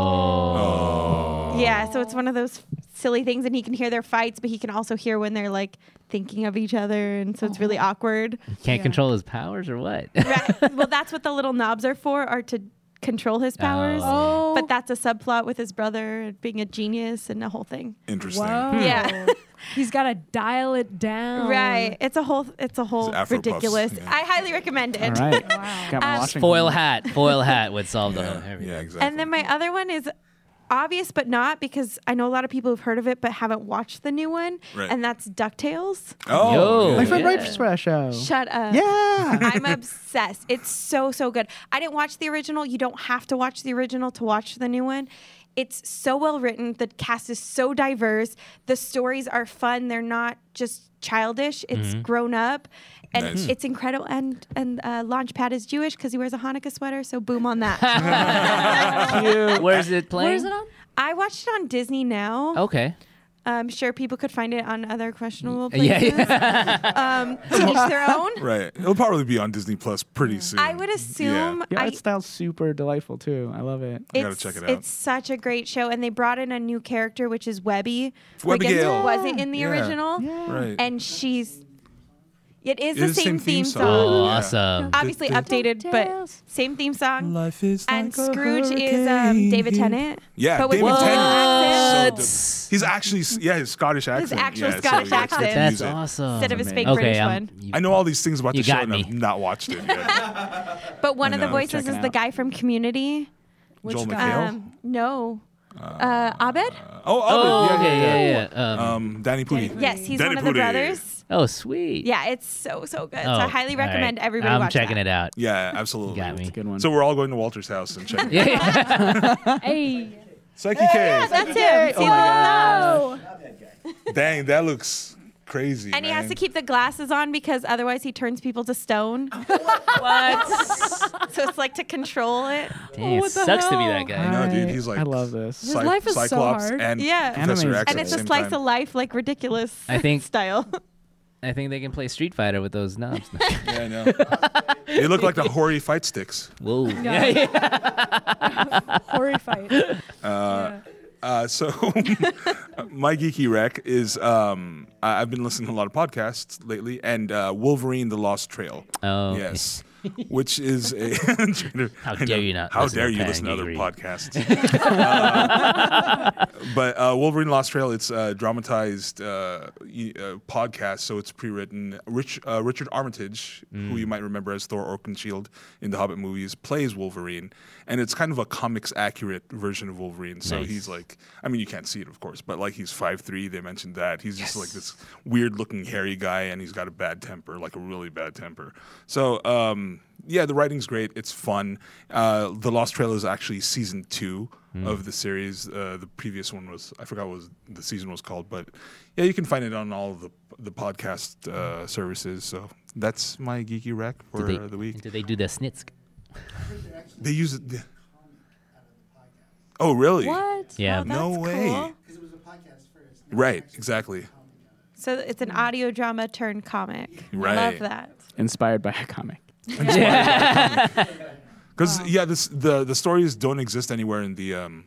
Speaker 4: Oh.
Speaker 3: yeah. So it's one of those silly things, and he can hear their fights, but he can also hear when they're like thinking of each other, and so it's really
Speaker 4: Oh.
Speaker 3: awkward.
Speaker 4: Can't
Speaker 2: Yeah.
Speaker 4: control his powers or what?
Speaker 3: right. Well, that's what the little knobs are for, are to control his powers.
Speaker 2: Oh.
Speaker 3: But that's a subplot with his brother and being a genius and the whole thing.
Speaker 1: Interesting. Uh,
Speaker 2: Whoa.
Speaker 3: Yeah.
Speaker 2: He's got to dial it down.
Speaker 3: Right. It's a whole. It's a whole
Speaker 1: It's Afro Puffs,
Speaker 3: ridiculous.
Speaker 1: yeah.
Speaker 3: I highly recommend it.
Speaker 5: All right. Got my
Speaker 3: Um,
Speaker 5: watching
Speaker 4: foil
Speaker 5: hat.
Speaker 4: hat. Foil hat would solve the whole
Speaker 1: Yeah,
Speaker 4: everything.
Speaker 1: yeah, exactly.
Speaker 3: And then my other one is obvious, but not because I know a lot of people who've heard of it but haven't watched the new one,
Speaker 1: Right.
Speaker 3: and that's Ducktales.
Speaker 1: oh,
Speaker 4: Yo.
Speaker 5: My
Speaker 1: yeah.
Speaker 5: friend
Speaker 4: Yeah.
Speaker 5: writes for that show.
Speaker 3: Shut up.
Speaker 5: yeah.
Speaker 3: I'm obsessed. It's so so good. I didn't watch the original. You don't have to watch the original to watch the new one. It's so well written. The cast is so diverse. The stories are fun. They're not just childish. It's grown up, and
Speaker 1: Nice.
Speaker 3: it's incredible. And and uh, Launchpad is Jewish because he wears a Hanukkah sweater. So boom on that.
Speaker 4: Where's it playing?
Speaker 2: Where is it on?
Speaker 3: I watched it on Disney Now.
Speaker 4: Okay.
Speaker 3: I'm sure people could find it on other questionable places.
Speaker 4: Yeah, yeah.
Speaker 3: Um, to each their own.
Speaker 1: Right. It'll probably be on Disney Plus pretty soon.
Speaker 3: Mm. I would assume.
Speaker 5: Yeah,
Speaker 3: I,
Speaker 5: it sounds super delightful too. I love it.
Speaker 1: gotta
Speaker 3: it's,
Speaker 1: check it out.
Speaker 3: It's such a great show, and they brought in a new character, which is Webby.
Speaker 1: Webby
Speaker 3: which
Speaker 1: Gale.
Speaker 3: wasn't in the
Speaker 1: Yeah.
Speaker 3: original,
Speaker 1: Yeah. Right.
Speaker 3: and she's. It is
Speaker 1: It
Speaker 3: the
Speaker 1: is
Speaker 3: same, theme song.
Speaker 4: Oh,
Speaker 1: Yeah.
Speaker 4: awesome.
Speaker 3: Obviously
Speaker 1: Did-
Speaker 3: updated, but
Speaker 2: Details.
Speaker 3: same theme song.
Speaker 1: Life is
Speaker 3: and
Speaker 1: like a
Speaker 3: Scrooge is um, David
Speaker 1: hurricane.
Speaker 3: Tennant.
Speaker 1: Yeah,
Speaker 3: but with
Speaker 1: David
Speaker 3: an
Speaker 1: Tennant.
Speaker 3: accent
Speaker 1: So dope. He's actually yeah, his Scottish accent.
Speaker 3: actual
Speaker 1: yeah, so yeah,
Speaker 3: Scottish
Speaker 1: it's good to
Speaker 3: accent.
Speaker 4: That's
Speaker 1: use it.
Speaker 4: awesome.
Speaker 3: instead of his fake
Speaker 5: Amazing.
Speaker 4: okay,
Speaker 3: British
Speaker 4: I'm,
Speaker 3: one.
Speaker 4: you-
Speaker 1: I know all these things about
Speaker 4: You
Speaker 1: the show
Speaker 4: got
Speaker 1: and
Speaker 4: me.
Speaker 1: I've not watched it yet.
Speaker 3: But one of the
Speaker 1: know. Let's
Speaker 3: voices
Speaker 5: check
Speaker 3: is
Speaker 5: it
Speaker 3: the
Speaker 5: out.
Speaker 3: guy from Community.
Speaker 2: Which
Speaker 1: Joel
Speaker 2: guy?
Speaker 1: McHale?
Speaker 3: Um, no, uh, Abed.
Speaker 1: oh,
Speaker 4: Oh,
Speaker 1: oh,
Speaker 4: okay,
Speaker 1: yeah, yeah,
Speaker 4: yeah, yeah. Um,
Speaker 1: yeah. Um, Danny Pudi.
Speaker 3: Yes, he's
Speaker 1: Danny
Speaker 3: one of the
Speaker 1: Pudi.
Speaker 3: brothers.
Speaker 4: oh, sweet.
Speaker 3: Yeah, it's so so good.
Speaker 4: Oh,
Speaker 3: so I highly
Speaker 4: all right.
Speaker 3: recommend everybody
Speaker 4: I'm
Speaker 3: watch
Speaker 4: checking
Speaker 3: that.
Speaker 4: it out.
Speaker 1: Yeah, absolutely.
Speaker 4: Got me.
Speaker 5: It's a good one.
Speaker 1: So we're all going to Walter's house and checking.
Speaker 4: Yeah, yeah.
Speaker 2: Hey.
Speaker 1: Psyche
Speaker 3: Yeah,
Speaker 1: K.
Speaker 3: that's him. See, look at that.
Speaker 1: Dang, that looks crazy.
Speaker 3: And he has
Speaker 1: man.
Speaker 3: to keep the glasses on because otherwise he turns people to stone. what? so it's like to control it.
Speaker 4: Dang, it
Speaker 2: what the
Speaker 4: sucks to be
Speaker 2: hell?
Speaker 4: that guy.
Speaker 1: No, dude,
Speaker 5: I-
Speaker 1: he's like
Speaker 5: I love this.
Speaker 2: His life is so
Speaker 1: Cyclops
Speaker 2: hard.
Speaker 1: and
Speaker 3: Yeah.
Speaker 1: Professor
Speaker 5: Anime's
Speaker 1: X.
Speaker 5: At
Speaker 3: And it's
Speaker 5: the
Speaker 3: a
Speaker 1: same
Speaker 3: slice
Speaker 1: time.
Speaker 3: of life, like ridiculous
Speaker 4: I think-
Speaker 3: style.
Speaker 4: I think they can play Street Fighter with those knobs.
Speaker 1: Yeah, I know. they look like the hoary fight sticks.
Speaker 4: Whoa.
Speaker 2: Yeah. Horry fight. Yeah.
Speaker 1: Uh, so my geeky rec is um, I- I've been listening to a lot of podcasts lately, and uh, Wolverine: The Lost Trail.
Speaker 4: Oh, okay.
Speaker 1: yes, which is a
Speaker 4: How dare you not
Speaker 1: How
Speaker 4: listen to
Speaker 1: dare you
Speaker 4: Pat
Speaker 1: listen to
Speaker 4: and
Speaker 1: other
Speaker 4: Geekery.
Speaker 1: podcasts? Uh, but uh, Wolverine: Lost Trail. It's a dramatized uh, y- uh, podcast, so it's pre-written. Rich, uh, Richard Armitage, who
Speaker 4: Mm.
Speaker 1: you might remember as Thor Oakenshield in the Hobbit movies, plays Wolverine, and it's kind of a comics accurate version of Wolverine. So
Speaker 4: Nice.
Speaker 1: he's like, I mean, you can't see it, of course, but like he's five three. They mentioned that he's just like this weird looking hairy guy, and he's got a bad temper, like a really bad temper. So. um yeah, the writing's great. It's fun. Uh, the Lost Trail is actually season two
Speaker 4: Hmm.
Speaker 1: of the series. Uh, the previous one was I forgot what was the season was called, but yeah, you can find it on all of the the podcast uh, services. So that's my geeky rec for
Speaker 4: Did they,
Speaker 1: the week.
Speaker 4: did they do the snitsk?
Speaker 1: They use it. Oh, really?
Speaker 2: What?
Speaker 4: Yeah.
Speaker 3: Oh, that's
Speaker 1: No way.
Speaker 3: cool.
Speaker 6: Because it was a podcast first.
Speaker 1: Right. Exactly.
Speaker 3: So it's an audio drama turned comic.
Speaker 1: Right.
Speaker 3: Love that.
Speaker 5: Inspired by a comic.
Speaker 1: Because yeah, this the the stories don't exist anywhere in the um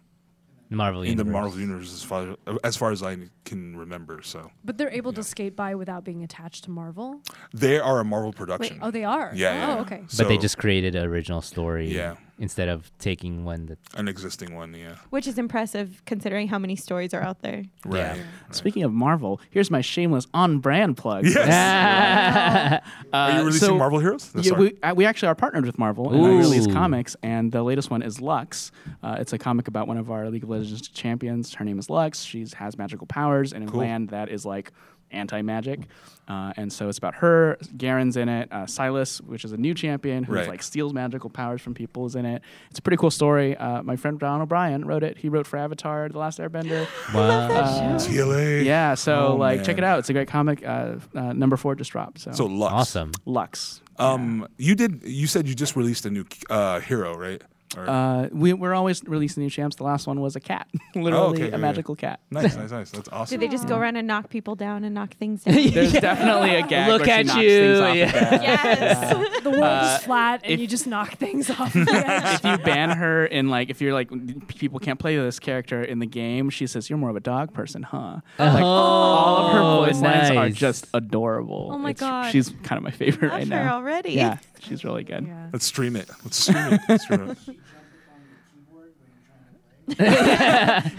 Speaker 4: Marvel
Speaker 1: in the
Speaker 4: Universe.
Speaker 1: Marvel universe as far as far as I can remember. So
Speaker 2: But they're able to skate by without being attached to Marvel.
Speaker 1: they are a Marvel production.
Speaker 2: Oh, they are.
Speaker 1: Yeah, yeah,
Speaker 2: Oh,
Speaker 1: yeah.
Speaker 2: okay.
Speaker 1: So-
Speaker 4: But they just created an original story
Speaker 1: Yeah.
Speaker 4: instead of taking one that
Speaker 1: an existing one. Yeah.
Speaker 3: Which is impressive considering how many stories are out there.
Speaker 1: Right.
Speaker 5: Speaking of Marvel, here's my shameless on-brand plug.
Speaker 1: Yes.
Speaker 5: Uh,
Speaker 1: Are you releasing
Speaker 5: so-
Speaker 1: Marvel Heroes? No,
Speaker 5: Yeah,
Speaker 1: sorry.
Speaker 5: we, uh, we actually are partnered with Marvel, and I release
Speaker 4: Ooh.
Speaker 5: comics. And the latest one is Lux. Uh, it's a comic about one of our League of Legends champions. Her name is Lux. She has magical powers in a land that is like anti-magic, uh, and so it's about her. Garen's in it. Uh, Silas, which is a new champion who
Speaker 1: Right.
Speaker 5: like steals magical powers from people, is in it. It's a pretty cool story. Uh, my friend Ron O'Brien wrote it. He wrote for Avatar: The Last Airbender.
Speaker 4: wow.
Speaker 1: TLA.
Speaker 5: yeah, so
Speaker 1: Oh,
Speaker 5: like check
Speaker 1: man.
Speaker 5: it out. It's a great comic. Uh, uh, number four just dropped. So,
Speaker 1: So Lux.
Speaker 4: awesome.
Speaker 5: Lux.
Speaker 1: Um, you did. You said you just released a new uh, hero, right? Or-
Speaker 5: Uh, we, we're always releasing new champs. The last one was a cat, literally
Speaker 1: Oh, okay,
Speaker 5: a
Speaker 1: okay.
Speaker 5: magical cat.
Speaker 1: nice, nice, nice. That's
Speaker 3: Do
Speaker 1: awesome.
Speaker 3: they just go around and knock people down and knock things down?
Speaker 5: There's definitely a gag.
Speaker 4: Look
Speaker 5: where she
Speaker 4: at
Speaker 5: knocks
Speaker 4: you,
Speaker 5: things off
Speaker 4: yeah.
Speaker 5: the bat.
Speaker 3: yes.
Speaker 2: The world is flat, and
Speaker 5: Uh, if-
Speaker 2: you just knock things off. Yeah.
Speaker 5: If you ban her in like, if you're like, people can't play this character in the game, she says you're more of a dog person, huh? Like all of her
Speaker 4: Uh-huh. Oh,
Speaker 5: voice lines are
Speaker 4: nice.
Speaker 5: just adorable.
Speaker 2: Oh my
Speaker 5: It's-
Speaker 2: God.
Speaker 5: she's kind of my favorite
Speaker 3: Love
Speaker 5: right
Speaker 3: her
Speaker 5: now.
Speaker 3: already.
Speaker 5: Yeah, she's really good.
Speaker 2: Yeah.
Speaker 1: Let's stream it. Let's stream it. Let's stream it.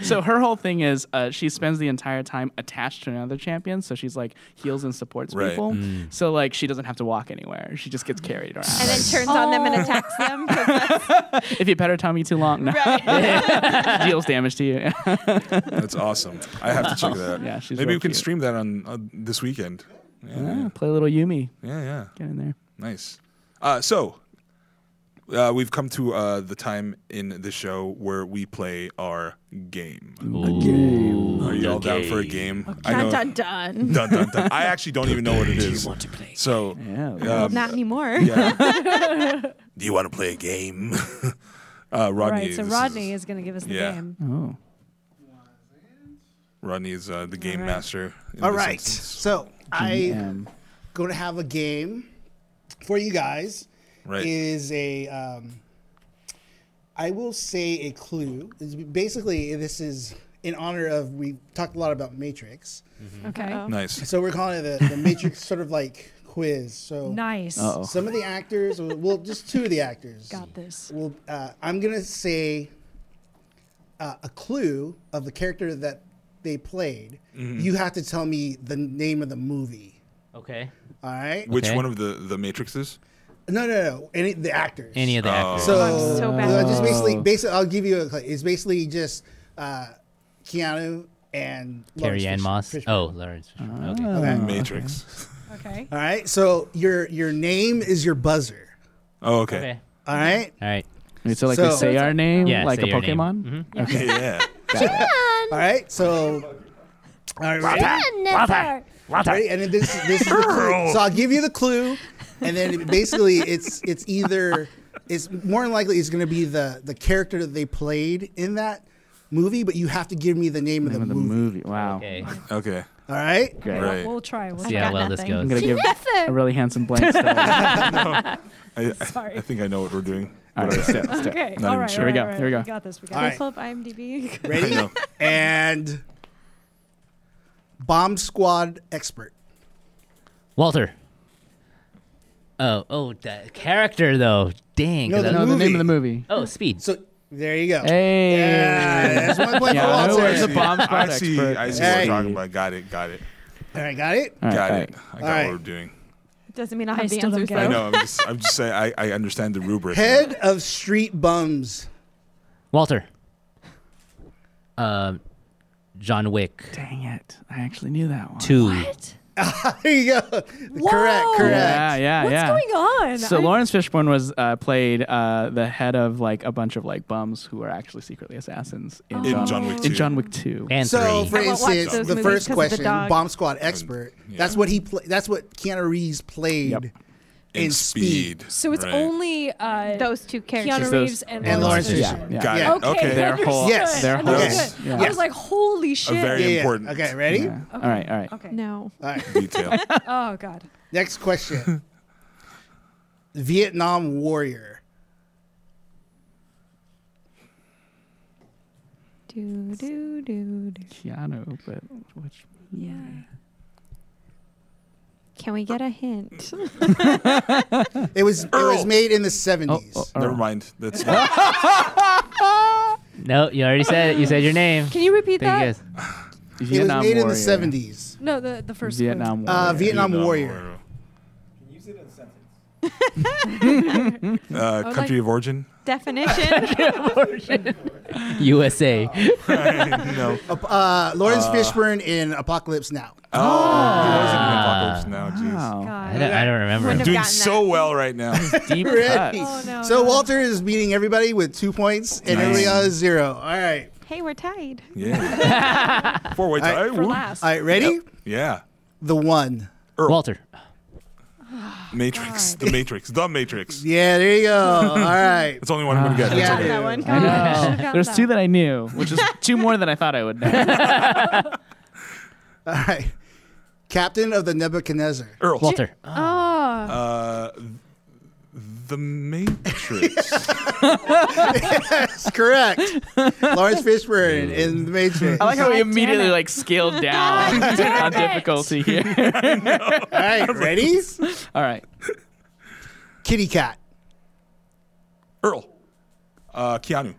Speaker 5: So her whole thing is uh, she spends the entire time attached to another champion, so she's like heals and supports
Speaker 1: Right. Mm.
Speaker 5: people. So like she doesn't have to walk anywhere; she just gets carried around.
Speaker 3: And then turns on them and attacks them. 'cause that's-
Speaker 5: if you pet her tummy too long, no. deals damage to you.
Speaker 1: That's awesome. I have to check that out.
Speaker 5: Yeah, she's
Speaker 1: Maybe
Speaker 5: real
Speaker 1: we can
Speaker 5: cute.
Speaker 1: stream that on uh, this weekend. Yeah,
Speaker 5: Play a little Yumi.
Speaker 1: yeah, yeah.
Speaker 5: Get in there.
Speaker 1: Nice. Uh, so, uh, we've come to uh, the time in the show where we play our game. Are you all down for a game? I
Speaker 7: Dun
Speaker 1: know-
Speaker 7: dun dun.
Speaker 1: Dun, dun, dun. I actually don't even know what it is.
Speaker 2: to play?
Speaker 1: So,
Speaker 5: Yeah.
Speaker 1: um,
Speaker 3: Not anymore.
Speaker 1: yeah. Do you want to play a game? uh, Rodney.
Speaker 2: right, so
Speaker 1: this
Speaker 2: Rodney
Speaker 1: is,
Speaker 2: is, going to give us the
Speaker 1: Yeah.
Speaker 2: game.
Speaker 5: oh.
Speaker 1: Rodney is uh, the game
Speaker 2: All right.
Speaker 1: master. in
Speaker 6: All
Speaker 1: this
Speaker 6: right.
Speaker 1: instance.
Speaker 6: So I
Speaker 5: Um,
Speaker 6: going to have a game for you guys.
Speaker 1: Right.
Speaker 6: Is a um, I will say a clue. It's Basically, this is in honor of we talked a lot about Matrix,
Speaker 5: Mm.
Speaker 2: Okay.
Speaker 1: Nice.
Speaker 6: so we're calling it the, the Matrix sort of like quiz. So
Speaker 2: Nice.
Speaker 5: Uh-oh.
Speaker 6: some of the actors, well, just two of the actors.
Speaker 2: Got this.
Speaker 6: Well, uh, I'm gonna say uh, a clue of the character that they played. You have to tell me the name of the movie.
Speaker 4: Okay.
Speaker 6: All right?
Speaker 1: Which
Speaker 4: Okay.
Speaker 1: one of the the matrices?
Speaker 6: No, no, no. Any the actors.
Speaker 4: Any of the Oh. actors.
Speaker 6: So,
Speaker 3: I'm so bad.
Speaker 6: uh, just basically, basically, I'll give you a. clue. It's basically just uh, Keanu and Lawrence
Speaker 4: Carrie Ann
Speaker 6: Fish-
Speaker 4: Moss.
Speaker 6: Fishburne.
Speaker 4: Oh, Lawrence. Fishburne. Oh, Okay.
Speaker 6: Okay.
Speaker 1: Matrix.
Speaker 2: Okay.
Speaker 6: All right. So your your name is your buzzer.
Speaker 1: Oh, okay.
Speaker 4: Okay.
Speaker 6: All right.
Speaker 4: All right.
Speaker 5: Wait, so like
Speaker 6: So-
Speaker 5: we say our name,
Speaker 4: Yeah.
Speaker 5: like
Speaker 4: say
Speaker 5: a
Speaker 4: your name.
Speaker 5: Pokemon.
Speaker 4: Mhm.
Speaker 1: Okay, yeah.
Speaker 6: All right. So. All right. Ready? And then this, this is the clue. So I'll give you the clue, and then it- basically it's it's either it's more than likely it's going to be the the character that they played in that movie, but you have to give me the name, of the
Speaker 5: Name of the
Speaker 6: movie.
Speaker 5: movie. Wow.
Speaker 4: Okay.
Speaker 1: Okay.
Speaker 6: All right.
Speaker 5: Great.
Speaker 1: Right.
Speaker 2: We'll try. We'll
Speaker 4: See how
Speaker 3: got
Speaker 4: well
Speaker 3: nothing.
Speaker 5: I'm
Speaker 4: this
Speaker 5: gonna
Speaker 4: goes.
Speaker 5: give a really handsome blank. stare.
Speaker 1: I, I,
Speaker 2: Sorry.
Speaker 1: I think I know what we're doing.
Speaker 5: All right, step, step.
Speaker 2: Okay.
Speaker 1: Not
Speaker 2: all
Speaker 1: even
Speaker 2: right.
Speaker 1: sure.
Speaker 2: all
Speaker 5: Here we
Speaker 2: right,
Speaker 5: go,
Speaker 2: all
Speaker 5: here we
Speaker 2: right.
Speaker 5: go.
Speaker 2: got this. We got
Speaker 6: All right.
Speaker 3: Pull up IMDb.
Speaker 1: I
Speaker 6: Ready?
Speaker 1: know.
Speaker 6: And bomb squad expert.
Speaker 4: Walter. Oh, oh, the character though. Dang.
Speaker 6: No,
Speaker 4: 'cause I-
Speaker 5: No, the name of the movie.
Speaker 4: oh, speed.
Speaker 6: So there you go.
Speaker 5: Hey.
Speaker 6: Yeah, that's one point
Speaker 5: Yeah, I
Speaker 6: for
Speaker 5: know where
Speaker 1: I
Speaker 5: There's the-
Speaker 6: Walter.
Speaker 5: a
Speaker 1: see-
Speaker 5: bomb
Speaker 1: I
Speaker 5: squad
Speaker 1: see,
Speaker 5: expert.
Speaker 1: I see what
Speaker 6: Hey.
Speaker 1: we're talking about. Got it. Got it.
Speaker 6: All right, got it.
Speaker 5: All right,
Speaker 1: Got
Speaker 5: all
Speaker 1: it.
Speaker 5: right.
Speaker 1: I got
Speaker 6: All right.
Speaker 1: what we're doing.
Speaker 3: Doesn't mean I
Speaker 2: I
Speaker 3: have the
Speaker 2: still don't
Speaker 3: answers
Speaker 2: get
Speaker 3: though.
Speaker 1: I know. I'm just, I'm just saying. I, I understand the rubric.
Speaker 6: Head of street bums.
Speaker 4: Walter. Um, John Wick.
Speaker 5: Dang it! I actually knew that one.
Speaker 4: Two.
Speaker 6: There you go. Correct. Correct.
Speaker 5: Yeah, yeah,
Speaker 2: What's
Speaker 5: yeah.
Speaker 2: going on?
Speaker 5: So
Speaker 2: I-
Speaker 5: Lawrence Fishburne was uh, played uh, the head of like a bunch of like bums who are actually secretly assassins in,
Speaker 1: In John Wick
Speaker 5: in
Speaker 1: 2.
Speaker 5: John Wick Two.
Speaker 4: And
Speaker 6: So,
Speaker 4: three.
Speaker 6: for
Speaker 3: I won't watch
Speaker 6: instance,
Speaker 3: those
Speaker 6: the
Speaker 3: movies 'cause
Speaker 6: first
Speaker 3: of the
Speaker 6: question,
Speaker 3: dog.
Speaker 6: Bomb Squad expert.
Speaker 1: Um, yeah.
Speaker 6: That's what he. Pla- that's what Keanu Reeves played
Speaker 5: Yep.
Speaker 1: in,
Speaker 6: in
Speaker 1: speed.
Speaker 6: Speed.
Speaker 2: So it's
Speaker 1: Right.
Speaker 2: only uh,
Speaker 3: Those two
Speaker 2: Keanu
Speaker 3: characters.
Speaker 5: those-
Speaker 2: Reeves and,
Speaker 6: and Lawrence
Speaker 2: Fishburne.
Speaker 6: Fishburne.
Speaker 5: Yeah.
Speaker 1: Got
Speaker 6: Yeah.
Speaker 1: it.
Speaker 2: Okay,
Speaker 1: Okay.
Speaker 5: Their whole-
Speaker 2: yes,
Speaker 6: their
Speaker 5: whole-
Speaker 6: Yes.
Speaker 2: I was like, holy shit.
Speaker 1: very-
Speaker 6: Yeah, yeah.
Speaker 1: important.
Speaker 6: Okay, ready?
Speaker 5: Yeah. All right, all right.
Speaker 2: okay.
Speaker 3: No.
Speaker 6: All right.
Speaker 1: Detail.
Speaker 2: Oh god.
Speaker 6: Next question. Vietnam Warrior.
Speaker 3: Do do do do.
Speaker 5: Keanu, but which?
Speaker 2: Yeah.
Speaker 3: Can we get a hint?
Speaker 6: It was it
Speaker 1: Earl.
Speaker 6: was made in the
Speaker 5: Oh,
Speaker 6: seventies.
Speaker 5: oh,
Speaker 1: Never
Speaker 5: oh.
Speaker 1: mind. That's not,
Speaker 4: No, you already said it. You said your name.
Speaker 2: Can you repeat
Speaker 4: Thank you
Speaker 2: that?
Speaker 4: guys.
Speaker 6: It was
Speaker 5: Vietnam
Speaker 6: made in
Speaker 5: Warrior.
Speaker 6: the seventies.
Speaker 2: No, the the first clue.
Speaker 5: Vietnam War.
Speaker 6: Uh, Vietnam
Speaker 1: Vietnam
Speaker 6: Warrior.
Speaker 1: Uh, country of origin?
Speaker 3: Definition.
Speaker 4: USA.
Speaker 1: no.
Speaker 6: Ap- Uh, Lawrence Fishburne in Apocalypse Now.
Speaker 1: Oh, it wasn't an apocalypse now. Jeez.
Speaker 2: Uh,
Speaker 5: wow.
Speaker 4: I don't, I don't remember.
Speaker 3: Wouldn't have
Speaker 1: Doing
Speaker 3: gotten
Speaker 1: so
Speaker 3: that.
Speaker 1: well right now.
Speaker 5: Deep
Speaker 6: Ready?
Speaker 5: cuts.
Speaker 2: Oh no.
Speaker 6: so
Speaker 2: no.
Speaker 6: Walter is beating everybody with two points, and everybody else is zero. All right.
Speaker 3: Hey, we're tied.
Speaker 1: Yeah. Four way tie.
Speaker 2: for
Speaker 1: Woo.
Speaker 2: last.
Speaker 6: All right. Ready?
Speaker 1: Yeah.
Speaker 6: The one.
Speaker 4: Walter.
Speaker 1: Matrix. The Matrix. The Matrix.
Speaker 6: Oh, Yeah. There you go. All right.
Speaker 1: That's the only one I'm going to get. That's
Speaker 6: Yeah.
Speaker 1: all.
Speaker 3: That one.
Speaker 5: I
Speaker 2: should've
Speaker 5: know.
Speaker 2: gotten
Speaker 5: There's
Speaker 2: that.
Speaker 5: two that I knew, which is two more than I thought I would know.
Speaker 6: All right. Captain of the Nebuchadnezzar.
Speaker 1: Earl.
Speaker 4: Walter.
Speaker 2: Oh.
Speaker 1: Uh, the Matrix.
Speaker 6: That's correct. Lawrence Fishburne in The Matrix.
Speaker 5: I like how we
Speaker 2: God damn
Speaker 5: immediately
Speaker 2: it.
Speaker 5: like scaled down on difficulty here.
Speaker 6: All right, ready?
Speaker 5: All right.
Speaker 6: Kitty Cat.
Speaker 1: Earl. Uh, Keanu.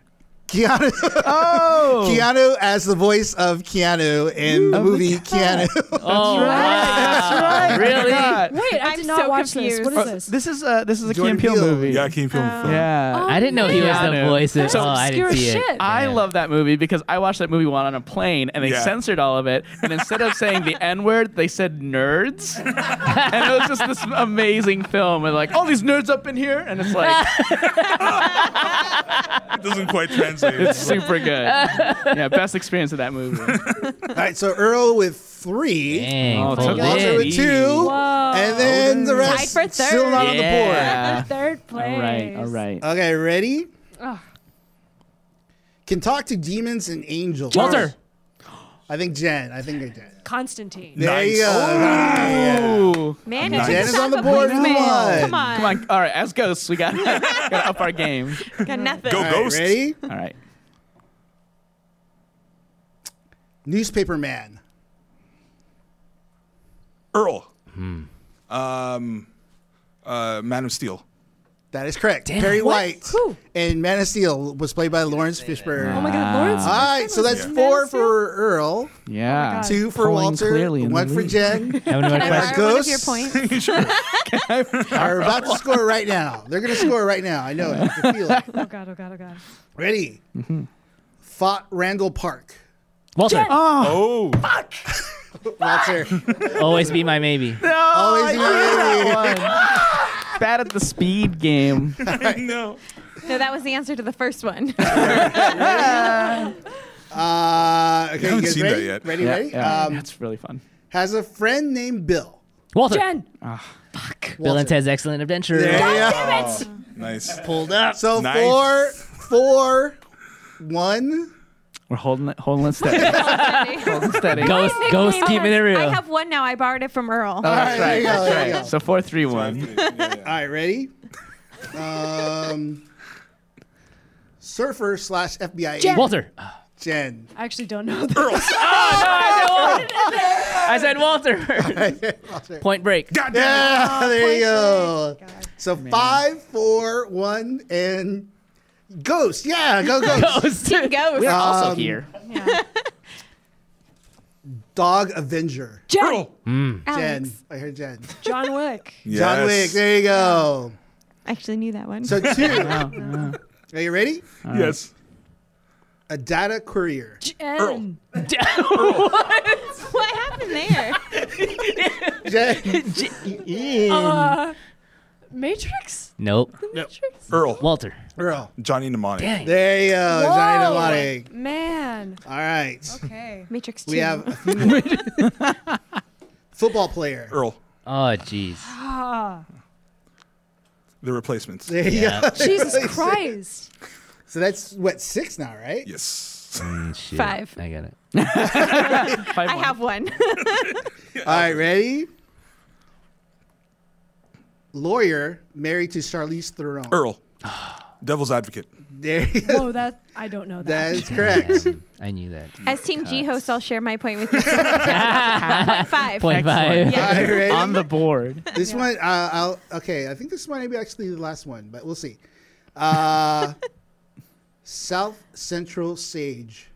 Speaker 6: Keanu,
Speaker 5: Oh,
Speaker 6: Keanu as the voice of Keanu in the
Speaker 5: Oh my
Speaker 6: movie Keanu.
Speaker 4: oh, wow.
Speaker 5: That's right. I
Speaker 4: Really?
Speaker 5: forgot.
Speaker 2: Wait, I
Speaker 3: I'm
Speaker 2: did not
Speaker 3: so
Speaker 2: watch
Speaker 3: confused.
Speaker 2: this. What is this?
Speaker 5: Oh This is uh, this is a
Speaker 6: Jordan
Speaker 5: Jordan Peele
Speaker 6: Peele.
Speaker 5: movie.
Speaker 1: Yeah, King Film. film.
Speaker 5: Yeah.
Speaker 2: Oh,
Speaker 4: I didn't know he was the
Speaker 5: Keanu.
Speaker 4: voice. Of,
Speaker 2: That's
Speaker 4: oh, I didn't
Speaker 2: obscure
Speaker 4: see it.
Speaker 2: shit.
Speaker 5: I
Speaker 4: Yeah.
Speaker 5: love that movie because I watched that movie while on a plane and they
Speaker 1: Yeah.
Speaker 5: censored all of it. And instead of saying the N word, they said nerds. and it was just this amazing film. And like, all these nerds up in here. And it's like,
Speaker 1: It doesn't quite translate.
Speaker 5: it's
Speaker 1: It's like-
Speaker 5: super good. Yeah, best experience of that movie.
Speaker 6: All right, so Earl with three.
Speaker 4: Dang,
Speaker 5: Oh,
Speaker 4: full
Speaker 5: took
Speaker 4: lit.
Speaker 6: Walter with
Speaker 5: Lee.
Speaker 6: two,
Speaker 2: Whoa.
Speaker 6: and then the
Speaker 3: Tied
Speaker 6: rest
Speaker 3: for third.
Speaker 6: still not on
Speaker 5: Yeah.
Speaker 2: Third place.
Speaker 5: All right, all right.
Speaker 6: the board. Okay, ready?
Speaker 2: Ugh.
Speaker 6: Can talk to demons and angels.
Speaker 5: Walter.
Speaker 6: I think Jen. I think I did.
Speaker 2: Constantine.
Speaker 6: There
Speaker 1: Nice.
Speaker 6: you go. Yeah.
Speaker 5: Ooh.
Speaker 3: Man,
Speaker 1: Nice.
Speaker 3: you
Speaker 1: Jen
Speaker 3: took
Speaker 6: is
Speaker 3: us
Speaker 6: on the
Speaker 3: off a
Speaker 6: board
Speaker 3: placement.
Speaker 6: for one.
Speaker 3: Come on.
Speaker 5: Come on. All right, as ghosts, we got to up our game.
Speaker 3: Got nothing.
Speaker 1: Go,
Speaker 6: All right,
Speaker 1: Ghosts.
Speaker 6: ready?
Speaker 5: All right.
Speaker 6: Newspaper man.
Speaker 1: Earl. Um, uh, Man of Steel.
Speaker 6: That is correct. Perry White
Speaker 2: Who?
Speaker 6: and Man of Steel was played by Lawrence Fishburne.
Speaker 2: Oh my God, Lawrence.
Speaker 6: All right, so that's four for Earl,
Speaker 5: Yeah.
Speaker 2: God.
Speaker 6: two for
Speaker 5: Pulling
Speaker 6: Walter,
Speaker 5: clearly in the
Speaker 6: one for
Speaker 5: lead.
Speaker 6: Jen.
Speaker 4: Have any more
Speaker 3: Can I
Speaker 6: Alright,
Speaker 4: questions?
Speaker 3: borrow one of your
Speaker 6: ghosts.
Speaker 3: points?
Speaker 1: sure.
Speaker 6: Are about to score right now. They're going to score right now. I know it. I can feel it.
Speaker 2: Oh God. Oh God. Oh God.
Speaker 6: Ready? Fought Randall Park.
Speaker 4: Walter,
Speaker 1: Oh,
Speaker 6: Walter.
Speaker 4: always be my maybe.
Speaker 6: Always be ready.
Speaker 5: Bad at the speed game.
Speaker 1: no.
Speaker 3: No, that was the answer to the first one.
Speaker 6: Uh, okay,
Speaker 1: haven't
Speaker 6: you guys
Speaker 1: seen that
Speaker 6: ready?
Speaker 1: yet.
Speaker 6: Ready,
Speaker 5: Yeah,
Speaker 6: ready?
Speaker 5: yeah.
Speaker 6: Um,
Speaker 5: That's really fun.
Speaker 6: has a friend named Bill.
Speaker 4: Walter,
Speaker 2: Jen.
Speaker 4: Bill and
Speaker 6: Walter.
Speaker 4: Ted's Excellent Adventure.
Speaker 6: There you go.
Speaker 1: Nice.
Speaker 6: Pulled up. So
Speaker 1: Nice.
Speaker 6: four, four, one.
Speaker 5: We're holding it, holding it steady. holding it steady.
Speaker 4: Ghost,
Speaker 3: Nickname
Speaker 4: ghost,
Speaker 3: has-
Speaker 4: keeping it
Speaker 3: I
Speaker 4: real.
Speaker 3: have one now. I borrowed it from Earl.
Speaker 5: Oh,
Speaker 6: All
Speaker 5: that's
Speaker 6: right, there
Speaker 5: right.
Speaker 6: you go,
Speaker 5: That's
Speaker 6: there you
Speaker 5: right.
Speaker 6: go.
Speaker 5: So four, three, one.
Speaker 6: All right, ready? Um, surfer slash FBI agent.
Speaker 4: Walter.
Speaker 6: Jen.
Speaker 2: I actually don't know. That.
Speaker 4: I said Walter.
Speaker 6: Walter.
Speaker 4: Point Break.
Speaker 1: God damn it.
Speaker 6: Yeah,
Speaker 2: Oh,
Speaker 6: there you go. So five, four, one, and Ghost. Yeah, go Ghost.
Speaker 4: Ghost.
Speaker 3: Ghost.
Speaker 5: We're also
Speaker 6: Um,
Speaker 5: here.
Speaker 6: Dog Avenger.
Speaker 2: Jen.
Speaker 4: Hmm,
Speaker 6: Jen.
Speaker 3: Alex.
Speaker 6: I heard Jen.
Speaker 2: John Wick.
Speaker 6: John Wick.
Speaker 1: Yes.
Speaker 6: There you go.
Speaker 3: I actually knew that one.
Speaker 6: So two. Are you ready?
Speaker 1: Yes.
Speaker 6: A data courier.
Speaker 2: Jen.
Speaker 3: what happened there?
Speaker 6: Jen.
Speaker 2: Uh, Matrix.
Speaker 4: Nope.
Speaker 2: Matrix.
Speaker 1: Earl.
Speaker 4: Walter.
Speaker 6: Earl.
Speaker 1: Johnny Mnemonic.
Speaker 4: Dang.
Speaker 6: There you go. Johnny
Speaker 2: Uh. Whoa.
Speaker 6: Mnemonic.
Speaker 2: Man.
Speaker 6: All right.
Speaker 2: Okay.
Speaker 3: Matrix 2.
Speaker 6: We have a few more. football player.
Speaker 1: Earl.
Speaker 4: Oh, jeez.
Speaker 2: Ah.
Speaker 1: The replacements.
Speaker 6: There you go.
Speaker 2: Jesus Christ.
Speaker 6: So that's what six now, right?
Speaker 1: Yes.
Speaker 4: Mm, shit.
Speaker 3: Five.
Speaker 4: I got it.
Speaker 5: Five,
Speaker 3: I
Speaker 5: one.
Speaker 3: have one.
Speaker 6: All right, ready? Lawyer married to Charlize Theron.
Speaker 1: Earl. Devil's Advocate.
Speaker 6: There you go.
Speaker 2: Whoa. Oh, That I don't know
Speaker 6: That
Speaker 2: that.
Speaker 6: is correct.
Speaker 4: Damn, I knew that.
Speaker 3: As Team G host, I'll share my point with you. Five.
Speaker 4: Point five.
Speaker 6: All right, ready?
Speaker 5: On the board.
Speaker 6: This one, uh, I'll, okay, I think this might be actually the last one, but we'll see. Uh, South Central Sage.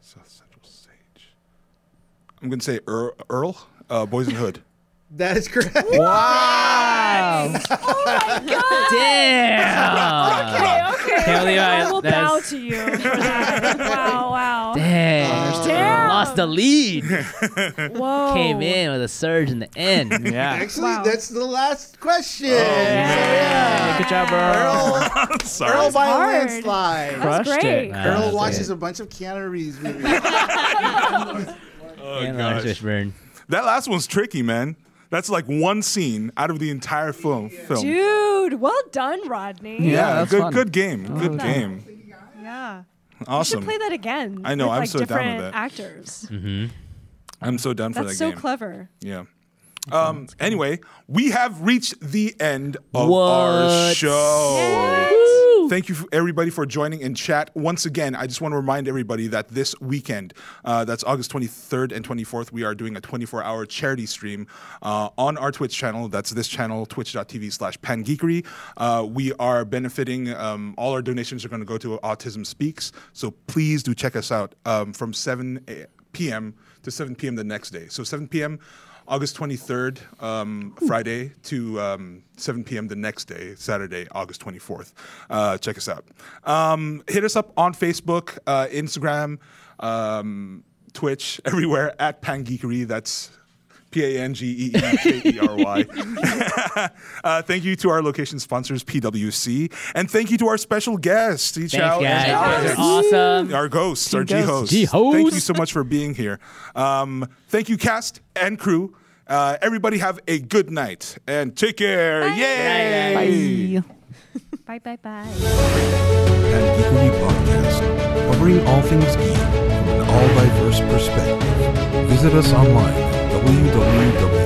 Speaker 1: South Central Sage. I'm going to say Earl. Earl? Uh, Boys in the Hood.
Speaker 6: That is correct.
Speaker 4: Damn.
Speaker 2: Okay.
Speaker 4: Can't believe I-
Speaker 2: I will
Speaker 4: that's-
Speaker 2: bow to you. for that. wow. Wow.
Speaker 6: Oh,
Speaker 4: Dang.
Speaker 2: Damn.
Speaker 4: Lost the lead.
Speaker 2: Whoa.
Speaker 4: Came in with a surge in the end.
Speaker 5: Yeah.
Speaker 6: Actually,
Speaker 2: Wow.
Speaker 6: that's the last question.
Speaker 5: Oh, Hey, good job, Earl.
Speaker 6: Earl,
Speaker 1: Sorry.
Speaker 6: Earl by
Speaker 2: hard.
Speaker 6: a landslide.
Speaker 2: That's
Speaker 5: Crushed
Speaker 2: great.
Speaker 5: it.
Speaker 4: Nah,
Speaker 6: Earl
Speaker 4: that's
Speaker 6: watches
Speaker 4: it.
Speaker 6: a bunch of Keanu Reeves movies.
Speaker 1: Oh,
Speaker 4: And
Speaker 1: gosh.
Speaker 4: Lawrence Fishburne.
Speaker 1: That last one's tricky, man. That's like one scene out of the entire film. film.
Speaker 2: Dude, well done, Rodney.
Speaker 5: Yeah.
Speaker 1: Yeah,
Speaker 5: that's
Speaker 1: good,
Speaker 5: fun.
Speaker 1: good game. Good game.
Speaker 2: Yeah. You should
Speaker 1: Awesome.
Speaker 2: play that again.
Speaker 1: I know,
Speaker 2: with,
Speaker 1: I'm
Speaker 2: like,
Speaker 1: so down with
Speaker 2: different
Speaker 1: that.
Speaker 2: Actors.
Speaker 1: I'm so done for
Speaker 2: That's
Speaker 1: that
Speaker 2: so
Speaker 1: game.
Speaker 2: clever.
Speaker 1: Yeah. Um, anyway, we have reached the end of
Speaker 4: What?
Speaker 1: our show. Thank you, f- everybody, for joining in chat. Once again, I just want to remind everybody that this weekend, uh, that's August 23rd and 24th, we are doing a 24 hour charity stream uh, on our Twitch channel. That's this channel, twitch.tv slash pangeekery. Uh, we are benefiting, um, all our donations are going to go to Autism Speaks. So please do check us out um, from 7 a- p.m. to 7 p.m. the next day. So 7 p.m. August 23rd, um, Friday, to um, 7 p.m. the next day, Saturday, August 24th. Uh, check us out. Um, hit us up on Facebook, uh, Instagram, um, Twitch, everywhere at Pangeekery. That's P A N G E E K E R Y. Uh, Thank you to our location sponsors, PWC. And thank you to our special guests, Yi Chao
Speaker 4: Thanks,
Speaker 1: and
Speaker 4: guys. You guys
Speaker 1: Alex
Speaker 4: are awesome.
Speaker 1: our ghosts, our G
Speaker 5: ghosts.
Speaker 1: hosts.
Speaker 4: G-hosts.
Speaker 1: Thank you so much for being here. Um, thank you, cast and crew. Uh, everybody have a good night and take care. Yay!
Speaker 2: Bye, bye, bye.
Speaker 7: and Geekery podcast, covering all things geek from an all diverse perspective. Visit us online at www.